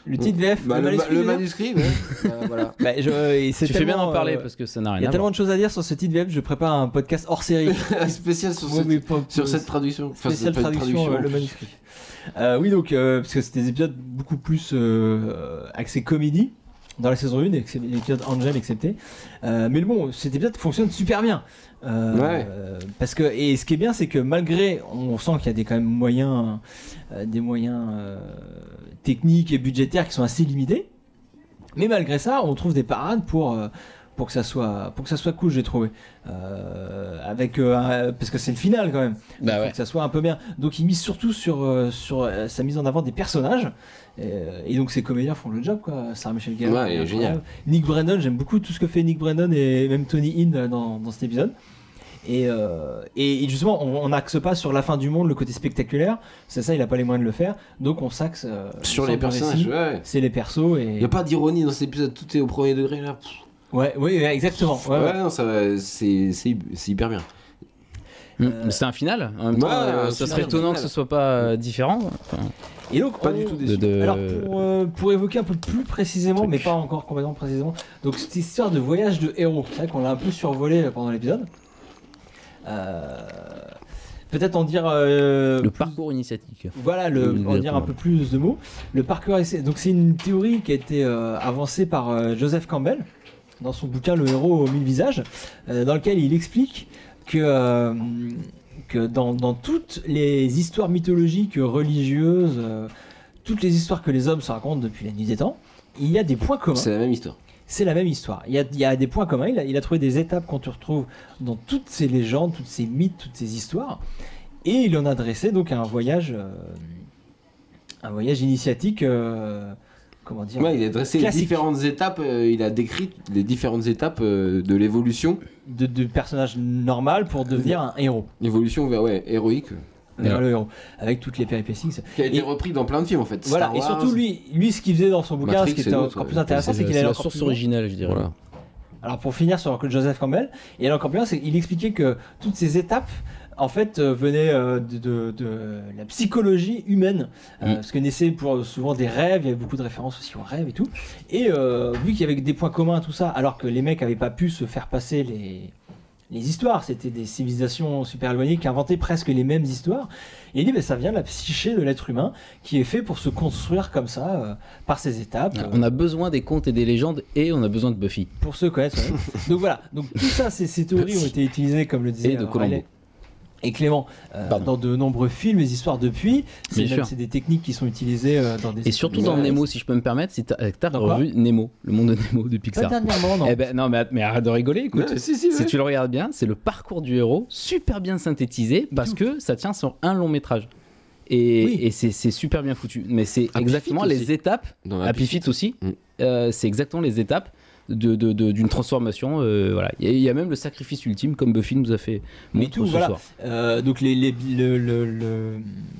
B: Le titre VF,
D: Bah,
B: le
D: le, ma-
B: manuscrit.
D: le
B: déjà
D: manuscrit, ouais. Euh, voilà.
B: Bah, je- et c'est
C: Tu fais bien
B: tellement,
C: d'en parler
B: euh,
C: parce que ça n'a
B: Il y
C: rien
B: a
C: à voir.
B: tellement de choses à dire sur ce titre VF, je prépare un podcast hors série.
D: Un spécial sur,
B: Oui,
D: cette,
B: mais pas-
D: sur cette traduction. Enfin, c'est
B: spéciale
D: pas une
B: traduction, euh,
D: en
B: le
D: plus.
B: manuscrit. Euh, oui, donc, euh, parce que c'est des épisodes beaucoup plus euh, axés comédie dans la saison 1, ex- l'épisode Angel excepté. Euh, mais bon, cet épisode fonctionne super bien. Euh,
D: Ouais.
B: euh, parce que, et ce qui est bien, c'est que malgré, on sent qu'il y a des, quand même moyens, euh, des moyens euh, techniques et budgétaires qui sont assez limités. Mais malgré ça, on trouve des parades pour. euh, pour que ça soit pour que ça soit cool j'ai trouvé Euh, avec euh, un- parce que c'est le final quand même
C: Bah
B: faut
C: ouais.
B: que ça soit un peu bien. Donc il mise surtout sur, euh, sur euh, sa mise en avant des personnages. Euh, et donc ces comédiens font le job, quoi. Sarah Michel Gellar.
D: Ouais, il est génial.
B: Nick Brennan, j'aime beaucoup tout ce que fait Nick Brennan et même Tony Hinn euh, dans, dans cet épisode. Et, euh, et justement, on on n'axe pas sur la fin du monde, le côté spectaculaire. C'est ça, il a pas les moyens de le faire. Donc on s'axe euh,
D: Sur
B: le
D: les
B: récit.
D: personnages, ouais.
B: C'est les persos
D: Il
B: et.
D: n'y a pas d'ironie dans cet épisode, tout est au premier degré là.
B: Ouais, oui, ouais, exactement. Ouais,
D: Ouais,
B: ouais.
D: non, ça va, c'est c'est- c'est hyper bien.
B: euh,
C: Mm, mais C'est un final. En même
D: Ouais,
C: temps, euh,
D: un
C: ça
D: final,
C: serait
D: un
C: étonnant que
D: final.
C: ce soit pas euh, différent. Enfin,
B: Et donc,
D: Pas
B: on-
D: du tout
C: de,
D: déçu.
C: de-
B: Alors pour, euh, pour évoquer un peu plus précisément,
C: Truc.
B: mais pas encore complètement précisément, donc cette histoire de voyage de héros, c'est vrai qu'on l'a un peu survolé pendant l'épisode. Euh, Peut-être en dire euh,
C: le parcours initiatique.
B: voilà, le,
C: Oui,
B: en dire un peu plus de mots. Le parcours, essai- donc c'est une théorie qui a été euh, avancée par euh, Joseph Campbell dans son bouquin Le héros aux mille visages, euh, dans lequel il explique que, euh, que dans, dans toutes les histoires mythologiques, religieuses, euh, toutes les histoires que les hommes se racontent depuis la nuit des temps, il y a des points communs.
D: C'est la même histoire.
B: C'est la même histoire. Il y, a, il y a des points communs. Il a, il a trouvé des étapes qu'on te retrouve dans toutes ces légendes, toutes ces mythes, toutes ces histoires. Et il en a dressé donc un voyage, euh, un voyage initiatique. euh, comment dire
D: Ouais, il a dressé les
B: Classique.
D: différentes étapes, euh, il a décrit les différentes étapes euh, de l'évolution.
B: de, de personnage normal pour devenir un héros.
D: L'évolution vers, ouais, héroïque.
B: Vers
C: Ouais.
B: le héros, avec toutes les péripéties. que ça-
D: Qui a été
B: Et-
D: repris dans plein de films en fait.
B: Voilà.
D: Star
B: Et
D: Wars,
B: surtout lui, lui, ce qu'il faisait dans son bouquin,
D: Matrix
B: ce qui
D: et
B: était
D: d'autres,
B: encore plus
D: euh,
B: intéressant, c'est
C: C'est
B: qu'il
C: la
B: allait
C: la
B: encore
C: source
B: plus loin.
C: originale, je dirais.
D: Voilà.
B: Alors pour finir sur Joseph Campbell, et alors Campbell, c'est- il expliquait que toutes ces étapes, en fait, euh, venaient euh, de, de- de la psychologie humaine, Euh,
C: Mm.
B: parce que naissait pour souvent des rêves, il y avait beaucoup de références aussi aux rêves et tout. Et euh, vu qu'il y avait des points communs à tout ça, alors que les mecs n'avaient pas pu se faire passer les les histoires, c'était des civilisations super éloignées qui inventaient presque les mêmes histoires. Et il dit, ben ça vient de la psyché de l'être humain qui est fait pour se construire comme ça, euh, par ces étapes. euh,
C: Ah, On a besoin des contes et des légendes et on a besoin de Buffy.
B: pour se connaître. ouais. Donc voilà, donc tout ça, ces, ces théories ont été utilisées, comme le disait
C: Et de
B: euh,
C: Columbo.
B: Riley et Clément, euh,
C: Pardon.
B: dans de nombreux films et histoires depuis. C'est
C: Bien
B: même-
C: sûr.
B: c'est des techniques qui sont utilisées euh, dans des.
C: Et surtout dans
D: Ouais.
C: Nemo, si je peux me permettre, si t'as euh, t'as
B: Dans quoi
C: revu Nemo, le monde de Nemo de
B: Pas
C: Pixar.
B: dernièrement, non.
C: Eh ben non, mais, att- mais arrête de rigoler, écoute.
D: Ouais, si, si,
C: Si
D: ouais.
C: tu le regardes bien, c'est le parcours du héros, super bien synthétisé, parce que ça tient sur un long métrage. Et,
B: Oui.
C: et c'est c'est super bien foutu. Mais c'est
D: Happy
C: exactement
D: Feet
C: les
D: aussi.
C: étapes,
D: Dans la
C: Happy Feet aussi,
D: Mm.
C: euh, c'est exactement les étapes d'une de, de- d'une transformation. euh, voilà. Il y, a- il y a même le sacrifice ultime, comme Buffy nous a fait
B: Mais
C: montre
B: tout,
C: ce
B: voilà.
C: soir.
B: Euh, donc les, les- le, le- le-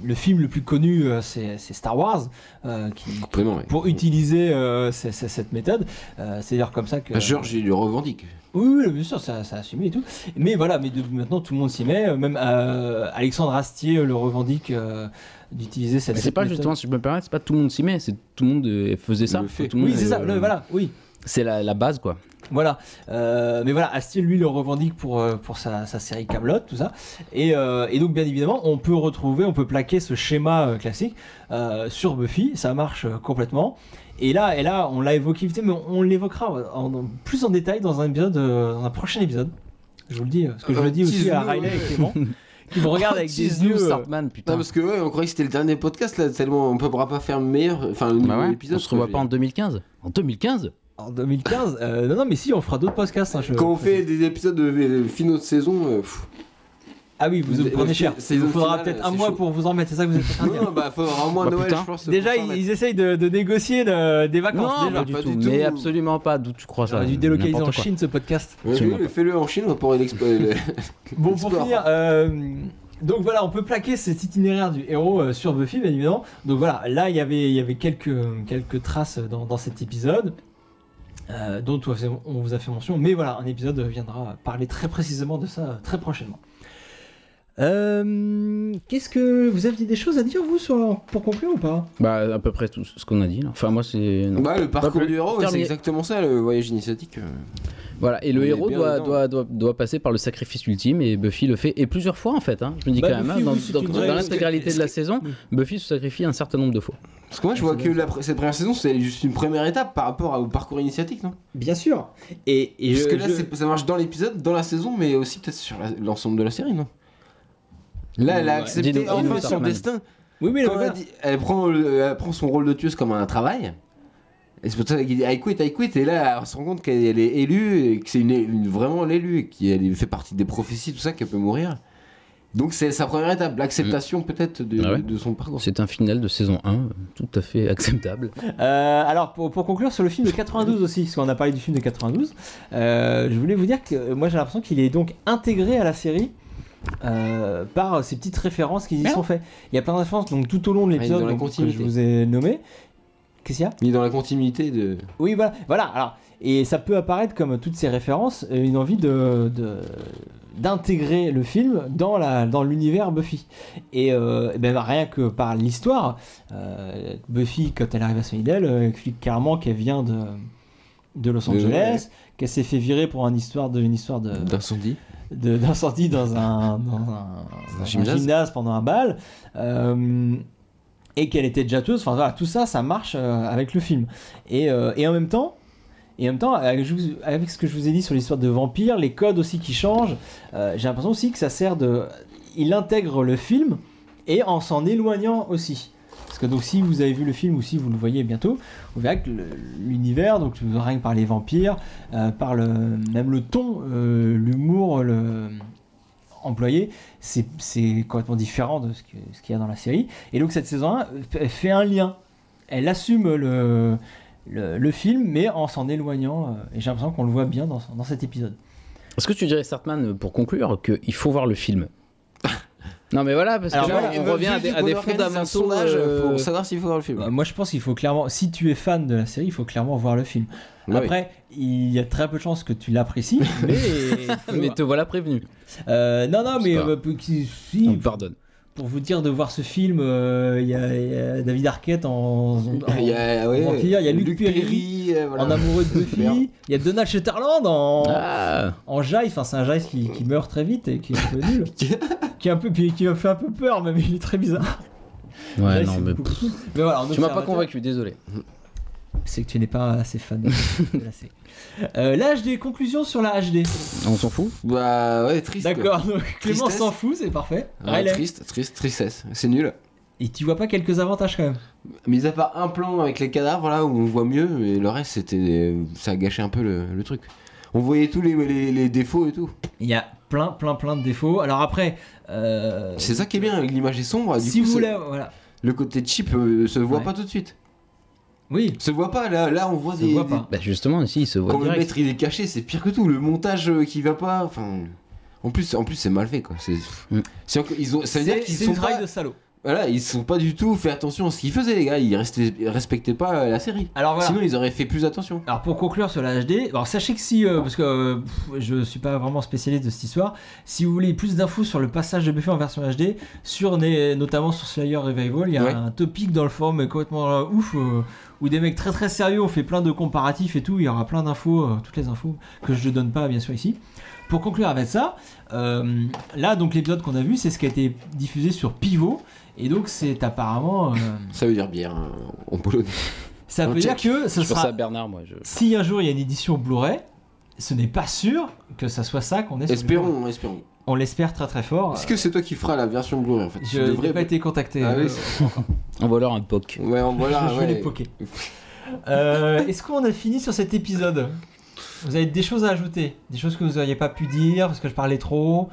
B: le film le plus connu, euh, c'est c'est Star Wars, euh, qui-
D: Complètement, ouais.
B: pour utiliser euh, c- c- cette méthode. Euh, c'est d'ailleurs comme ça que.
D: Ah, Georges, il le revendique.
B: Oui, oui, bien sûr, ça, ça a assumé et tout. Mais voilà, mais de- maintenant tout le monde s'y met. euh, Même euh, Alexandre Astier euh, le revendique euh, d'utiliser cette.
C: Mais C'est
B: cette
C: pas
B: méthode.
C: justement, si je peux me permettre, c'est pas tout le monde s'y met, c'est tout le monde euh, faisait ça.
D: Le fait.
C: Tout le
B: Oui,
C: monde,
B: c'est ça.
C: euh,
B: le- voilà, oui,
C: C'est la, la base, quoi.
B: voilà. Euh, mais voilà, Astier lui le revendique pour euh, pour sa, sa série Camelot, tout ça. Et, euh, et donc bien évidemment, on peut retrouver, on peut plaquer ce schéma euh, classique euh, sur Buffy. Ça marche euh, complètement. Et là, et là, on l'a évoqué vite, mais on, on l'évoquera en- en- plus en détail dans un épisode, euh, dans un euh, prochain épisode. Je vous le dis, ce que je
D: Euh,
B: le dis aussi à
D: tease-nous,
B: Riley et
D: ouais.
B: Clément, qui me regardent avec des
C: Tease-nous,
B: yeux. euh,
C: Startman, putain.
D: Non, parce que ouais, on croyait que c'était le dernier podcast là, tellement on peut pas faire meilleur. Enfin, le
C: Bah
D: nouvel
C: ouais,
D: épisode.
C: on se revoit
D: quoi,
C: pas en 2015. En 2015
B: En 2015, euh, non, non, mais si, on fera d'autres podcasts. hein, je-
D: je- Quand on fait des épisodes de de finaux de saison, euh, pff.
B: Ah oui, vous vous
D: Des-
B: prenez cher.
D: c'est-
B: Il vous
D: c'est-
B: faudra
D: c'est-
B: peut-être
D: c'est
B: un mois
D: chaud.
B: pour vous en mettre, c'est ça que vous êtes en train de
D: non,
B: dire.
D: bah faut au moins
C: Bah,
D: Noël,
C: putain.
D: je pense.
B: Déjà,
D: pour s'en
B: ils, ils essayent de, de négocier de- des vacances.
C: Non,
B: déjà.
C: pas du
D: pas
C: tout.
D: du tout.
C: Mais absolument pas. D'où tu crois ça
B: J'aurais dû
C: euh,
B: délocaliser en
C: n'importe quoi.
B: Chine ce podcast.
D: Ouais,
C: Absolument
D: oui, mais fais-le en Chine, on pourrait l'explorer.
B: Bon, pour
D: Explore.
B: finir, euh, donc voilà, on peut plaquer cet itinéraire du héros euh, sur Buffy, bien évidemment. Donc voilà, là, il y avait- il y avait quelques, quelques traces dans, dans cet épisode, euh, dont on vous a fait mention. Mais voilà, un épisode viendra parler très précisément de ça euh, très prochainement. Euh, Qu'est-ce que vous aviez des choses à dire vous sur, pour conclure ou pas
C: Bah, à peu près tout ce qu'on a dit. là. Enfin, moi, c'est. non.
D: bah, le
C: Pas
D: parcours
C: plus.
D: du héros, ouais, c'est
C: Terminé.
D: exactement ça, le voyage initiatique. euh.
C: Voilà, et
D: On
C: le
D: est
C: héros
D: bien
C: doit,
D: dedans.
C: doit, doit, doit passer par le sacrifice ultime, et Buffy le fait, et plusieurs fois en fait. hein. Je me dis
B: Bah,
C: quand même,
B: Buffy,
C: hein, dans,
B: oui, c'est
C: dans-
B: une
C: dans
B: vraie-
C: l'intégralité de la saison, Buffy se sacrifie un certain nombre de fois.
D: Parce que moi, je vois que la pr- cette première saison, c'est juste une première étape par rapport à- au parcours initiatique, non
B: Bien sûr. Et, et
C: euh,
D: Parce que là, c'est- ça marche dans l'épisode, dans la saison, mais aussi peut-être sur la- l'ensemble de la série, non Là, elle a
C: Ouais.
D: accepté
C: Dis-nous-
D: enfin
C: dis-nous,
D: son
C: Starman.
D: destin.
B: oui, mais
D: Quand elle, dit- elle prend le- elle prend son rôle de tueuse comme un travail. Et c'est pour ça qu'il dit I quit, I quit. Et là, elle se rend compte qu'elle elle est élue, et que c'est une, une- vraiment l'élue, qu'elle fait partie des prophéties, tout ça, qu'elle peut mourir. Donc c'est sa première étape, l'acceptation
B: Mm.
D: peut-être de,
C: Ah ouais.
D: de son parcours.
C: C'est un final de saison 1, euh, tout à fait acceptable.
B: Euh, alors, pour, pour conclure sur le film de 92 aussi, parce qu'on a parlé du film de 92, euh, je voulais vous dire que euh, moi j'ai l'impression qu'il est donc intégré à la série. euh, par ces petites références qui y sont faites. Il y a plein de références donc tout au long de
D: il est
B: l'épisode
D: dans Ah, la
B: donc, que
D: continuité.
B: je vous ai nommé. Qu'est-ce qu'il y a
D: Il est dans la continuité de...
B: Oui, voilà. voilà alors, et ça peut apparaître comme toutes ces références euh, une envie de, de- d'intégrer le film dans, la, dans l'univers Buffy. Et, euh, eh ben, rien que par l'histoire, euh, Buffy, quand elle arrive à Sunnydale, euh, explique clairement qu'elle vient de, de Los
D: De-
B: Angeles, qu'elle s'est fait virer pour une histoire de, une histoire de,
D: d'incendie.
B: de- d'incendie dans un, dans un, dans un
D: gymnase.
B: gymnase. pendant un bal euh, et qu'elle était déjà tueuse. Enfin voilà, tout ça, ça marche euh, avec le film. Et, euh, et en même temps, et en même temps, avec, je vous- avec ce que je vous ai dit sur l'histoire de vampires, les codes aussi qui changent, euh, j'ai l'impression aussi que ça sert de. Il intègre le film et en s'en éloignant aussi. Parce que donc si vous avez vu le film ou si vous le voyez bientôt, vous verrez que le- l'univers, donc rien que par les vampires, euh, par le, même le ton, euh, l'humour le, employé, c'est c'est complètement différent de ce que- ce qu'il y a dans la série. Et donc cette saison 1 elle fait un lien. Elle assume le, le, le film, mais en s'en éloignant. euh, et j'ai l'impression qu'on le voit bien dans, dans cet épisode.
C: Est-ce que tu dirais, Sartman, euh, pour conclure, qu'il faut voir le film Non, mais voilà, parce
B: Alors,
C: que là,
B: voilà,
C: on revient à des, à des fondamentaux.
D: sondage
C: euh,
D: pour savoir s'il faut voir le film.
B: Euh, Moi, je pense qu'il faut clairement, si tu es fan de la série, il faut clairement voir le
C: Ah
B: film.
D: Bah oui.
B: Après, il y a très peu de chances que tu l'apprécies, mais.
C: Mais te voilà prévenu.
B: Euh, non, non,
C: C'est
B: mais
C: pas-
B: euh, qui- si,
C: On te pardonne.
B: pour vous dire de voir ce film, euh, il y, a- il y a David Arquette en, en-
D: Il y a, ouais,
B: vampire, il y a Luc Perry,
D: euh, voilà.
B: en amoureux de
D: Merde.
B: Buffy, il y a Donald Sutherland en,
C: Ah,
B: en Jive, enfin c'est un Jive qui, qui meurt très vite et qui est un peu nul, qui est un peu, puis qui me fait un peu peur, même il est très bizarre.
C: ouais,
B: Jive,
C: non,
B: c'est
C: mais.
B: beaucoup
C: pff,
B: plus cool. Mais voilà, en
C: Tu m'as pas
B: observateur,
C: convaincu, désolé.
B: C'est que tu n'es pas assez fan de de la série. Euh, là, j'ai des conclusions sur la HD.
C: On s'en fout
D: Bah ouais, triste. quoi.
B: D'accord, donc Clément
D: Tristesse.
B: s'en fout, c'est parfait.
D: Ouais,
B: Riley.
D: triste, triste, tristesse. C'est nul.
B: Et tu vois pas quelques avantages quand même
D: Mis à part un plan avec les cadavres là où on voit mieux, mais le reste c'était. Ça a gâché un peu le, le truc. On voyait tous les, les- les défauts et tout.
B: Il y a plein, plein, plein de défauts. Alors après, euh,
D: C'est ça qui est bien, l'image est sombre. Du
B: si
D: coup,
B: vous
D: c'est-
B: voulez, voilà.
D: le côté cheap euh, se voit
B: Ouais.
D: pas tout de suite.
B: Oui,
D: Se voit pas, là, là on voit
B: je
D: des.
B: vois
D: des-
B: pas.
C: Bah, justement, ici, il se voit
D: Quand le
C: direct.
D: maître il est caché, c'est pire que tout. Le montage euh, qui va pas. Enfin. En plus, en plus c'est mal fait quoi. C'est.
C: Mm.
D: c'est encore- ils ont- Ça veut dire qu'ils
B: du
D: sont
B: travail
D: pas.
B: de salaud.
D: Voilà, ils sont pas du tout fait attention à ce qu'ils faisaient les gars. Ils restaient- respectaient pas euh, la série.
B: Alors voilà.
D: Sinon ils auraient fait plus attention.
B: Alors pour conclure sur la HD, alors sachez que si, euh, parce que euh, pff, je suis pas vraiment spécialiste de cette histoire, si vous voulez plus d'infos sur le passage de Buffy en version HD, sur né- notamment sur Slayer Revival, il y a
D: Ouais.
B: un topic dans le forum complètement euh, ouf euh, où des mecs très très sérieux ont fait plein de comparatifs et tout. Il y aura plein d'infos, euh, toutes les infos que je ne donne pas bien sûr ici. Pour conclure avec ça, euh, là donc l'épisode qu'on a vu, c'est ce qui a été diffusé sur Pivot et donc c'est apparemment, euh,
D: Ça veut dire bière hein, en polonais.
B: ça
D: On
B: veut dire
D: check.
B: que ce
C: Je pense
B: sera
C: à Bernard, moi. Je...
B: si un jour il y a une édition Blu-ray, ce n'est pas sûr que ça soit ça qu'on est sur Blu-ray.
D: Espérons, espérons.
B: On l'espère très très fort.
D: Est-ce que c'est toi qui feras la version Blu-ray en fait
B: Je
D: Tu
B: n'ai
D: devrais-
B: pas été contacté.
D: Ah oui,
B: euh,
D: c'est-
C: On va leur un POC.
D: Ouais, en voilà.
B: je, je
D: ouais.
B: l'ai poké. Euh, Est-ce qu'on a fini sur cet épisode Vous avez des choses à ajouter Des choses que vous n'auriez pas pu dire parce que je parlais trop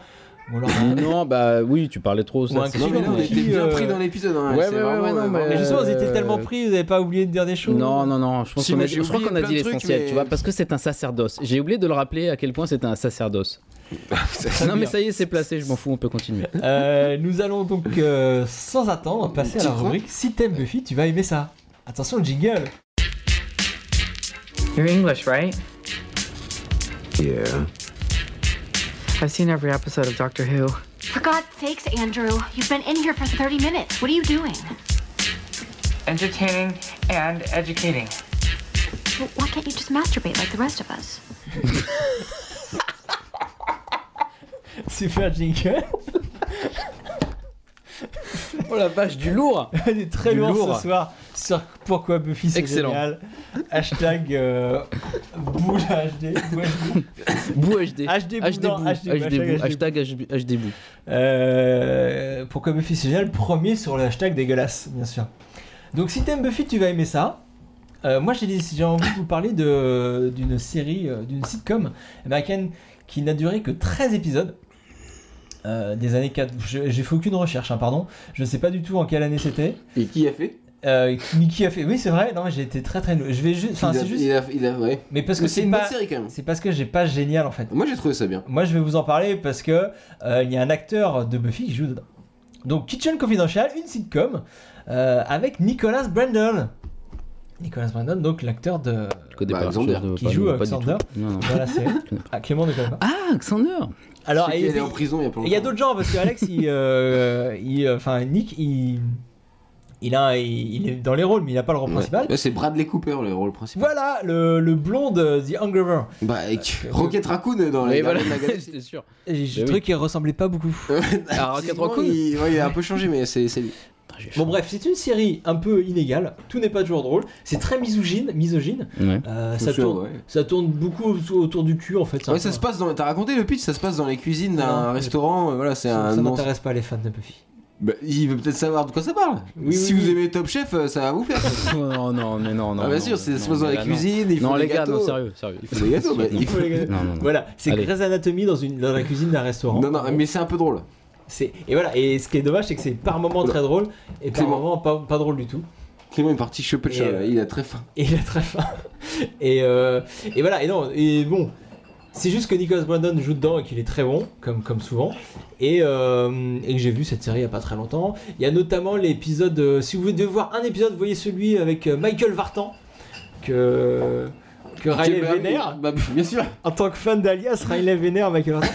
B: Ou alors-
D: Euh,
E: non, bah oui, tu parlais trop.
B: Ou un
E: Ça, c'est
D: Non, mais là, on
E: sûr.
B: Ouais.
D: était bien
B: Euh,
D: pris dans l'épisode. hein,
E: ouais, ouais,
D: c'est
E: ouais,
D: vraiment,
E: ouais, non,
D: euh,
E: mais-
B: Mais justement, vous étiez
E: Euh,
B: tellement pris, vous n'avez pas oublié de dire des choses
C: Non, non, non, je pense
D: Si,
C: qu'on
D: moi,
C: a,
D: j'ai
C: dit- je crois
D: oublié
C: qu'on a
D: plein
C: dit
D: de trucs,
C: l'essentiel,
D: mais-
C: tu vois, parce que c'est un sacerdoce. J'ai oublié de le rappeler à quel point c'était un sacerdoce. non, mais ça y est, c'est placé, je m'en fous, on peut continuer.
B: Euh, nous allons donc euh, sans attendre passer à la
D: Petit point.
B: rubrique Si t'aimes Buffy, tu vas aimer ça. Attention, le jingle
F: You're English, right?
G: Yeah.
F: I've seen every episode of Doctor Who.
H: For God's sakes, Andrew, you've been in here for 30 minutes. What are you doing?
I: entertaining and educating.
H: Well, why can't you just masturbate like the rest of us?
B: Super jingle
C: Oh la vache, du lourd
B: Elle est très
C: Du
B: lourde
C: lourd.
B: ce soir sur pourquoi Buffy c'est
C: Excellent.
B: génial. Hashtag euh, boule HD. boule HD.
C: Bou HD.
B: HD,
C: HD
B: non,
C: bou,
B: HD,
C: HD bou,
B: hashtag
C: hashtag HD bou.
B: Euh, pourquoi Buffy c'est génial Premier sur le hashtag dégueulasse, bien sûr. Donc si t'aimes Buffy, tu vas aimer ça. Euh, moi j'ai dit- j'ai envie de vous parler de- d'une série, euh, d'une sitcom américaine qui n'a duré que 13 épisodes. euh, des années 4, Je- j'ai fait aucune recherche, hein, pardon. Je ne sais pas du tout en quelle année c'était.
D: Et qui a fait
B: Euh, Mickey a fait. Oui, c'est vrai. Non, mais j'ai été très très. nul. Je vais juste. Enfin,
D: il a,
B: c'est juste.
D: il a- il a- ouais.
B: Mais parce que
D: Mais C'est
B: c'est
D: une bonne
B: pas.
D: série quand même.
B: C'est parce que j'ai pas génial en fait.
D: Moi j'ai trouvé ça bien.
B: Moi, je vais vous en parler parce que euh, il y a un acteur de Buffy qui joue dedans. Donc, Kitchen Confidential, une sitcom euh, avec Nicholas Brandon. Nicholas Brandon, donc l'acteur de
C: Je connais
D: Bah,
C: pas.
D: Xander.
C: je-
B: Qui
C: pas-
B: joue
C: pas du
B: Xander.
C: tout. Non, non.
B: de la série. Ah, Clément ne connaît pas.
C: Ah, Xander
D: Alors,
B: Alors, et-
D: il est en prison il y a pas
B: et il y a
D: longtemps.
B: d'autres gens parce que Alex, il, euh, il, euh, enfin Nick, il, il a, il, il est dans les rôles, mais il n'a pas le rôle
D: Ouais.
B: principal.
D: Ouais, c'est Bradley Cooper le rôle principal.
B: Voilà, le, le blond de The Hangover.
D: Bah,
B: Euh,
D: avec Rocket Raccoon dans
C: Oui,
D: les
C: voilà,
D: Gardiens de la Galaxie.
C: c'était sûr.
B: Et Je
C: Bah
B: trouvais qu'il ressemblait pas beaucoup.
C: Ah, Rocket
D: Effectivement,
C: Raccoon.
D: Il, ouais, il a un peu changé, mais c'est c'est lui.
C: Ah,
B: Bon bref, c'est une série un peu inégale, tout n'est pas toujours drôle, c'est très misogyne, misogyne.
C: Ouais.
B: Euh,
D: Bien
B: ça,
D: sûr,
B: tourne,
D: ouais.
B: ça tourne beaucoup au- autour du cul en fait.
D: Ouais, ça se passe dans. T'as raconté le pitch, ça se passe dans les cuisines d'un
B: Non,
D: restaurant. euh, Voilà, c'est
B: Ça,
D: un.
B: ça
D: non-
B: m'intéresse pas les fans de Buffy.
D: Bah, il veut peut-être savoir de quoi ça parle.
B: Oui,
D: si
B: oui,
D: vous
B: oui.
D: aimez Top Chef, euh, ça va vous faire.
C: Oh, Non, non, mais non, non.
D: ah, bien
C: non,
D: sûr, c'est- ça se
C: non,
D: passe dans
C: mais
D: la
C: là, non.
D: cuisine. ils font
C: Non,
D: des
C: les gars,
D: gâteaux.
C: non, sérieux, sérieux.
D: Il faut des gâteaux, bah, il faut-
C: Non, non, non.
B: Voilà, c'est
C: Allez.
B: Grey's Anatomy dans, une, dans la cuisine d'un restaurant.
D: Non, non, mais c'est un peu drôle.
B: C'est- Et voilà, et ce qui est dommage, c'est que c'est par moments très drôle et par
D: Clément.
B: moments pas, pas drôle du tout.
D: Clément est parti choper le
B: Et,
D: chat,
B: euh,
D: là, il a très faim.
B: Et il a très faim. Et, euh, et voilà, et non, et bon. C'est juste que Nicholas Brandon joue dedans et qu'il est très bon, comme, comme souvent. Et, euh, et que j'ai vu cette série il n'y a pas très longtemps. Il y a notamment l'épisode. euh, si vous devez voir un épisode, voyez celui avec euh, Michael Vartan, que, que Riley
D: Bah,
B: vénère.
D: bah, bien sûr.
B: En tant que fan d'Alias, Riley vénère Michael Vartan.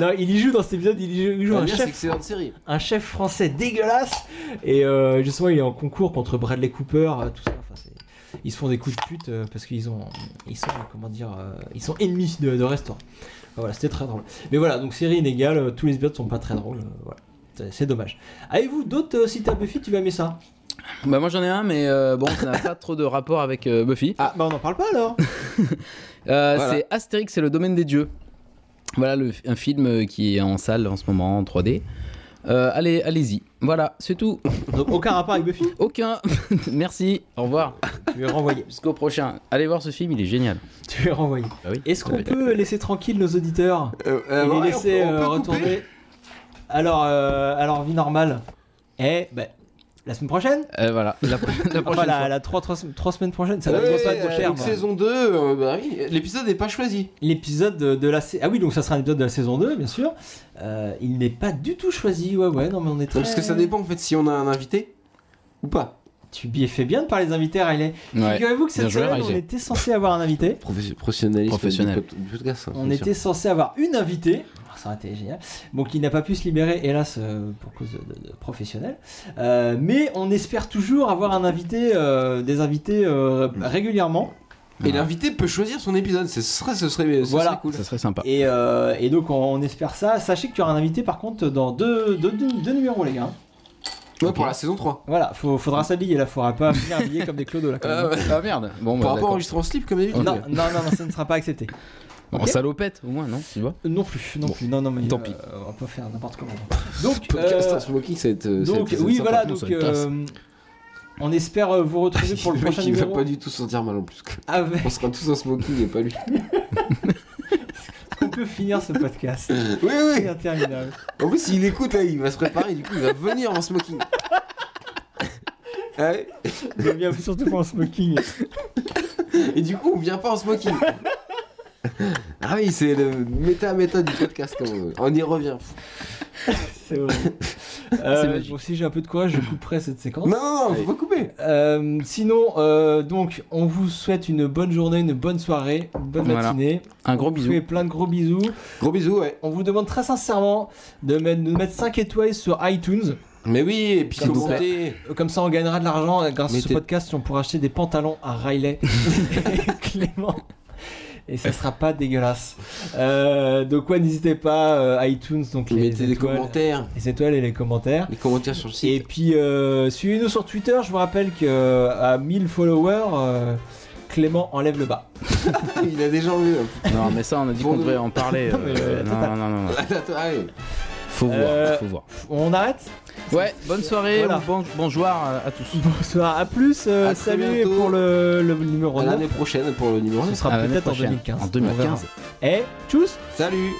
B: non, il y joue dans cet épisode, il y joue, il joue
D: Bah,
B: un
D: bien,
B: chef
D: C'est une excellente série.
B: un chef français dégueulasse et euh, justement il est en concours contre Bradley Cooper euh, tout ça enfin, c'est- ils se font des coups de pute euh, parce qu'ils ont ils sont comment dire euh, ils sont ennemis de, de restaurant Enfin, voilà c'était très drôle mais voilà donc série inégale euh, tous les épisodes sont pas très drôles euh, voilà C'est- c'est dommage avez-vous d'autres euh, si t'as Buffy tu vas aimer ça
C: Bah, moi j'en ai un, mais euh, bon, ça n'a pas trop de rapport avec euh, Buffy.
B: ah bah on en parle pas alors
C: Euh,
D: Voilà.
C: C'est Astérix et le domaine des dieux. Voilà le- un film euh, qui est en salle en ce moment en 3D. Euh, allez, allez-y. Voilà, c'est tout.
B: donc aucun rapport avec Buffy
C: Aucun. Merci. Au revoir.
B: tu es renvoyé
C: Jusqu'au prochain. Allez voir ce film, il est génial.
B: tu es renvoyé
C: Ah oui.
B: est-ce qu'on peut laisser tranquille nos auditeurs
D: Euh,
B: et
D: euh,
B: les
D: ouais,
B: laisser
D: on peut- on
B: euh,
D: peut couper.
B: retourner alors euh, alors vie normale eh ben la semaine prochaine
C: Euh, voilà. La, la prochaine
B: Enfin, la,
C: fois.
B: la trois, trois, trois semaines prochaines, ça va
D: Ouais,
B: doit pas
D: euh,
B: être cher. bah.
D: donc
B: moi.
D: saison 2, euh, bah oui, l'épisode n'est pas choisi.
B: L'épisode de, de la sa- Ah oui, donc ça sera un épisode de la saison 2, bien sûr. Euh, il n'est pas du tout choisi. Ouais, ouais, non, mais on est très.
D: Non, parce que ça dépend en fait si on a un invité ou pas.
B: Tu bien fait bien de parler des invités, Riley.
C: Ouais.
B: Figurez-vous que cette
C: Bien joué,
B: semaine, on
C: Riley.
B: était censé avoir un invité.
D: Professionnel.
C: Professionnel.
D: Du podcast. hein,
B: On
D: bien
B: était censé avoir une invitée. Alors, Ça aurait été génial. Bon, qui n'a pas pu se libérer, hélas, euh, pour cause de, de- de professionnel. Euh, mais on espère toujours avoir un invité, euh, des invités euh, régulièrement.
D: sûr. Et l'invité peut choisir son épisode. Ce serait, ce serait, ce
B: Voilà.
D: serait cool.
C: Ça serait sympa.
B: Et, euh, et donc on, on espère ça. Sachez que tu auras un invité par contre dans deux, deux, deux- deux numéros les gars. hein.
D: Ouais, pour la saison 3.
B: Voilà, faut- faudra s'habiller là, faudra pas venir habillé comme des clodos là. quand même.
D: Ah, ouais.
C: Euh, Ah merde. Bon, bah,
D: Par rapport à
C: d'accord.
D: enregistrer en slip comme d'habitude.
B: Non, non, non, non, ça ne sera pas accepté.
C: En salopette, au moins, non Tu vois
B: Non plus, non
C: Bon.
B: plus. Non, non, mais euh,
C: Tant pis.
B: on peut faire n'importe comment. Donc,
D: Podcast
B: euh,
D: en smoking, c'est. euh,
B: donc
D: c'est- c'est
B: oui,
D: sympa.
B: voilà.
E: non, ça
B: Donc,
E: va être classe.
B: euh, on espère euh, vous retrouver pour le
D: mec,
B: prochain
D: il va
B: numéro.
D: pas du tout se sentir mal en plus.
B: Avec...
D: On sera tous en smoking et pas lui.
B: On peut finir ce podcast.
D: Oui, oui.
B: C'est interminable.
D: En plus, il écoute là, il va se préparer, du coup, il va venir en smoking. Ah ouais
B: J'aime bien surtout pour un smoking.
D: Et du coup, on vient pas en smoking. Ah oui, c'est le méta-méta du podcast. Quand on, on y revient.
B: C'est vrai. Euh,
C: C'est magique.
B: bon, si j'ai un peu de courage, je couperai cette séquence.
D: Non, non, non, faut pas couper.
B: Euh, sinon, euh, donc, on vous souhaite une bonne journée, une bonne soirée, une bonne
C: Voilà.
B: matinée.
C: Un gros
B: On vous
C: bisou.
B: fait plein de gros bisous.
D: Gros bisous, ouais.
B: On vous demande très sincèrement de mettre, de mettre 5 étoiles sur iTunes.
D: Mais oui, et puis
B: S'il vous
D: commentez.
B: Euh, Comme ça, on gagnera de l'argent. Et Grâce à ce
D: Mettez-
B: podcast, on pourra acheter des pantalons à Riley et Clément. Et ça sera pas dégueulasse. Euh, donc, ouais, n'hésitez pas. euh, iTunes, donc les
D: Mettez des
B: étoiles-
D: commentaires.
B: les étoiles et les commentaires.
D: Les commentaires sur le
B: Et
D: site.
B: puis euh, suivez-nous sur Twitter, je vous rappelle que euh, à 1000 followers, euh, Clément enlève le bas.
D: il a déjà enlevé. là.
C: Non, mais ça, on a dit
D: Bon,
C: qu'on
D: de-
C: devrait en parler.
B: Non, mais,
C: euh,
B: euh,
C: non,
B: total.
C: non, non, non, non.
D: Attends, allez.
C: Faut
B: Euh,
C: voir, faut voir.
B: On arrête
C: Ouais, bonne soirée,
B: Voilà.
C: ou bon, bonjour à, à tous.
B: Bonsoir, à plus, euh,
D: À très
B: salut et
D: bientôt.
B: pour le, le numéro
D: À
B: 9.
D: l'année prochaine pour le numéro.
B: Ce sera
C: À l'année
B: peut-être en
C: prochaine.
B: 2015.
C: En
B: on verra.
C: 2015.
B: Eh, tchuss
D: Salut